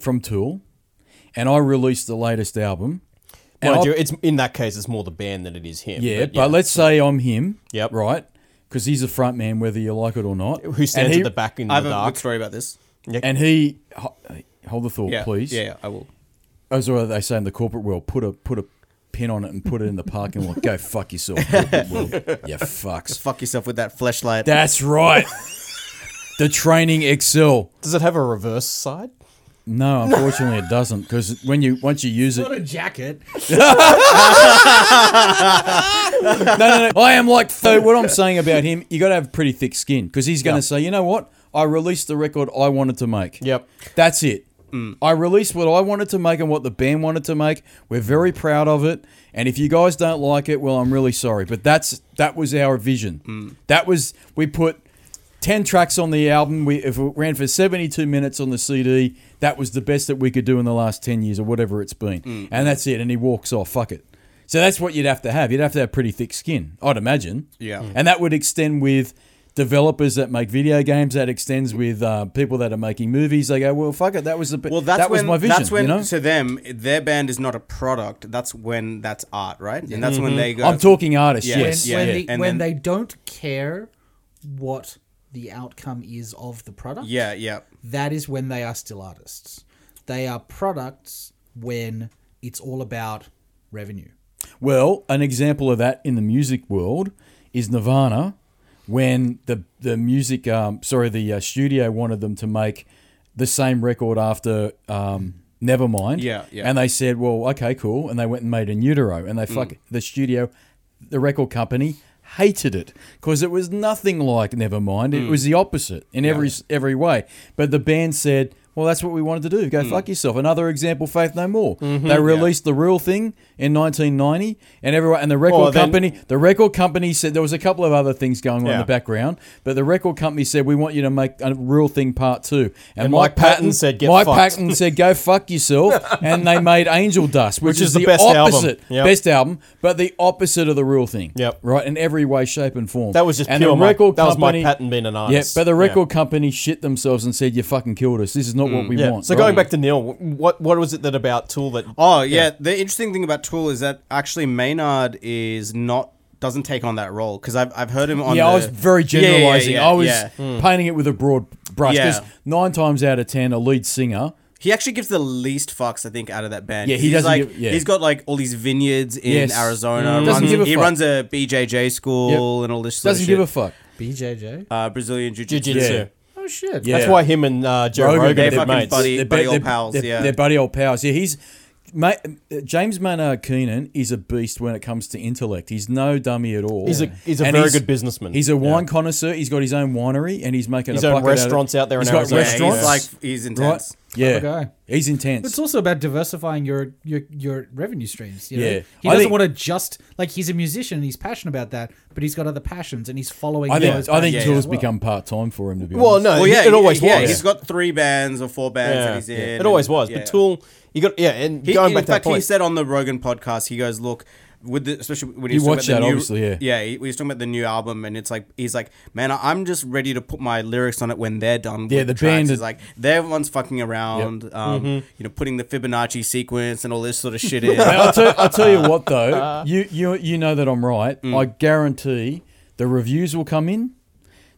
from Tool, and I release the latest album, and
Mind
I-
you, it's in that case, it's more the band than it is him.
Yeah, but, let's say I'm him.
Yep.
Right. Because he's a front man, whether you like it or not.
who stands
and he,
at the back in
I
the
have a
dark?
good story about this.
And he, ho- hold the thought,
Yeah,
please.
Yeah, yeah, I will.
As well, they say in the corporate world, put a put a pin on it and put it in the parking lot. Go fuck yourself, corporate world. You fucks.
Fuck yourself with that flashlight.
That's right. the training excel.
Does it have a reverse side?
No, unfortunately, it doesn't. Because when you once you use it,
Not a jacket.
no, no, no. I am like so. What I'm saying about him, you got to have pretty thick skin because he's going to say, you know what? I released the record I wanted to make.
Yep.
That's it. I released what I wanted to make and what the band wanted to make. We're very proud of it. And if you guys don't like it, well, I'm really sorry. But that's that was our vision. That was we put ten tracks on the album. We if it ran for 72 minutes on the CD. That was the best that we could do in the last 10 years or whatever it's been. And that's it. And he walks off. Fuck it. So that's what you'd have to have. You'd have to have pretty thick skin, I'd imagine.
Yeah. Mm.
And that would extend with developers that make video games. That extends with uh, people that are making movies. They go, well, fuck it. That was the
well, that's
that was
when,
my vision.
That's when
you know?
to them, their band is not a product. That's when that's art, right? And that's when they go.
Mm-hmm. I'm talking artists.
uh, Yeah.
Yes.
when,
yeah.
when, the,
And
when
then-
they don't care what the outcome is of the product,
Yeah, yeah.
that is when they are still artists. They are products when it's all about revenue.
Well, an example of that in the music world is Nirvana, when the the music, um, sorry, the uh, studio wanted them to make the same record after um, Nevermind.
Yeah, yeah.
And they said, well, okay, cool, and they went and made In Utero, and they
Mm.
fuck the studio, the record company hated it because it was nothing like Nevermind.
Mm.
It was the opposite in every every way. But the band said. Well, that's what we wanted to do.
Mm.
Go fuck yourself. Another example, Faith No More.
Mm-hmm.
They released the real thing in 1990, and everyone and the record
Well, Oh, then-
company. The record company said there was a couple of other things going on in
Yeah.
the background, but the record company said we want you to make a real thing part two. And,
Mike Patton said, "Get
Mike
fucked."
Patton said go fuck yourself, and they made Angel Dust, which,
Which is the best album.
opposite,
Yep.
best album, but the opposite of the real thing.
Yep.
Right in every way, shape, and form.
That was just
and
pure
the
Mike-
record
that was Mike
company,
Patton being an artist.
Yeah, but the
Yeah.
record company shit themselves and said you fucking killed us. This is not what we
Mm. Yeah.
want.
so going back to Neil, what what was it that about Tool that?
Oh yeah. The interesting thing about Tool is that actually Maynard is not doesn't take on that role because I've, I've heard him on.
yeah,
the,
I was very
Yeah, yeah, yeah,
generalizing.
yeah,
Mm.
I was
yeah.
painting it with a broad brush. 'cause
Yeah.
nine times out of ten, a lead singer
He actually gives the least fucks, I think, out of that band.
Yeah, he
He's
doesn't
Like,
give- yeah.
He's got like all these vineyards in
Yes.
Arizona.
Mm.
Runs,
Doesn't give a
he
fuck.
runs a BJJ school and all this. Sort
Doesn't
of
give a
shit.
fuck.
BJJ.
uh, Brazilian Jiu Jitsu.
Jiu-jitsu.
Yeah.
Oh shit.
Yeah.
That's why him and uh, Joe
Rogan,
Rogan,
they're
are good
fucking
mates.
buddies. Buddy- buddy old
be-
pals,
They're,
yeah.
they're buddy old pals. Yeah, he's mate, uh, James Maynard Keenan is a beast when it comes to intellect. He's no dummy at all.
He's a- he's a very good businessman.
He's a wine connoisseur. He's got his own winery and he's making
His
a
own
bucket out of it.
restaurants out there in
He's got
Arizona.
Yeah,
restaurants,
he's like he's intense.
right? Yeah,
Okay.
he's
It's
intense.
also about diversifying your your, your revenue streams. You know?
Yeah.
he
I
doesn't
think-
want to just like he's a musician and he's passionate about that, but he's got other passions and he's following.
I think
those
I think
passions
tours
as well.
become part time for him to be
Well,
honest.
no,
Well, yeah,
it always
yeah,
was.
He's got three bands or four bands that he's in.
It always
and-
was.
yeah.
But Tool, you got yeah, and
He,
going
in
back to that
fact, he
point,
said on the Rogan podcast, he goes, "Look, with the especially when
You
he's talking
watch
about
that,
the new,
obviously, yeah.
yeah, he, he was talking about the new album, and it's like he's like, man, I- I'm just ready to put my lyrics on it when they're done.
Yeah,
with
the
the tracks.
band
is
is-
like they're the ones fucking around, um, you know, putting the Fibonacci sequence and all this sort of shit in.
Hey, I'll, tell, I'll tell you what though,
Uh.
you you you know that I'm right.
Mm.
I guarantee the reviews will come in.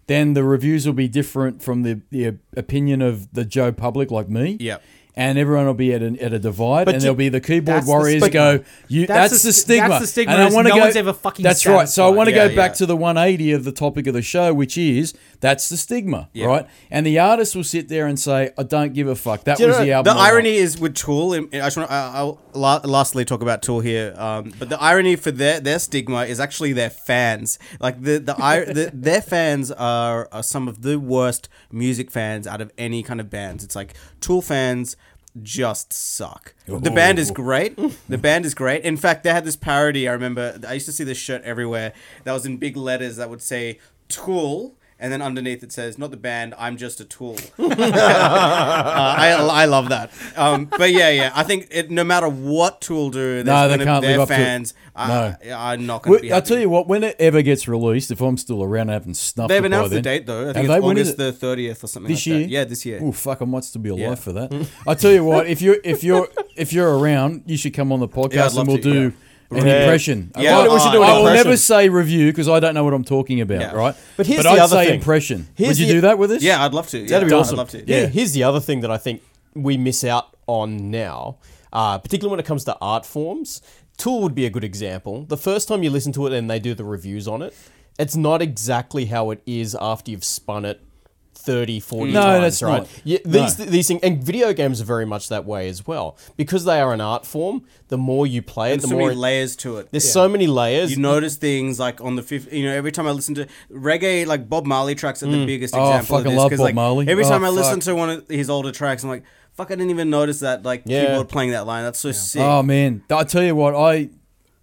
Then the reviews will be different from the, the opinion of the Joe public like me.
Yep.
And everyone will be at, an, at a divide, and
you-
there'll be the keyboard
that's the
warriors
stigma.
go. You,
That's
that's,
the
the
st- that's
stigma.
the stigma
And I
is
want to
no
go.
one's ever fucking
That's right. So I
satisfied.
want to
Yeah,
go back
yeah.
to the 180 of the topic of the show, which is that's the stigma, right? And the artist will sit there and say, "I don't give a fuck." That
you
was
know,
the album.
The
I liked."
irony is with Tool. and- and I just want to, I'll la- lastly talk about Tool here. Um, but the irony for their their stigma is actually their fans. Like the the, ir- the their fans are, are some of the worst music fans out of any kind of bands. It's like Tool fans just suck. The band is great. The band is great. In fact, they had this parody. I remember I used to see this shirt everywhere. That was in big letters that would say Tool. And then underneath it says, "Not the band. I'm just a tool." Uh, I, I love that. Um, but yeah, yeah, I think it, no matter what Tool do,
No,
no,
they
gonna,
can't
their
live up to it.
fans are,
No.
are not going to be.
Well, I'll
happy.
tell you what, when it ever gets released, if I'm still around, I haven't snuffed
they've
it by
announced the
then.
date though. I
Have
think
they?
it's
When is
August
it?
the thirtieth or something.
This
like
year?
that. yeah, this year.
Oh fuck, I might still be alive
Yeah.
for that. I tell you what, if you're if you're if you're around, you should come on the podcast
Yeah, I'd love
and we'll
to,
do an
Yeah.
impression.
Yeah,
I,
we should do an
I will
impression.
never say review because I don't know what I'm talking about,
Yeah.
right?
But here's
but
the
I'd
other
say
thing.
impression.
Here's
Would you
the-
do that with us?
Yeah, I'd love to. Yeah,
That'd be awesome.
I'd love to.
Yeah.
Here- Here's the other thing that I think we miss out on now, uh, particularly when it comes to art forms. Tool would be a good example. The first time you listen to it and they do the reviews on it, it's not exactly how it is after you've spun it 30, 40
No,
times,
that's
right?
not.
Yeah,
No.
these, these things, and video games are very much that way as well. Because they are an art form, the more you play it,
There's
the
so
more.
many layers to it.
there's so many layers.
You notice things like on the fifth. You know, every time I listen to reggae, like Bob Marley tracks are the biggest
Oh, I
example.
fucking
of this,
love
'cause,
Bob
like,
Marley.
Every
Oh,
time I listen
fuck.
to one of his older tracks, I'm like, "Fuck, I didn't even notice that." Like
Yeah.
keyboard playing that line. That's so sick.
Oh man, I tell you what, I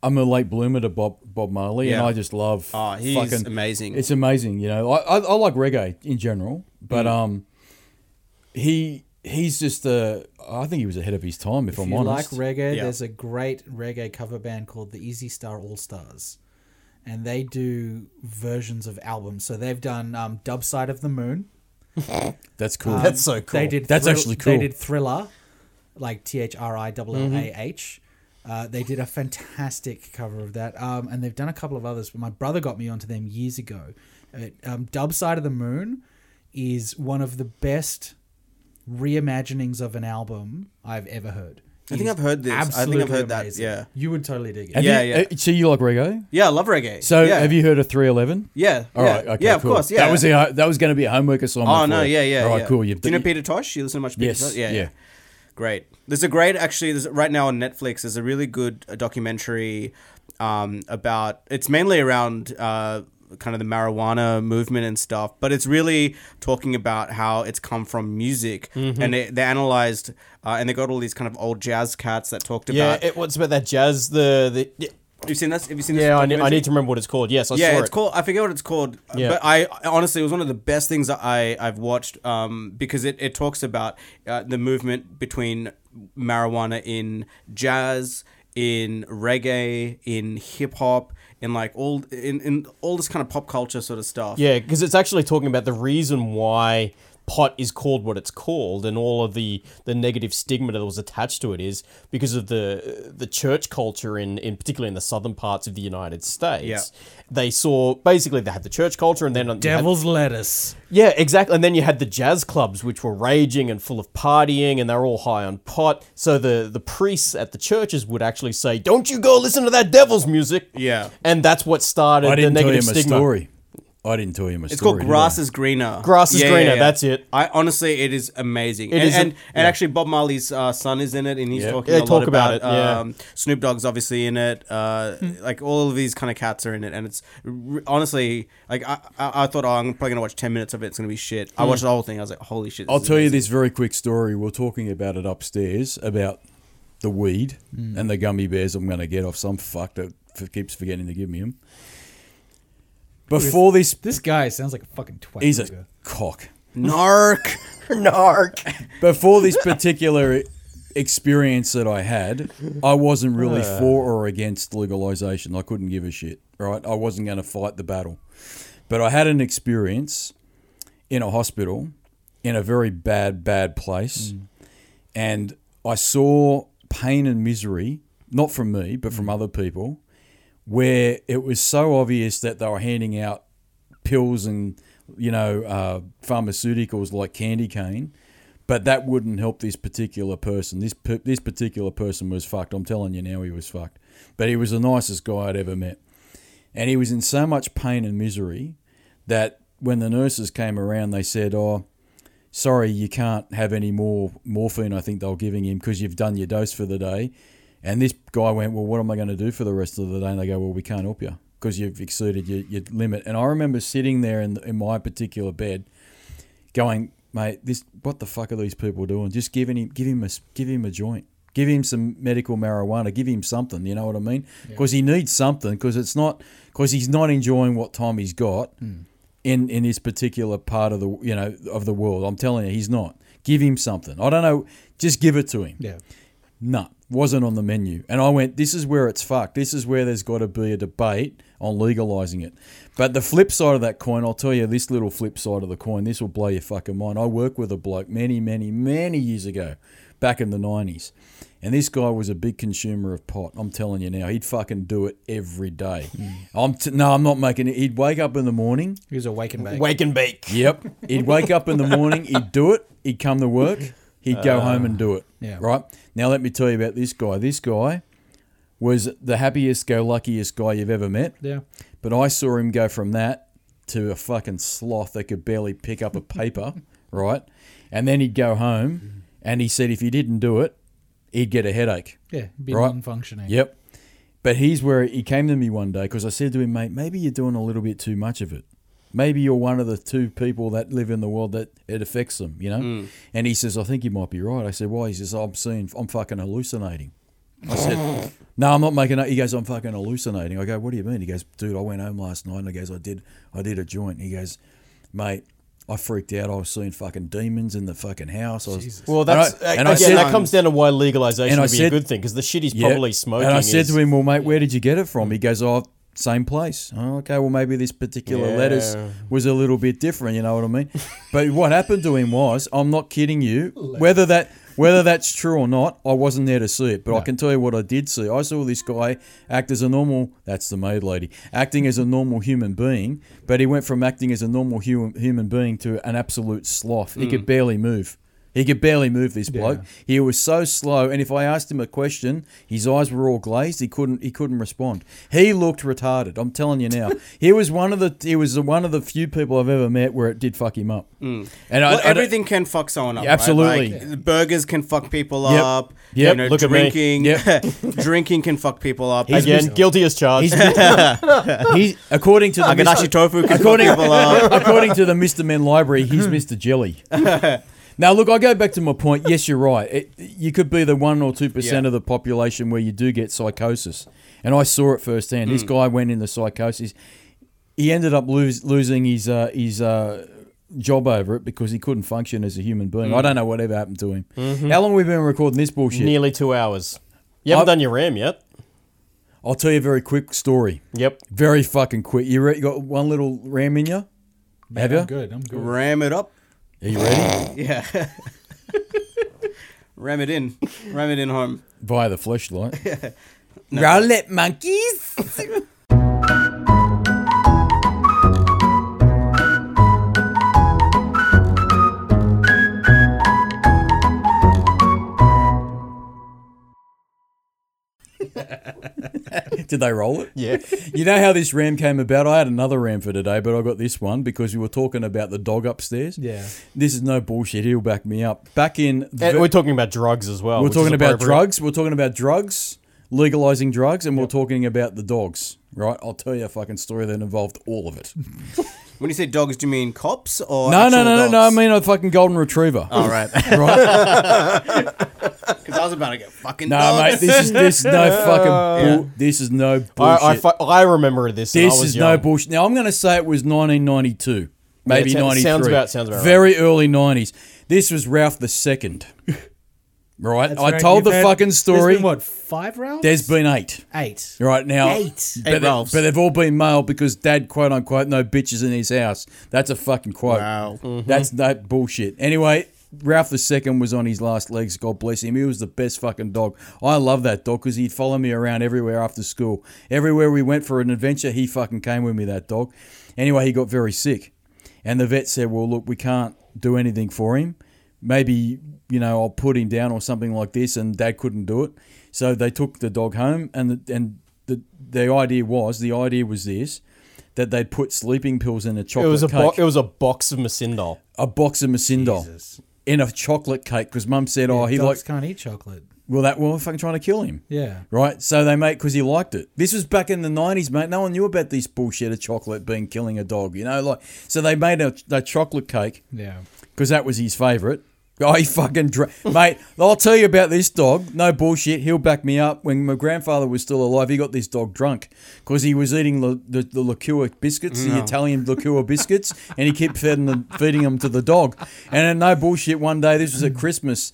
I'm a late bloomer to Bob Bob Marley, and
Yeah.
I just love.
Oh, he's amazing.
It's amazing, you know. I I, I like reggae in general,
Mm.
but um, he he's just a. I think he was ahead of his time, if,
If
I'm
you
honest.
like reggae,
Yeah.
there's a great reggae cover band called the Easy Star All Stars, and they do versions of albums. So they've done um, Dub Side of the Moon.
That's cool.
Um,
That's so cool.
They did.
That's
Thrill-
actually
They
cool.
did Thriller, like T H R I L L A
Mm-hmm.
H. Uh, They did a fantastic cover of that, um, and they've done a couple of others. But my brother got me onto them years ago. Uh, um, Dub Side of the Moon is one of the best reimaginings of an album I've ever heard.
I
It
think
is
I've heard this. I think I've
absolutely
heard that,
amazing.
yeah.
you would totally dig it.
Have
Yeah,
you,
yeah.
uh, So you like reggae?
Yeah, I love reggae.
So
yeah.
have you heard of 311?
Yeah.
All
yeah.
right. Okay.
yeah, of
cool.
course. Yeah.
That was the, uh, that was going to be a homework assignment.
Oh
for
no,
you.
yeah, yeah.
All right,
yeah.
cool. You've
Do you know Peter Tosh? You listen to much Peter
Yes,
Tosh? Yeah, yeah.
yeah.
Great. There's a great actually there's right now on Netflix there's a really good uh, documentary um, about it's mainly around uh, kind of the marijuana movement and stuff, but it's really talking about how it's come from music
Mm-hmm.
and they, they analyzed uh, and they got all these kind of old jazz cats that talked
yeah,
about
it, what's about that jazz? The, the yeah,
You've seen this? Have you seen this?
yeah I, ne- I
documentary?
need to remember what it's called. Yes, I
yeah,
saw
it's
it.
called. I forget what it's called. uh,
Yeah.
But I honestly, it was one of the best things that I I've watched um, because it, it talks about uh, the movement between marijuana in jazz, in reggae, in hip hop, in like all in, in all this kind of pop culture sort of stuff.
Yeah, because it's actually talking about the reason why pot is called what it's called, and all of the the negative stigma that was attached to it is because of the the church culture in in particularly in the southern parts of the United States.
Yeah.
They saw basically they had the church culture, and then you had-
Devil's lettuce.
yeah, exactly. And then you had the jazz clubs, which were raging and full of partying, and they were all high on pot. So the, the priests at the churches would actually say, "Don't you go listen to that devil's music."
Yeah.
and that's what started
I didn't
the
tell
negative
him a
stigma.
story. I didn't tell him a
It's
story.
called
did
Grass
I?
is Greener.
Grass is Greener, that's it.
I honestly, it is amazing. and,
is a-
and, and actually, Bob Marley's uh, son is in it, and he's
Yeah.
talking
They
a lot
talk
about,
about it, yeah.
Um, Snoop Dogg's obviously in it. Uh, Like all of these kind of cats are in it, and it's r- honestly like I, I, I thought, oh, I'm probably gonna watch ten minutes of it. It's gonna be shit.
Hmm.
I watched the whole thing. I was like, holy shit!
I'll tell you this very quick story. We are talking about it upstairs about the weed and the gummy bears I'm going to get off some fuck that f- keeps forgetting to give me them. Before this,
This guy sounds like a fucking twat.
he's
burger.
a cock.
you, Narc.
Narc.
Before this particular experience that I had, I wasn't really for or against legalization. I couldn't give a shit, right? I wasn't going to fight the battle. But I had an experience in a hospital in a very bad, bad place. And I saw pain and misery, not from me, but from other people, where it was so obvious that they were handing out pills and, you know, uh, pharmaceuticals like candy cane. But that wouldn't help this particular person. This per- this particular person was fucked. I'm telling you now, he was fucked. But he was the nicest guy I'd ever met and he was in so much pain and misery that when the nurses came around, they said, "Oh, sorry, you can't have any more morphine. I think they were giving him because you've done your dose for the day." And this guy went, "Well, what am I going to do for the rest of the day?" And they go, "Well, we can't help you because you've exceeded your, your limit." And I remember sitting there in, in my particular bed, going, "Mate, this what the fuck are these people doing? Just giving him, give him a, s- give him a joint." Give him some medical marijuana. Give him something. You know what I mean? Because he needs something. Because it's not. Because he's not enjoying what time he's got in in this particular part of the you know of the world. I'm telling you, he's not. Give him something. I don't know. Just give it to him.
Yeah.
No, wasn't on the menu. And I went, this is where it's fucked. This is where there's got to be a debate on legalizing it. But the flip side of that coin, I'll tell you this little flip side of the coin, this will blow your fucking mind. I worked with a bloke many, many, many years ago, back in the 90s. And this guy was a big consumer of pot. I'm telling you now, he'd fucking do it every day. I'm t- no, I'm not making it. He'd wake up in the morning,
He was a wake and bake.
Wake and bake.
Yep. He'd wake up in the morning, he'd do it, he'd come to work, he'd go home and do it.
Uh, yeah.
Right? Now let me tell you about this guy. This guy was the happiest go luckiest guy you've ever met.
Yeah.
But I saw him go from that to a fucking sloth that could barely pick up a paper, right? And then he'd go home and he said if he didn't do it, he'd get a headache.
Yeah. Be
Right.
non-functioning.
Yep. But he's where he came to me one day because I said to him, mate, maybe you're doing a little bit too much of it. Maybe you're one of the two people that live in the world that it affects them, you know?
Mm.
And he says, I think you might be right. I said, why? He says, I'm seeing, I'm fucking hallucinating. I said, no, I'm not making up. He goes, I'm fucking hallucinating. I go, what do you mean? He goes, dude, I went home last night and he goes, I did, I did a joint. He goes, mate, I freaked out. I was seeing fucking demons in the fucking house. I was,
Well, that's uh,
And I- and
again,
I said-
that comes down to why legalization
And I
would be
said-
a good thing because the shit he's
Yeah.
probably smoking.
And I said
is,
to him, "Well, mate, where did you get it from?" He goes, "Oh, same place." Oh, okay, well, maybe this particular
Yeah.
lettuce was a little bit different. You know what I mean? but what happened to him was, I'm not kidding you. Whether that whether that's true or not, I wasn't there to see it, but I can tell you what I did see. I saw this guy act as a normal. That's the maid lady acting as a normal human being, but he went from acting as a normal human human being to an absolute sloth. He
Mm.
could barely move. He could barely move this bloke. He was so slow, and if I asked him a question, his eyes were all glazed. He couldn't. He couldn't respond. He looked retarded. I'm telling you now. he was one of the. He was the- one of the few people I've ever met where it did fuck him up. And
Mm. Well,
I, I,
everything can fuck someone up.
Yeah,
right?
absolutely.
Like, burgers can fuck people
Yep.
up.
Yep.
You know,
Look at me.
drinking, drinking can fuck people up.
again, guilty as charged.
he, according to the
Agadashi tofu can fuck
according,
people up.
Uh, according to the Mr. Men Library, he's Mr. Jelly. now, look, I go back to my point. Yes, you're right. It, you could be the one or two percent
Yeah.
of the population where you do get psychosis, and I saw it firsthand. This guy went into psychosis. He ended up lose, losing his uh, his uh, job over it because he couldn't function as a human being. I don't know whatever happened to him. How long have we been recording this bullshit?
Nearly two hours. You haven't
I-
done your RAM yet.
I'll tell you a very quick story.
Yep.
Very fucking quick. You, re- you got one little ram in you? Have you?
I'm good. I'm good.
Ram it up.
Are you ready?
Yeah. Ram it in. Ram it in home.
Via the fleshlight.
Roll it, monkeys.
Did they roll it?
Yeah.
You know how this ram came about? I had another ram for today, but I got this one because we were talking about the dog upstairs.
Yeah.
This is no bullshit. He'll back me up. Back in the
And we're talking about drugs as well.
We're
which is
talking about
appropriate.
drugs. We're talking about drugs, legalizing drugs, and we're talking about the dogs. Right? I'll tell you a fucking story that involved all of it.
When you say dogs, do you mean cops or
No, no, no,
actual
no,
dogs?
no. I mean a fucking golden retriever.
All right,
Right?
because I was about to get fucking.
No,
dogs.
mate. This is this is no fucking. Bull, this is no bullshit.
I, I, fu- I remember this. and I
this
was
is
young.
no bullshit. Now I'm going to say it was 1992, maybe
Yeah, it sounds-
93.
sounds about- sounds about right.
Very early 90s. This was Ralph the Second. Right, I told the fucking story.
what five rounds?
There's been eight.
eight.
Right now,
Eight.
But,
Eight
they,
Ralphs.
but they've all been male because dad, quote unquote, no bitches in his house. That's a fucking quote.
Wow.
Mm-hmm. That's that bullshit. Anyway, Ralph the second was on his last legs. God bless him. He was the best fucking dog. I love that dog because he'd follow me around everywhere after school. Everywhere we went for an adventure, he fucking came with me. That dog. Anyway, he got very sick, and the vet said, "Well, look, we can't do anything for him. Maybe you know I'll put him down or something like this." And Dad couldn't do it, so they took the dog home. And the, and the the idea was the idea was this. That they'd put sleeping pills in a
It
chocolate
was a
cake
bo- it was a box of Masindol.
a box of Masindol
Jesus.
in a chocolate cake because Mum said, "Oh, he
dogs
likes
can't eat chocolate.
well that well fucking trying to kill him."
Yeah.
Right, so they make because he liked it. This was back in the nineties, mate. No one knew about this bullshit of chocolate being killing a dog, you know. Like, so they made a, a chocolate cake
Yeah.
because that was his favourite. Oh, he fucking dra- mate. I'll tell you about this dog. No bullshit. He'll back me up. When my grandfather was still alive, he got this dog drunk because he was eating the the, the liqueur biscuits, the Italian liqueur biscuits, and he kept feeding them, feeding them to the dog. And then, no bullshit. One day, this was at Christmas.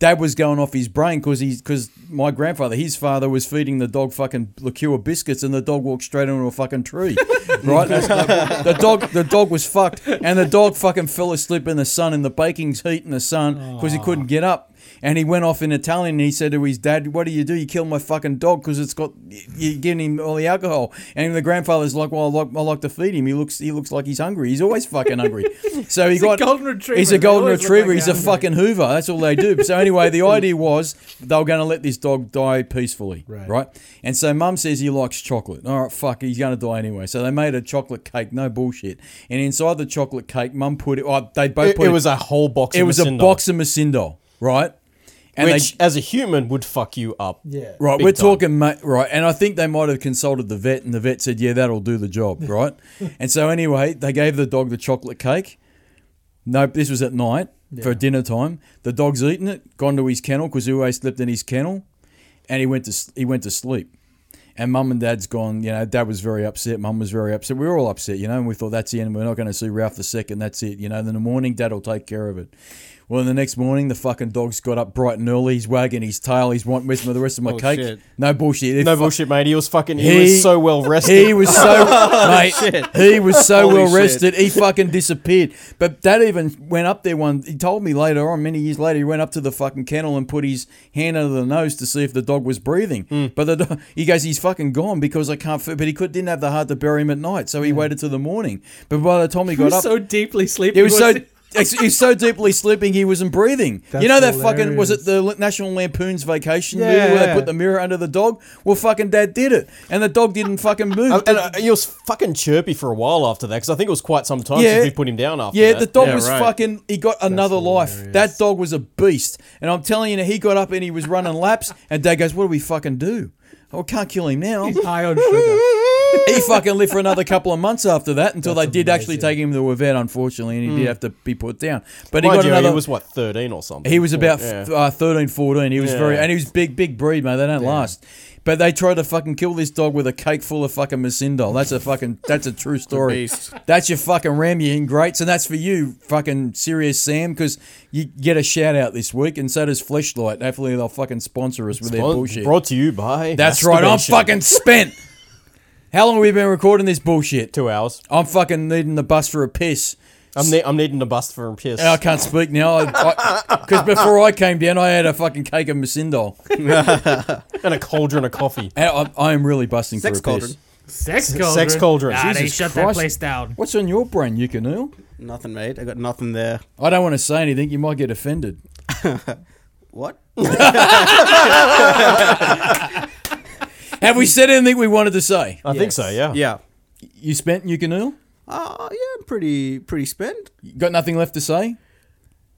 Dad was going off his brain because he's because my grandfather, his father, was feeding the dog fucking liqueur biscuits, and the dog walked straight into a fucking tree. Right, That's the, the dog, the dog was fucked, and the dog fucking fell asleep in the sun in the baking heat in the sun because he couldn't get up, and he went off in Italian. and He said to his dad, "What do you do? You kill my fucking dog because it's got you're giving him all the alcohol." And the grandfather's like, "Well, I like, I like to feed him. He looks he looks like he's hungry. He's always fucking hungry." So he got
golden retriever.
He's a
They
golden
always look
retriever.
like
he's
they're
a
hungry.
fucking Hoover. That's all they do. So anyway, the idea was they were going to let this dog die peacefully, right?
Right.
And so Mum says he likes chocolate. All right, fuck, he's going to die anyway. So they made a chocolate cake, no bullshit. And inside the chocolate cake, Mum put it. Oh, they both
It,
put
it was a whole box.
it
of
was a
Masindol,
box of Masindol, right? And
which as a human would fuck you up.
Yeah.
Right,
Big
we're
time.
talking, ma- right, and I think they might have consulted the vet, and the vet said, "Yeah, that'll do the job," right? and so anyway, they gave the dog the chocolate cake. Nope, this was at night for dinner time. The dog's eaten it, gone to his kennel because he always slept in his kennel, and he went to s- he went to sleep. And mum and dad's gone. You know, dad was very upset. Mum was very upset. We were all upset, you know. And we thought that's the end. We're not going to see Ralph the second. That's it. You know. Then in the morning, dad will take care of it. Well, the next morning, the fucking dog's got up bright and early. He's wagging his tail. He's wanting where's my- the rest of my cake.
shit.
No bullshit. It
No
fu-
bullshit, mate. He was fucking. He, was so well rested.
He was so mate. He was so
Holy
well
shit.
rested. He fucking disappeared. But that even went up there one. He told me later on, many years later, he went up to the fucking kennel and put his hand under the nose to see if the dog was breathing. But the dog, he goes, he's fucking gone because I can't. f-" But he could, didn't have the heart to bury him at night, so he waited till the morning. But by the time he
He
got
was
up,
so deeply sleepy.
he was so he was so deeply sleeping he wasn't breathing.
That's
you know that fucking was it
hilarious.
the National Lampoon's Vacation movie where they
Yeah.
put the mirror under the dog? Well, fucking dad did it, and the dog didn't fucking move.
Um, and uh, he was fucking chirpy for a while after that because I think it was quite some time
Yeah.
since we put him down after
yeah,
that.
the dog
Yeah,
was
right.
fucking. He got another life. That dog was a beast, and I'm telling you, he got up and he was running laps, and dad goes, "What do we fucking do? Oh, I can't kill him now."
high on sugar.
he fucking lived for another couple of months after that until they did actually take him to a vet, unfortunately, and he did have to be put down. But he
Mind
got
you,
another.
he was what thirteen or something.
He was about
Yeah.
f uh, 13, 14. He was
Yeah.
very, and he was big, big breed, mate. They don't last. But they tried to fucking kill this dog with a cake full of fucking Masindol. That's a fucking, that's a true story.
beast.
That's your fucking ram, you ingrates. And that's for you, fucking serious Sam, because you get a shout out this week, and so does Fleshlight. Hopefully they'll fucking sponsor us with their
Brought-
bullshit.
Brought to you by.
that's right. I'm
masturbation.
fucking spent. How long have we been recording this bullshit?
two hours.
I'm fucking needing the bus for a piss.
I'm, ne- I'm needing a bust for a piss.
I can't speak now. Because before I came down, I had a fucking cake of Masindol.
and a cauldron of coffee.
And I, I am really busting
Sex
for a
cauldron.
piss.
Sex
cauldron.
cauldron.
Sex cauldron.
Nah, they
Jesus
shut that
Christ.
place down.
What's on your brain, you canoe?
Nothing, mate. I got nothing there.
I don't want to say anything. You might get offended.
What?
Have we said anything we wanted to say?
I think so, yeah.
yeah.
You spent, you canoe?
Uh, yeah, I'm pretty pretty spent.
You Got nothing left to say?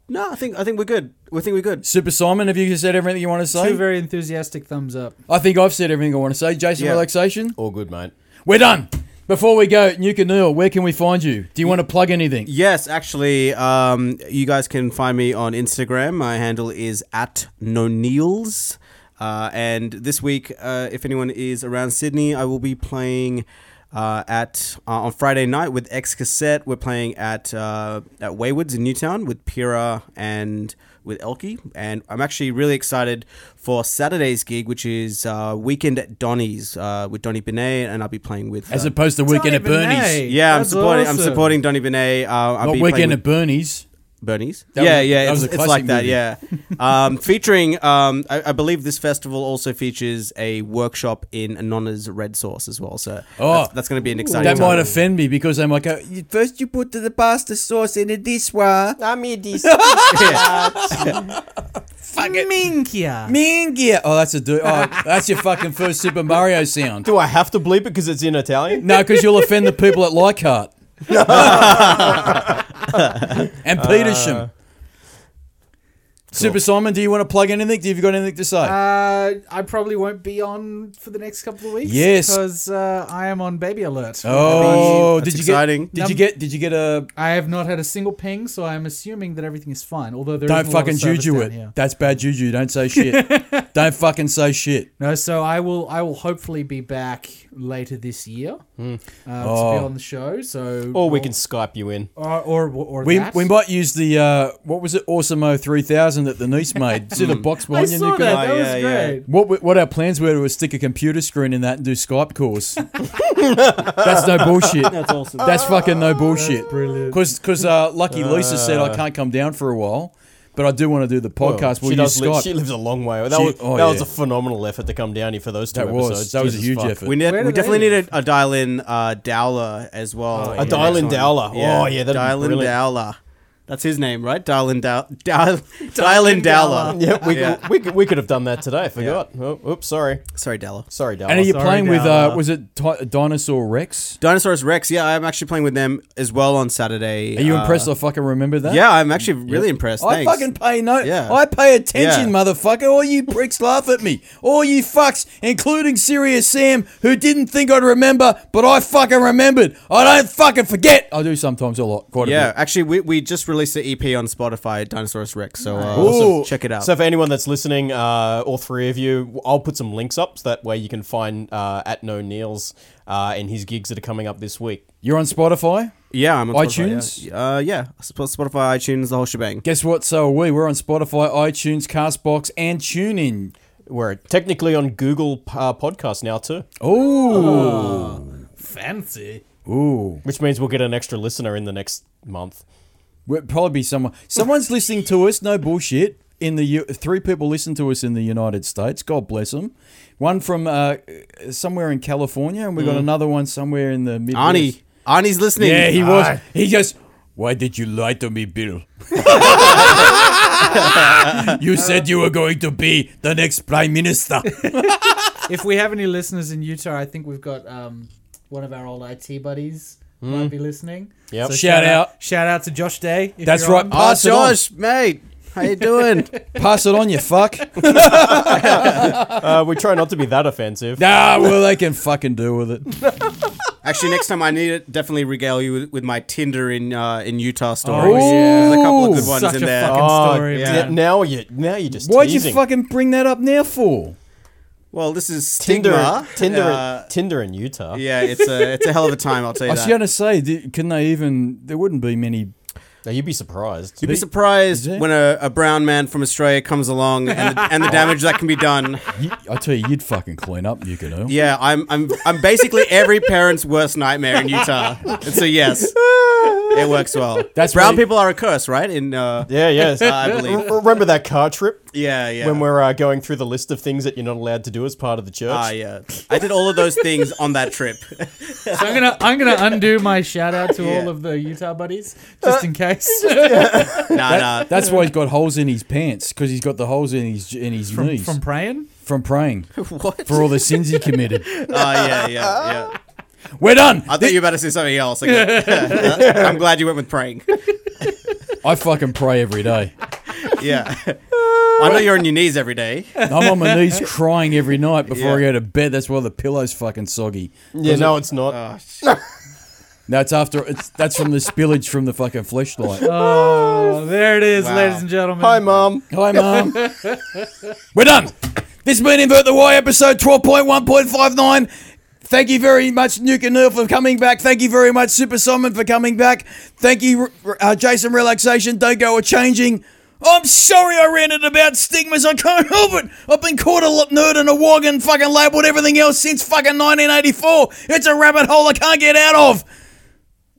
No, I think I think we're good. We think we're good.
Super Simon, have you said everything you want to
Two
say?
very enthusiastic thumbs up.
I think I've said everything I want to say. Jason
Yeah.
Relaxation?
All good, mate.
We're done. Before we go, Nuka Neil, where can we find you? Do you want to plug anything?
Yes, actually, um, you guys can find me on Instagram. My handle is at noneals. Uh, and this week, uh, if anyone is around Sydney, I will be playing uh, at uh, on Friday night with X Cassette. We're playing at uh, at Wayward's in Newtown with Pira and with Elkie. And I'm actually really excited for Saturday's gig, which is uh, Weekend at Donny's uh, with Donny Binet, and I'll be playing with.
As
uh,
opposed to Weekend at Bernie's.
yeah, I'm
That's
supporting.
awesome.
I'm supporting Donny Binet. Uh, I'll
Not
be playing
Weekend
with-
at Bernie's.
Bernie's.
That
yeah,
was-
yeah,
that was
it's,
a
it's like
classic
that.
movie.
Yeah, um, featuring. Um, I, I believe this festival also features a workshop in Anonna's red sauce as well. So
Oh.
that's, that's going to be an exciting.
That
time.
might offend me because I'm like, oh, you- first you put the pasta sauce in a dishwasher.
Ah.
I'm a dis-
Fuck it. Minkia.
Mingia. Oh, that's a do. Oh, that's your fucking first Super Mario sound.
Do I have to bleep it because it's in Italian?
No, because you'll offend the people at Leichhardt. and Petersham. Super Simon, do you want to plug anything? Do you have got anything to say?
Uh, I probably won't be on for the next couple of weeks.
Yes.
because uh, I am on baby alert.
oh,
That's
did you
exciting.
get? Did you get? Did you get a?
I have not had a single ping, so I am assuming that everything is fine. Although there
Don't
isn't a lot of
fucking
service
juju
down
it.
here.
That's bad juju. Don't say shit. Don't fucking say shit.
No, so I will. I will hopefully be back later this year uh, to be
Oh.
on the show. So
Or we can Skype you in.
or or, or
We,
that.
we might use the uh, what was it? Awesome 3000 that the niece made. See the box
Hmm. I
behind you.
saw
Nicola?
that. That
Oh,
was
yeah, yeah.
great.
What we, what our plans were was stick a computer screen in that and do Skype calls. That's no bullshit. That's awesome. That's fucking no bullshit.
brilliant.
Because uh, lucky Lisa said I can't come down for a while, but I do want to do the podcast. We'll
she,
use
does li-
Skype.
she lives a long way. That,
She-
was,
oh,
that was
yeah.
a phenomenal effort to come down here for those two
that
episodes.
was that was a
Jesus
huge
fuck.
effort.
We, ne-
Where do
we
they
definitely
live?
need a, a dial-in uh, Dowler as well.
Oh,
yeah. dial-in Dowler. Oh, yeah, that'd be
dial-in
brilliant.
Dowler. That's his name, right? Dial-in Dow- Dow- Dial-in Dowler.
Yeah, we,
Yeah.
We, could- we could have done that today. I forgot. Oh, oops, sorry.
Sorry, Dowler.
Oh, Sorry, Dale.
and are you
Sorry,
playing with
Dala.
uh, was it Ti- Dinosaur Rex?
Dinosaurus Rex. Yeah, I'm actually playing with them as well on Saturday.
Are you
Uh,
impressed? I fucking remember that.
Yeah, I'm actually really
Oh,
impressed.
I
Thanks.
fucking pay no.
Yeah.
I pay attention,
Yeah.
motherfucker. All you pricks laugh at me. All you fucks, including Serious Sam, who didn't think I'd remember, but I fucking remembered. I don't fucking forget. I do sometimes a lot, quite
Yeah,
a bit.
actually, we, we just released the EP on Spotify, Dinosaurus Rex. So uh,
Ooh.
so check it out.
So, for anyone that's listening, uh, all three of you, I'll put some links up so that way you can find uh, at No Neils uh, and his gigs that are coming up this week.
You're on Spotify.
yeah, I'm on Spotify,
iTunes?
Yeah. Uh, yeah, Sp- Spotify, iTunes, the whole shebang.
Guess what? So are we. We're on Spotify, iTunes, Castbox, and TuneIn.
We're technically on Google uh, Podcast now, too,
Oh.
Ooh.
Fancy.
Ooh.
which means we'll get an extra listener in the next month.
We'll probably be someone. Someone's listening to us. No bullshit. In the U- three people listen to us in the United States. God bless them. One from uh, somewhere in California, and we got another one somewhere in the Midwest.
Arnie, Arnie's listening. Ah,
Yeah, he was. He goes, Why did you lie to me, Bill? you said you were going to be the next prime minister.
if we have any listeners in Utah, I think we've got um, one of our old IT buddies might be listening.
Yep.
So
Shout out.
Shout out to Josh Day. if
That's
you're
right.
on.
Oh,
Pass it on.
Josh, mate, how you doing?
Pass it on, you fuck.
Uh, we try not to be that offensive.
Nah, well, they can fucking deal with it.
actually, next time I need it, definitely regale you with, with my Tinder in uh, in Utah stories.
yeah.
There's a couple of good
Ooh.
ones
Such
in
a
there.
fucking
Oh,
story,
d-
yeah.
man.
Now you, now you just
Why'd you
teasing.
fucking bring that up now for?
well, this is
Tinder,
stigma.
Tinder,
Uh,
Tinder in Utah.
yeah, it's a it's a hell of a time. I'll tell
I
you
was
that.
going to say, di- can they even. There wouldn't be many.
Now, you'd be surprised.
You'd be surprised
it?
when a, a brown man from Australia comes along and the, and the damage that can be done.
You, I tell you, you'd fucking clean up, you could know.
Yeah, I'm I'm I'm basically every parent's worst nightmare in Utah. It's a yes. It works well.
That's
brown
what he-
people are a curse, right? In uh,
Yeah, yes.
I believe.
R- remember that car trip
yeah, yeah.
when we're uh, going through the list of things that you're not allowed to do as part of the church?
ah, yeah. I did all of those things on that trip.
So I'm gonna I'm gonna undo my shout out to all
Yeah.
of the Utah buddies just in case.
Nah, nah.
That's why he's got holes in his pants because he's got the holes in his in his
from,
knees
from
from,
praying.
praying
What?
for all the sins he committed.
Ah, yeah, yeah, yeah.
We're done.
I thought you were about to say something else. Like, I'm glad you went with praying.
I fucking pray every day.
Yeah. I know you're on your knees every day.
I'm on my knees crying every night before I
Yeah.
go to bed. That's why the pillow's fucking soggy.
yeah, no, it's not.
Ah.
That's after it's that's from the spillage from the fucking fleshlight.
Oh, there it is,
Wow.
ladies and gentlemen.
Hi, mom.
Hi, Mom. We're done. This has been Invert the Y episode 12.1.59. Thank you very much, Nuke and Nerf, for coming back. Thank you very much, Super Simon, for coming back. Thank you, uh, Jason Relaxation, Don't Go or Changing. I'm sorry I ranted about stigmas. I can't help it. I've been caught a l- nerd and a wog and fucking labeled everything else since fucking 1984. It's a rabbit hole I can't get out of.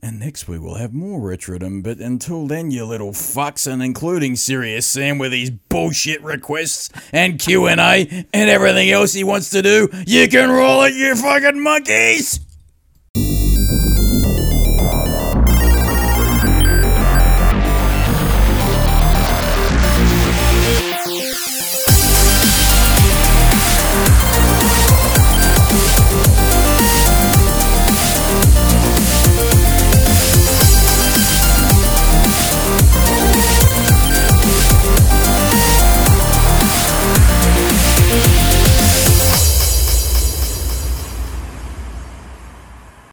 And next we will have more Retrodom, but until then, you little fucks, and including Serious Sam with his bullshit requests and Q&A and everything else he wants to do, you can roll it, you fucking monkeys!